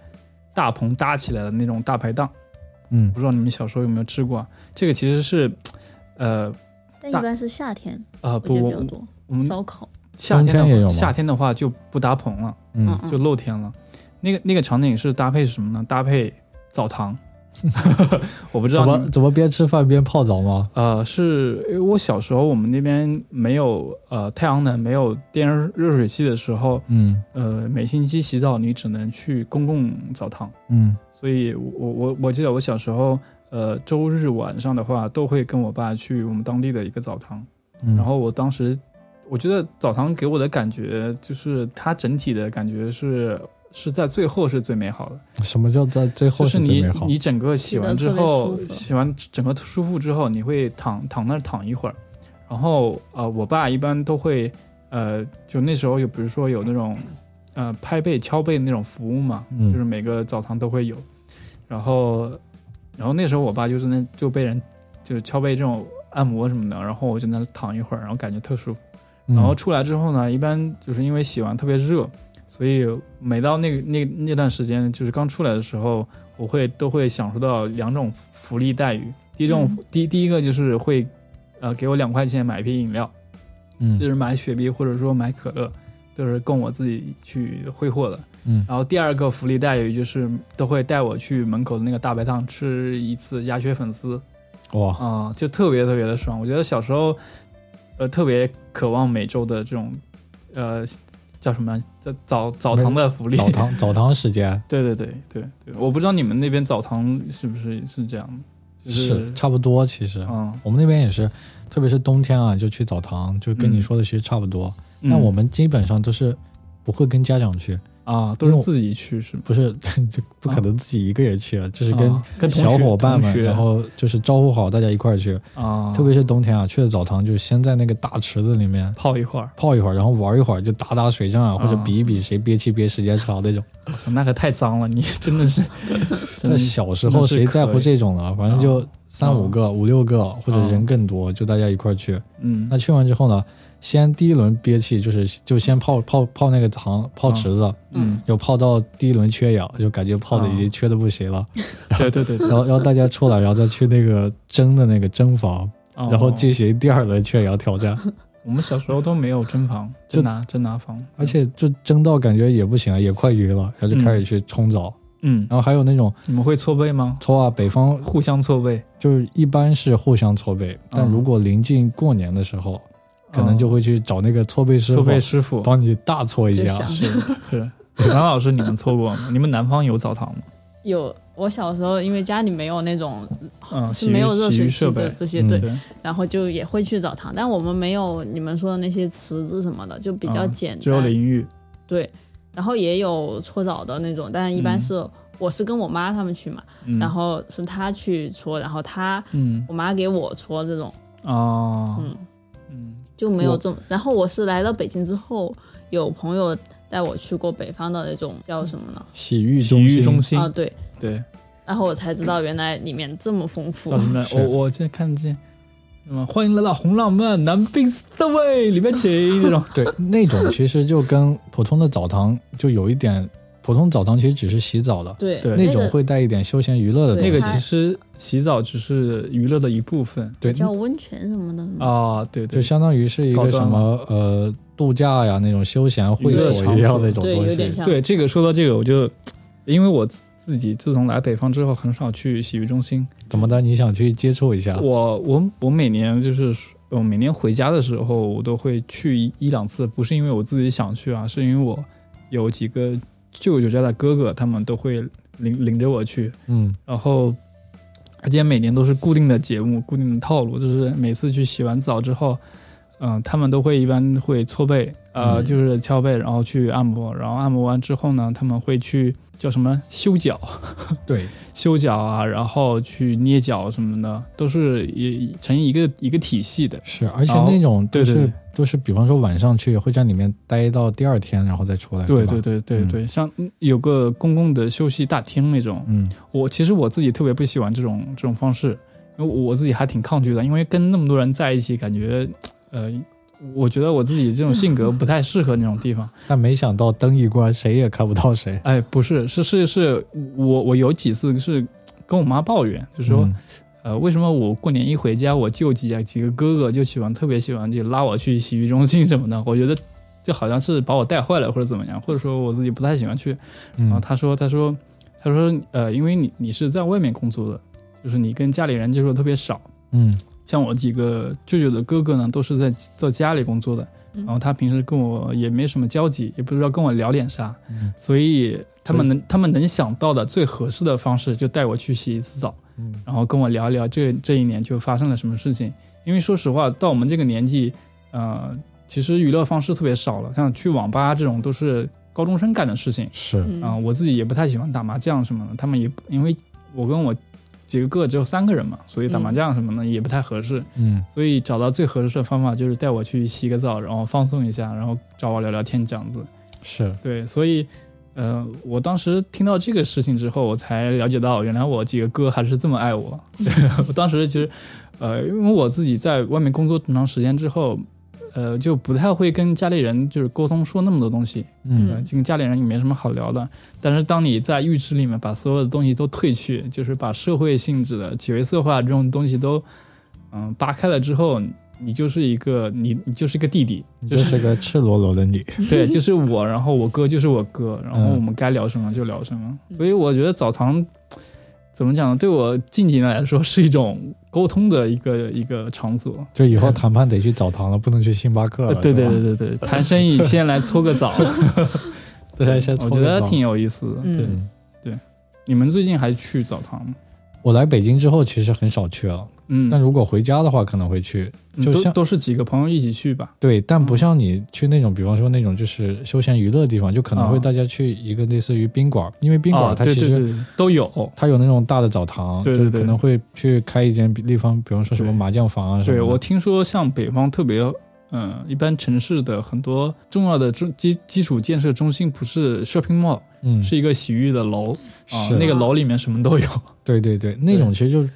[SPEAKER 2] 大棚搭起来的那种大排档。
[SPEAKER 1] 嗯
[SPEAKER 2] 不知道你们小时候有没有吃过啊？这个其实是，呃
[SPEAKER 3] 但一
[SPEAKER 2] 大
[SPEAKER 3] 般是夏天，
[SPEAKER 2] 呃，
[SPEAKER 3] 我觉
[SPEAKER 2] 不，
[SPEAKER 3] 得比较
[SPEAKER 2] 我
[SPEAKER 3] 多，
[SPEAKER 2] 我们
[SPEAKER 3] 烧烤，
[SPEAKER 2] 夏天
[SPEAKER 1] 冬天也
[SPEAKER 2] 的
[SPEAKER 1] 有
[SPEAKER 2] 话
[SPEAKER 1] 吗
[SPEAKER 2] 夏天的话就不搭棚了，
[SPEAKER 1] 嗯
[SPEAKER 3] 嗯，嗯
[SPEAKER 2] 就露天了。那个那个场景是搭配什么呢？搭配澡
[SPEAKER 1] [LAUGHS]
[SPEAKER 2] 堂。我不知
[SPEAKER 1] 怎
[SPEAKER 2] 道你
[SPEAKER 1] 么怎么边吃饭边泡澡吗？
[SPEAKER 2] 呃，是因为我小时候我们那边没有呃太阳能，没有电热热水器的时候，
[SPEAKER 1] 嗯
[SPEAKER 2] 呃，每星期洗澡你只能去公共澡堂，
[SPEAKER 1] 嗯
[SPEAKER 2] 所以我我我记得我小时候，呃，周日晚上的话都会跟我爸去我们当地的一个澡堂，
[SPEAKER 1] 嗯，
[SPEAKER 2] 然后我当时我觉得澡堂给我的感觉就是它整体的感觉是是在最后是最美好的。
[SPEAKER 1] 什么叫在最后
[SPEAKER 2] 就是
[SPEAKER 1] 最
[SPEAKER 2] 你
[SPEAKER 1] 美好？
[SPEAKER 2] 你整个洗完之后
[SPEAKER 3] 洗得特别舒，服
[SPEAKER 2] 洗完整个舒服之后，你会躺躺那儿躺一会儿，然后呃，我爸一般都会呃，就那时候有比如说有那种呃拍背敲背那种服务嘛，就是
[SPEAKER 1] 嗯
[SPEAKER 2] 每个澡堂都会有，然后然后那时候我爸就是那就被人就敲背这种按摩什么的，然后我就在那儿躺一会儿，然后感觉特舒服。
[SPEAKER 1] 嗯，
[SPEAKER 2] 然后出来之后呢，一般就是因为洗完特别热，所以每到那个那那段时间，就是刚出来的时候，我会都会享受到两种福利待遇。第一种，
[SPEAKER 3] 嗯
[SPEAKER 2] 第第一个就是会，呃，给我两块钱买一瓶饮料，就
[SPEAKER 1] 嗯
[SPEAKER 2] 是买雪碧或者说买可乐，就是供我自己去挥霍的。
[SPEAKER 1] 嗯
[SPEAKER 2] 然后第二个福利待遇就是都会带我去门口的那个大排档吃一次鸭血粉丝，
[SPEAKER 1] 哇，
[SPEAKER 2] [LAUGHS] 啊、就特别特别的爽。我觉得小时候，呃，特别渴望每周的这种，呃，叫什么在澡澡堂的福利。 [LAUGHS]
[SPEAKER 1] 澡堂澡堂时间
[SPEAKER 2] 对对对对对，我不知道你们那边澡堂是不是是这样的， [LAUGHS] 就是
[SPEAKER 1] 是差不多，其实
[SPEAKER 2] 嗯，
[SPEAKER 1] 我们那边也是，特别是冬天啊，就去澡堂，就跟你
[SPEAKER 2] 嗯
[SPEAKER 1] 说的其实差不多。
[SPEAKER 2] 嗯
[SPEAKER 1] 那我们基本上都是不会跟家长去，
[SPEAKER 2] 啊都是自己去是吗？
[SPEAKER 1] 不是 [LAUGHS] 就不可能自己一个人去啊，就是跟
[SPEAKER 2] 啊跟同
[SPEAKER 1] 小
[SPEAKER 2] 学
[SPEAKER 1] 伙伴
[SPEAKER 2] 同
[SPEAKER 1] 们，
[SPEAKER 2] 学
[SPEAKER 1] 然后就是招呼好大家一块儿去。
[SPEAKER 2] 啊，
[SPEAKER 1] 特别是冬天啊，去了澡堂就先在那个大池子里面
[SPEAKER 2] 泡一会儿，
[SPEAKER 1] 泡一会儿，然后玩一会儿，就打打水仗啊，或者
[SPEAKER 2] 啊
[SPEAKER 1] 比一比谁憋气憋时间长那种。
[SPEAKER 2] 我操那可太脏了，你 [LAUGHS] 真的是，真
[SPEAKER 1] 但
[SPEAKER 2] 的
[SPEAKER 1] 小时候
[SPEAKER 2] 嗯真的是
[SPEAKER 1] 谁在
[SPEAKER 2] 可
[SPEAKER 1] 乎
[SPEAKER 2] 以
[SPEAKER 1] 这种啊？反正就三五个、五六个或者
[SPEAKER 2] 啊
[SPEAKER 1] 人更多，就大家一块儿去。
[SPEAKER 2] 嗯
[SPEAKER 1] 那去完之后呢，先第一轮憋气就是就先泡泡泡那个糖泡池子，
[SPEAKER 2] 嗯，
[SPEAKER 1] 就泡到第一轮缺氧，就感觉泡的已经
[SPEAKER 2] 啊
[SPEAKER 1] 缺的不行了。
[SPEAKER 2] 对对对，对
[SPEAKER 1] 然后然后大家出来，然后再去那个蒸的那个蒸房， [LAUGHS]
[SPEAKER 2] 哦
[SPEAKER 1] 然后进行第二轮缺氧挑战。
[SPEAKER 2] 我们小时候都没有蒸房，
[SPEAKER 1] 就
[SPEAKER 2] 真拿真拿房，
[SPEAKER 1] 而且就蒸到感觉也不行，也快晕了，然后就开始去冲澡。
[SPEAKER 2] 嗯，
[SPEAKER 1] 然后还有那种
[SPEAKER 2] 你们会搓背吗？
[SPEAKER 1] 搓啊，北方
[SPEAKER 2] 互相搓背，
[SPEAKER 1] 就是一般是互相搓背，但
[SPEAKER 2] 嗯
[SPEAKER 1] 如果临近过年的时候，可能就
[SPEAKER 2] 会
[SPEAKER 1] 会去找那个搓背师
[SPEAKER 2] 搓
[SPEAKER 1] 傅
[SPEAKER 2] 背师傅。 [LAUGHS]
[SPEAKER 1] 帮你大搓一
[SPEAKER 3] 就
[SPEAKER 1] 下
[SPEAKER 3] 想。
[SPEAKER 2] 是是，南老师你们搓过
[SPEAKER 1] [LAUGHS]
[SPEAKER 2] 吗？你们南方有澡堂吗？
[SPEAKER 3] 有我小时候因为家里没有那种
[SPEAKER 2] 嗯，洗
[SPEAKER 3] 哦是没有热
[SPEAKER 2] 浴洗
[SPEAKER 3] 水
[SPEAKER 2] 浴
[SPEAKER 3] 器
[SPEAKER 2] 设
[SPEAKER 3] 的
[SPEAKER 2] 备，
[SPEAKER 3] 这些
[SPEAKER 1] 嗯
[SPEAKER 3] 对，
[SPEAKER 2] 对，
[SPEAKER 3] 然后就也会去澡堂，但我们没有你们说的那些池子什么的，就比较
[SPEAKER 2] 嗯
[SPEAKER 3] 简
[SPEAKER 2] 只有
[SPEAKER 3] 单。
[SPEAKER 2] 淋浴。
[SPEAKER 3] 对，然后也有搓澡的那种，但一般是、我是跟我妈他们去嘛，
[SPEAKER 2] 嗯
[SPEAKER 3] 然后是她去搓，然后她
[SPEAKER 2] 嗯
[SPEAKER 3] 我妈给我搓这种，
[SPEAKER 2] 啊
[SPEAKER 3] 嗯，
[SPEAKER 2] 嗯
[SPEAKER 3] 就没有
[SPEAKER 2] 我
[SPEAKER 3] 这么。然后我是来到北京之后，有朋友带我去过北方的那种叫什么呢？
[SPEAKER 1] 洗浴
[SPEAKER 2] 洗浴中
[SPEAKER 1] 中
[SPEAKER 2] 心
[SPEAKER 3] 啊，对，
[SPEAKER 2] 对，
[SPEAKER 3] 然后我才知道原来里面这么丰富
[SPEAKER 2] 叫。什么？
[SPEAKER 1] 是
[SPEAKER 2] 我我现在看见。什么？欢迎来到红浪漫南滨 Subway 里面请这种
[SPEAKER 1] 对 [LAUGHS] 那种其实就跟普通的澡堂就有一点，普通澡堂其实只是洗澡的，
[SPEAKER 3] 对
[SPEAKER 2] 对
[SPEAKER 1] 那
[SPEAKER 3] 个
[SPEAKER 1] 种会带一点休闲娱乐的东西。
[SPEAKER 2] 那个
[SPEAKER 3] 它
[SPEAKER 2] 其实洗澡只是娱乐的一部分
[SPEAKER 1] 对，
[SPEAKER 3] 叫温泉什么的嘛，
[SPEAKER 2] 啊，对
[SPEAKER 1] 就
[SPEAKER 2] 对，
[SPEAKER 1] 相当于是一
[SPEAKER 2] 高
[SPEAKER 1] 个
[SPEAKER 2] 端
[SPEAKER 1] 什么呃度假呀那种休闲会
[SPEAKER 2] 娱乐
[SPEAKER 1] 所
[SPEAKER 2] 场
[SPEAKER 1] 一样
[SPEAKER 2] 所
[SPEAKER 1] 那种
[SPEAKER 3] 对，
[SPEAKER 1] 东
[SPEAKER 3] 有点
[SPEAKER 1] 西。
[SPEAKER 3] 像。
[SPEAKER 2] 对这个说到这个，我就因为我自己自从来北方之后，很少去洗浴中心。
[SPEAKER 1] 怎么的？你想去接触一下？
[SPEAKER 2] 我我我每年就是我每年回家的时候，我都会去一一两次，不是因为我自己想去啊，是因为我有几个舅舅家的哥哥，他们都会领领着我去，
[SPEAKER 1] 嗯，
[SPEAKER 2] 然后。而且每年都是固定的节目、固定的套路，就是每次去洗完澡之后，嗯、他们都会一般会搓背，呃，
[SPEAKER 1] 嗯
[SPEAKER 2] 就是敲背，然后去按摩，然后按摩完之后呢，他们会去叫什么修脚，
[SPEAKER 1] 对，
[SPEAKER 2] 修脚啊，然后去捏脚什么的，都是也成一个一个体系的。
[SPEAKER 1] 是，而且
[SPEAKER 2] 然后
[SPEAKER 1] 那种都
[SPEAKER 2] 对
[SPEAKER 1] 是
[SPEAKER 2] 对对
[SPEAKER 1] 都是，比方说晚上去会在里面待到第二天，然后再出来。
[SPEAKER 2] 对
[SPEAKER 1] 吧
[SPEAKER 2] 对对对
[SPEAKER 1] 嗯
[SPEAKER 2] 对，像嗯有个公共的休息大厅那种，
[SPEAKER 1] 嗯，
[SPEAKER 2] 我其实我自己特别不喜欢这种这种方式，因为我自己还挺抗拒的，因为跟那么多人在一起，感觉，呃，我觉得我自己这种性格不太适合那种地方。
[SPEAKER 1] 但没想到灯一关，谁也看不到谁。
[SPEAKER 2] 哎，不是，是是是，我我有几次是跟我妈抱怨，就说，
[SPEAKER 1] 嗯
[SPEAKER 2] 呃，为什么我过年一回家，我舅几啊几个哥哥就喜欢特别喜欢就拉我去洗浴中心什么的？我觉得就好像是把我带坏了或者怎么样，或者说我自己不太喜欢去。然后
[SPEAKER 1] 嗯，
[SPEAKER 2] 他说，他说，他说，呃，因为你你是在外面工作的，就是你跟家里人接触得特别少。
[SPEAKER 1] 嗯，
[SPEAKER 2] 像我几个舅舅的哥哥呢，都是在在家里工作的，
[SPEAKER 3] 嗯
[SPEAKER 2] 然后他平时跟我也没什么交集，也不知道跟我聊点啥，
[SPEAKER 1] 嗯
[SPEAKER 2] 所以他们能他们能想到的最合适的方式，就带我去洗一次澡，
[SPEAKER 1] 嗯
[SPEAKER 2] 然后跟我聊一聊这这一年就发生了什么事情。因为说实话，到我们这个年纪，呃，其实娱乐方式特别少了，像去网吧这种都是高中生干的事情。
[SPEAKER 1] 是，
[SPEAKER 3] 嗯
[SPEAKER 2] 啊、我自己也不太喜欢打麻将什么的，他们也不因为我跟我几个哥只有三个人嘛，所以打麻将什么的也不太合适，
[SPEAKER 1] 嗯
[SPEAKER 2] 所以找到最合适的方法就是带我去洗个澡，然后放松一下，然后找我聊聊天这样子。
[SPEAKER 1] 是，
[SPEAKER 2] 对，所以。呃，我当时听到这个事情之后，我才了解到，原来我几个哥还是这么爱我。对我 [LAUGHS] 当时其实，呃，因为我自己在外面工作这么长时间之后，呃，就不太会跟家里人就是沟通说那么多东西，
[SPEAKER 1] 嗯
[SPEAKER 2] 呃，跟家里人也没什么好聊的。但是当你在浴室里面把所有的东西都褪去，就是把社会性质的角色化这种东西都，嗯、扒开了之后，你就是一个你你就是一个弟弟，
[SPEAKER 1] 你
[SPEAKER 2] 就
[SPEAKER 1] 就是是个赤裸裸的你。
[SPEAKER 2] [LAUGHS] 对，就是我，然后我哥就是我哥，然后我们该聊什么就聊什么。所以我觉得澡堂怎么讲呢？对我近几年来说是一种沟通的一个一个场所。
[SPEAKER 1] 就以后谈判得去澡堂了，不能去星巴克了。
[SPEAKER 2] 呃对对
[SPEAKER 1] 啊是吧，
[SPEAKER 2] 对对对，谈生意先来搓个
[SPEAKER 1] [LAUGHS]
[SPEAKER 2] 澡，
[SPEAKER 1] 大家先搓
[SPEAKER 2] 我
[SPEAKER 1] 个
[SPEAKER 2] 觉得
[SPEAKER 1] 澡
[SPEAKER 2] 挺有意思的。
[SPEAKER 3] 嗯
[SPEAKER 2] 对，
[SPEAKER 1] 嗯
[SPEAKER 2] 你们最近还去澡堂吗？
[SPEAKER 1] 我来北京之后其实很少去了，
[SPEAKER 2] 嗯，
[SPEAKER 1] 但如果回家的话可能会去。
[SPEAKER 2] 嗯
[SPEAKER 1] 就
[SPEAKER 2] 都
[SPEAKER 1] 像
[SPEAKER 2] 都是几个朋友一起去吧。
[SPEAKER 1] 对，但
[SPEAKER 2] 嗯
[SPEAKER 1] 不像你去那种，比方说那种就是休闲娱乐的地方，就可能会
[SPEAKER 2] 啊
[SPEAKER 1] 大家去一个类似于宾馆，因为宾
[SPEAKER 2] 啊
[SPEAKER 1] 馆它
[SPEAKER 2] 对
[SPEAKER 1] 其
[SPEAKER 2] 对
[SPEAKER 1] 实
[SPEAKER 2] 对对都有。
[SPEAKER 1] 它有那种大的澡堂，
[SPEAKER 2] 对
[SPEAKER 1] 就是
[SPEAKER 2] 对对
[SPEAKER 1] 可能会去开一间地方，比方说什么
[SPEAKER 2] 对
[SPEAKER 1] 麻将房啊什么
[SPEAKER 2] 对
[SPEAKER 1] 的。
[SPEAKER 2] 我听说像北方特别，嗯，一般城市的很多重要的中基基础建设中心不是 shopping mall，
[SPEAKER 1] 嗯
[SPEAKER 2] 是一个洗浴的楼啊
[SPEAKER 1] 是，
[SPEAKER 2] 那个楼里面什么都有。
[SPEAKER 1] 对对对，那种其实就是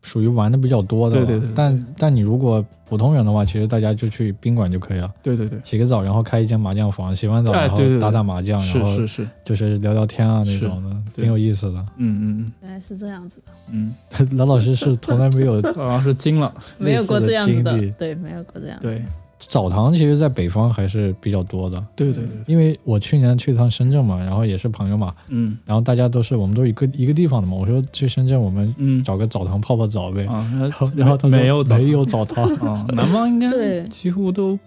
[SPEAKER 1] 属于玩的比较多的了。
[SPEAKER 2] 对对对对
[SPEAKER 1] 但但你如果普通人的话，其实大家就去宾馆就可以了，
[SPEAKER 2] [LAUGHS] 对对对，
[SPEAKER 1] 洗个澡，然后开一间麻将房，洗完澡
[SPEAKER 2] 哎
[SPEAKER 1] 然后
[SPEAKER 2] 对对对
[SPEAKER 1] 打打麻将，
[SPEAKER 2] 是
[SPEAKER 1] 然后
[SPEAKER 2] 是是，
[SPEAKER 1] 就是聊聊天啊那
[SPEAKER 2] 是
[SPEAKER 1] 种的，
[SPEAKER 2] 对
[SPEAKER 1] 挺有意思的。 [LAUGHS]
[SPEAKER 2] 嗯嗯
[SPEAKER 3] 原来是这样子的，
[SPEAKER 2] 嗯
[SPEAKER 1] 但蓝老师是从来没有
[SPEAKER 2] 嗯，老师是惊了，
[SPEAKER 3] 没有过这样子
[SPEAKER 1] 类似的经历
[SPEAKER 3] 的，对，没有过这样子。
[SPEAKER 2] 对
[SPEAKER 1] 澡堂，其实在北方还是比较多的，
[SPEAKER 2] 对对对，
[SPEAKER 1] 因为我去年去趟深圳嘛，然后也是朋友嘛，
[SPEAKER 2] 嗯
[SPEAKER 1] 然后大家都是我们都一个一个地方的嘛，我说去深圳我们
[SPEAKER 2] 嗯
[SPEAKER 1] 找个澡堂泡泡澡呗，
[SPEAKER 2] 啊，然
[SPEAKER 1] 然后然后他说
[SPEAKER 2] 没有
[SPEAKER 1] 没有澡堂， [LAUGHS]
[SPEAKER 2] 啊，南方应该
[SPEAKER 3] 对
[SPEAKER 2] 几乎都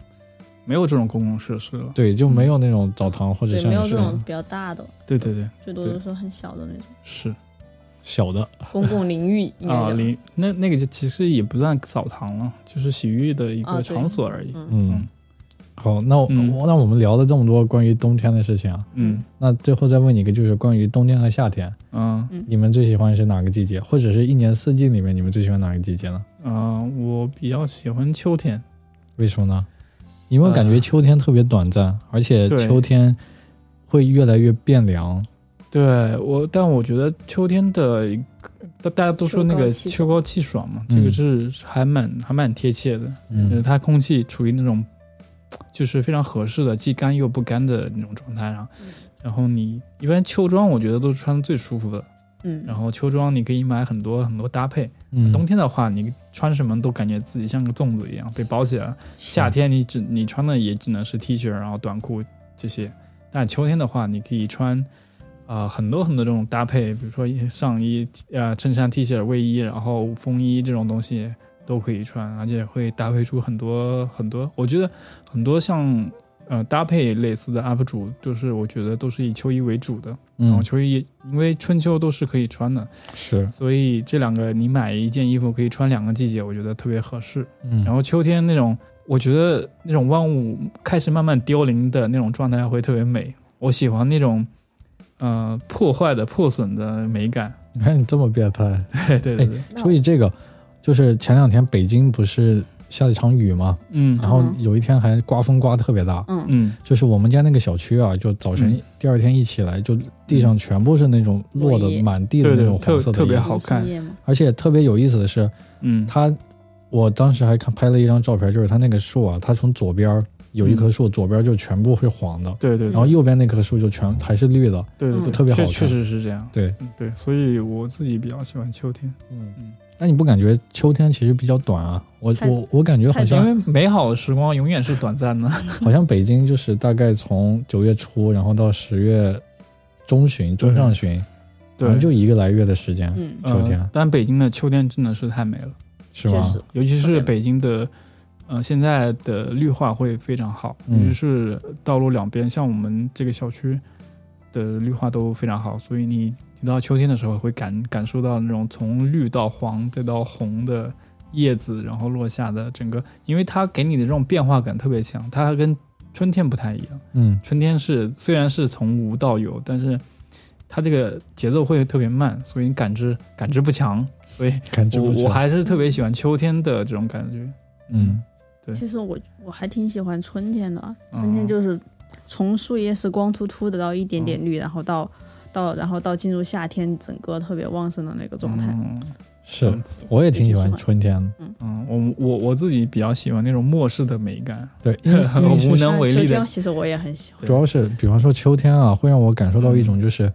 [SPEAKER 2] 没有这种公共设施了，
[SPEAKER 1] 对，就没有那种澡堂或者
[SPEAKER 3] 对，没有
[SPEAKER 1] 像
[SPEAKER 3] 这种
[SPEAKER 1] 是
[SPEAKER 3] 比较大的，
[SPEAKER 2] 对对对，
[SPEAKER 3] 最多都是很小的那种
[SPEAKER 2] 是
[SPEAKER 1] 小的，
[SPEAKER 3] 公共淋浴，应该
[SPEAKER 2] 啊，
[SPEAKER 3] 叫
[SPEAKER 2] 淋那那个就其实也不算澡堂了，就是洗浴的一
[SPEAKER 3] 啊
[SPEAKER 2] 个
[SPEAKER 3] 对
[SPEAKER 2] 场所而已，
[SPEAKER 3] 嗯
[SPEAKER 1] 嗯
[SPEAKER 2] 嗯。
[SPEAKER 1] 好，那我、
[SPEAKER 2] 嗯
[SPEAKER 1] 那我们聊了这么多关于冬天的事情啊，
[SPEAKER 2] 嗯
[SPEAKER 1] 那最后再问你一个，就是关于冬天和夏天，
[SPEAKER 2] 嗯
[SPEAKER 1] 你们最喜欢是哪个季节，或者是一年四季里面你们最喜欢哪个季节呢？
[SPEAKER 2] 嗯，我比较喜欢秋天，
[SPEAKER 1] 为什么呢？因为我感觉
[SPEAKER 2] 呃
[SPEAKER 1] 秋天特别短暂，而且
[SPEAKER 2] 对
[SPEAKER 1] 秋天会越来越变凉。
[SPEAKER 2] 对我，但我觉得秋天的一个，大大家都说那个
[SPEAKER 3] 秋高气爽
[SPEAKER 2] 秋高气爽嘛，这个是还蛮还蛮贴切的。就是
[SPEAKER 1] 嗯
[SPEAKER 2] 它空气处于那种就是非常合适的，既干又不干的那种状态上。然后你一般秋装，我觉得都是穿最舒服的。
[SPEAKER 3] 嗯，
[SPEAKER 2] 然后秋装你可以买很多很多搭配。
[SPEAKER 1] 嗯，
[SPEAKER 2] 冬天的话，你穿什么都感觉自己像个粽子一样被包起来了。
[SPEAKER 1] 是
[SPEAKER 2] 夏天你只你穿的也只能是 T 恤，然后短裤这些。但秋天的话，你可以穿啊、呃很多很多这种搭配，比如说上衣、呃衬衫、T 恤、卫衣，然后风衣这种东西都可以穿，而且会搭配出很多很多。我觉得很多像呃搭配类似的 UP 主，就是我觉得都是以秋衣为主的。然后
[SPEAKER 1] 嗯
[SPEAKER 2] 秋衣因为春秋都是可以穿的，
[SPEAKER 1] 是
[SPEAKER 2] 所以这两个你买一件衣服可以穿两个季节，我觉得特别合适。
[SPEAKER 1] 嗯，
[SPEAKER 2] 然后秋天那种，我觉得那种万物开始慢慢凋零的那种状态会特别美。我喜欢那种，呃，破坏的、破损的美感。 [LAUGHS]
[SPEAKER 1] 你看你这么变态，
[SPEAKER 2] 对对对对，
[SPEAKER 3] 那
[SPEAKER 1] 所以这个就是前两天北京不是下了一场雨嘛，
[SPEAKER 2] 嗯
[SPEAKER 1] 然后
[SPEAKER 3] 嗯
[SPEAKER 1] 有一天还刮风刮得特别大，
[SPEAKER 3] 嗯
[SPEAKER 2] 嗯，
[SPEAKER 1] 就是我们家那个小区啊，就早晨
[SPEAKER 2] 嗯
[SPEAKER 1] 第二天一起来，就地上全部是那种落
[SPEAKER 3] 落
[SPEAKER 1] 的
[SPEAKER 3] 叶
[SPEAKER 1] 满地的
[SPEAKER 2] 对
[SPEAKER 1] 那
[SPEAKER 2] 对
[SPEAKER 1] 种黄色的
[SPEAKER 2] 特别
[SPEAKER 1] 叶，
[SPEAKER 2] 好看
[SPEAKER 3] 林业嘛
[SPEAKER 1] 而且特别有意思的是，
[SPEAKER 2] 嗯，
[SPEAKER 1] 它，我当时还看拍了一张照片，就是它那个树啊，它从左边儿有一棵树，左边就全部是黄的，
[SPEAKER 2] 对对
[SPEAKER 1] 然
[SPEAKER 2] 对
[SPEAKER 1] 后右边那棵树就全还是绿的。
[SPEAKER 2] 对对对，
[SPEAKER 3] 嗯
[SPEAKER 1] 哦特别好
[SPEAKER 2] 确
[SPEAKER 1] 看
[SPEAKER 2] 确实是这样。
[SPEAKER 1] 对
[SPEAKER 2] 嗯对，所以我自己比较喜欢秋天，
[SPEAKER 1] 嗯
[SPEAKER 2] 嗯，
[SPEAKER 1] 那你不感觉秋天其实比较短啊？我
[SPEAKER 3] 太
[SPEAKER 1] 我我感觉好
[SPEAKER 3] 太
[SPEAKER 2] 因 [LAUGHS]
[SPEAKER 1] 像
[SPEAKER 2] 为美好的时光永远是短暂的。
[SPEAKER 1] 好像北京就是大概从九月初，然后到十月中旬、中上旬，可
[SPEAKER 2] 对
[SPEAKER 1] 能，
[SPEAKER 2] [LAUGHS]
[SPEAKER 1] 就一个来月的时间，
[SPEAKER 3] 嗯，
[SPEAKER 2] 呃
[SPEAKER 1] 秋天啊
[SPEAKER 2] 但北京的秋天真的是太美了。
[SPEAKER 1] 是
[SPEAKER 3] 确
[SPEAKER 1] 吗？
[SPEAKER 3] 实，
[SPEAKER 2] 尤其
[SPEAKER 3] 特
[SPEAKER 2] 是
[SPEAKER 3] 别美
[SPEAKER 2] 北京的，呃，现在的绿化会非常好，尤
[SPEAKER 1] 嗯
[SPEAKER 2] 其是道路两边，像我们这个小区的绿化都非常好，所以你提到秋天的时候，会感感受到那种从绿到黄再到红的叶子，然后落下的整个，因为它给你的这种变化感特别强，它跟春天不太一样。
[SPEAKER 1] 嗯
[SPEAKER 2] 春天是虽然是从无到有，但是它这个节奏会特别慢，所以你感知感知不强，所以
[SPEAKER 1] 感知
[SPEAKER 2] 我
[SPEAKER 1] 不出
[SPEAKER 2] 我还是特别喜欢秋天的这种感觉。
[SPEAKER 1] 嗯
[SPEAKER 2] 对
[SPEAKER 3] 其实我我还挺喜欢春天的啊，
[SPEAKER 2] 嗯
[SPEAKER 3] 春天就是从树叶是光秃秃的到一点点绿，然后到到然后到进入夏天，整个特别旺盛的那个状态。
[SPEAKER 2] 嗯
[SPEAKER 1] 是
[SPEAKER 2] 嗯，
[SPEAKER 1] 我也挺喜
[SPEAKER 3] 也挺喜
[SPEAKER 1] 欢
[SPEAKER 3] 欢
[SPEAKER 1] 春天的，
[SPEAKER 2] 嗯，我我我自己比较喜欢那种末世的美感，
[SPEAKER 1] 对，因为因为
[SPEAKER 2] 我
[SPEAKER 1] 是
[SPEAKER 2] 无能为力
[SPEAKER 3] 秋
[SPEAKER 2] 的
[SPEAKER 3] 貂。其实我也很喜欢，
[SPEAKER 2] 对
[SPEAKER 1] 主要是比方说秋天啊，会让我感受到一种就是。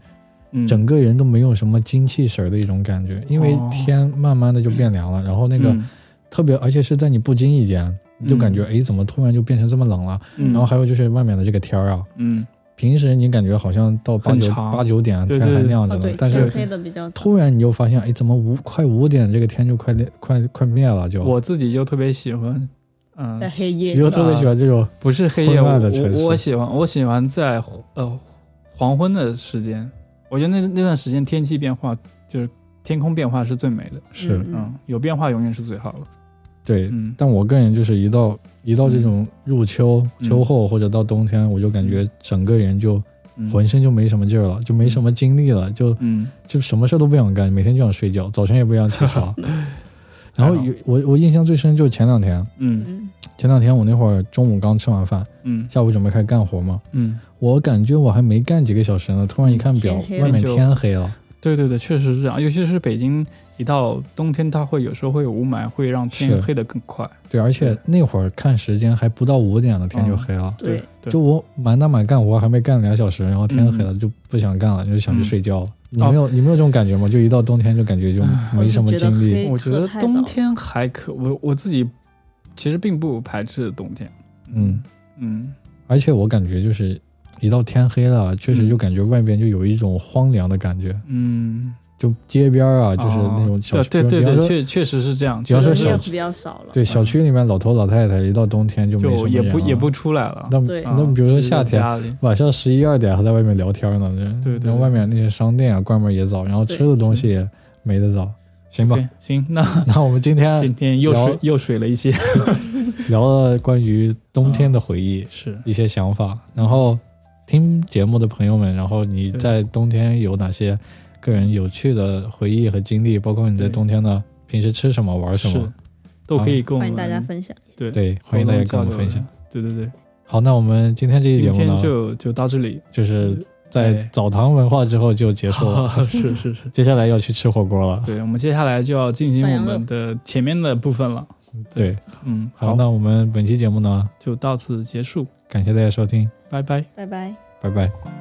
[SPEAKER 2] 嗯，
[SPEAKER 1] 整个人都没有什么精气神儿的一种感觉，因为
[SPEAKER 2] 哦
[SPEAKER 1] 天慢慢的就变凉了，然后那个
[SPEAKER 2] 嗯
[SPEAKER 1] 特别，而且是在你不经意间，你就感觉
[SPEAKER 2] 嗯
[SPEAKER 1] 哎，怎么突然就变成这么冷了？
[SPEAKER 2] 嗯
[SPEAKER 1] 然后还有就是外面的这个天儿啊，
[SPEAKER 2] 嗯
[SPEAKER 1] 平时你感觉好像到八
[SPEAKER 2] 很
[SPEAKER 1] 九
[SPEAKER 2] 长
[SPEAKER 1] 八九点
[SPEAKER 2] 对
[SPEAKER 1] 天还
[SPEAKER 2] 对
[SPEAKER 1] 那样
[SPEAKER 3] 哦
[SPEAKER 1] 子呢
[SPEAKER 3] 对，，
[SPEAKER 1] 但
[SPEAKER 3] 天
[SPEAKER 1] 是
[SPEAKER 2] 对
[SPEAKER 3] 黑的比较早，
[SPEAKER 1] 突然你就发现哎，怎么五快五点这个天就快裂快快灭了就，
[SPEAKER 2] 我自己就特别喜欢，嗯、
[SPEAKER 3] 在黑夜
[SPEAKER 1] 你就特别喜欢这种
[SPEAKER 2] 不是黑夜，
[SPEAKER 1] 昏
[SPEAKER 2] 我
[SPEAKER 1] 暗的城市
[SPEAKER 2] 我我喜欢我喜欢在呃黄昏的时间，我觉得那那段时间天气变化就是天空变化是最美的，
[SPEAKER 1] 是
[SPEAKER 3] 嗯
[SPEAKER 2] 嗯，有变化永远是最好的，
[SPEAKER 1] 对。
[SPEAKER 2] 嗯，
[SPEAKER 1] 但我个人就是一到一到这种入秋、
[SPEAKER 2] 嗯
[SPEAKER 1] 秋后或者到冬天，我就感觉整个人就
[SPEAKER 2] 嗯
[SPEAKER 1] 浑，身就没什么劲儿了，就没什么精力了，就
[SPEAKER 2] 嗯
[SPEAKER 1] 就什么事儿都不想干，每天就想睡觉，早晨也不想起
[SPEAKER 2] [LAUGHS]
[SPEAKER 1] 床。然后有我我印象最深就是前两天，
[SPEAKER 2] 嗯
[SPEAKER 3] 嗯，
[SPEAKER 1] 前两天我那会儿中午刚吃完饭，
[SPEAKER 2] 嗯
[SPEAKER 1] 下午准备开始干活嘛，
[SPEAKER 2] 嗯，
[SPEAKER 1] 我感觉我还没干几个小时呢，突然一看表
[SPEAKER 3] 天黑，了
[SPEAKER 1] 外面
[SPEAKER 2] 就
[SPEAKER 1] 天黑了。
[SPEAKER 2] 对对对，确实是这样，尤其是北京，一到冬天，它会有时候会有雾霾，会让天
[SPEAKER 1] 是
[SPEAKER 2] 黑得更快。
[SPEAKER 1] 对，而且那会儿看时间还不到五点了，天就
[SPEAKER 2] 嗯
[SPEAKER 1] 黑了。
[SPEAKER 3] 对，
[SPEAKER 2] 对
[SPEAKER 1] 就我满打满干活还没干两小时，然后天黑了就不想干了，就想去
[SPEAKER 2] 嗯
[SPEAKER 1] 睡觉了。你
[SPEAKER 2] 哦啊
[SPEAKER 1] 没有你没有这种感觉吗？就一到冬天就感觉就没什么
[SPEAKER 3] 我是觉得
[SPEAKER 1] 精力
[SPEAKER 3] 黑。
[SPEAKER 2] 我觉得
[SPEAKER 3] 可太早
[SPEAKER 2] 冬
[SPEAKER 3] 了
[SPEAKER 2] 天还可，我我自己其实并不排斥冬天。
[SPEAKER 1] 嗯
[SPEAKER 2] 嗯，
[SPEAKER 1] 而且我感觉就是一到天黑了，确实
[SPEAKER 2] 嗯
[SPEAKER 1] 就感觉外边就有一种荒凉的感觉，
[SPEAKER 2] 嗯，
[SPEAKER 1] 就街边儿啊，就是
[SPEAKER 2] 哦
[SPEAKER 1] 那种小区。
[SPEAKER 2] 对对
[SPEAKER 1] 比方
[SPEAKER 2] 对对，
[SPEAKER 1] 说
[SPEAKER 2] 确确实是这样。
[SPEAKER 1] 比方
[SPEAKER 2] 确
[SPEAKER 1] 说
[SPEAKER 2] 实
[SPEAKER 1] 小
[SPEAKER 3] 夜
[SPEAKER 2] 是
[SPEAKER 1] 区
[SPEAKER 3] 比较少了。
[SPEAKER 1] 对小区里面老头老太太一到冬天就没什
[SPEAKER 2] 就
[SPEAKER 1] 么
[SPEAKER 2] 也
[SPEAKER 1] 人
[SPEAKER 2] 不
[SPEAKER 1] 了
[SPEAKER 2] 也不出来了。
[SPEAKER 1] 那
[SPEAKER 3] 对
[SPEAKER 1] 那比如说夏天。
[SPEAKER 2] 啊就是在家里
[SPEAKER 1] 晚上十一二点还在外面聊天呢，
[SPEAKER 2] 对对
[SPEAKER 1] 然后外面那些商店啊关门也早，然后吃的东西也没得早，行吧？
[SPEAKER 2] 对，行，那
[SPEAKER 1] 那我们今天
[SPEAKER 2] 今天又
[SPEAKER 1] 聊
[SPEAKER 2] 水又水了
[SPEAKER 1] [LAUGHS]
[SPEAKER 2] 一些，
[SPEAKER 1] 聊了关于冬天的回忆、
[SPEAKER 2] 是
[SPEAKER 1] 一些想法，然后听节目的朋友们，然后你
[SPEAKER 2] 对
[SPEAKER 1] 在冬天有哪些个人有趣的回忆和经历，包括你在
[SPEAKER 2] 对
[SPEAKER 1] 冬天的平时吃什么、玩什
[SPEAKER 2] 是
[SPEAKER 1] 么，，
[SPEAKER 2] 都可以跟我们
[SPEAKER 3] 欢迎大家分享。
[SPEAKER 2] 对
[SPEAKER 1] 对，欢迎大家跟我们分享。。
[SPEAKER 2] 对对对，
[SPEAKER 1] 好，那我们今天这期节
[SPEAKER 2] 今
[SPEAKER 1] 目
[SPEAKER 2] 天
[SPEAKER 1] 呢，
[SPEAKER 2] 就就到这里，
[SPEAKER 1] 就是在
[SPEAKER 2] 对
[SPEAKER 1] 澡堂文化之后就结束
[SPEAKER 2] [LAUGHS]
[SPEAKER 1] 了，
[SPEAKER 2] 是是是，
[SPEAKER 1] 接下来要去吃火锅了。
[SPEAKER 2] 对我们接下来就要进行
[SPEAKER 3] 涮
[SPEAKER 2] 我
[SPEAKER 3] 羊肉
[SPEAKER 2] 们的前面的部分了。
[SPEAKER 1] 对，
[SPEAKER 2] 嗯，
[SPEAKER 1] 好，那我们本期节目呢，
[SPEAKER 2] 就到此结束，
[SPEAKER 1] 感谢大家收听，
[SPEAKER 2] 拜拜。
[SPEAKER 3] 拜拜。
[SPEAKER 1] 拜拜。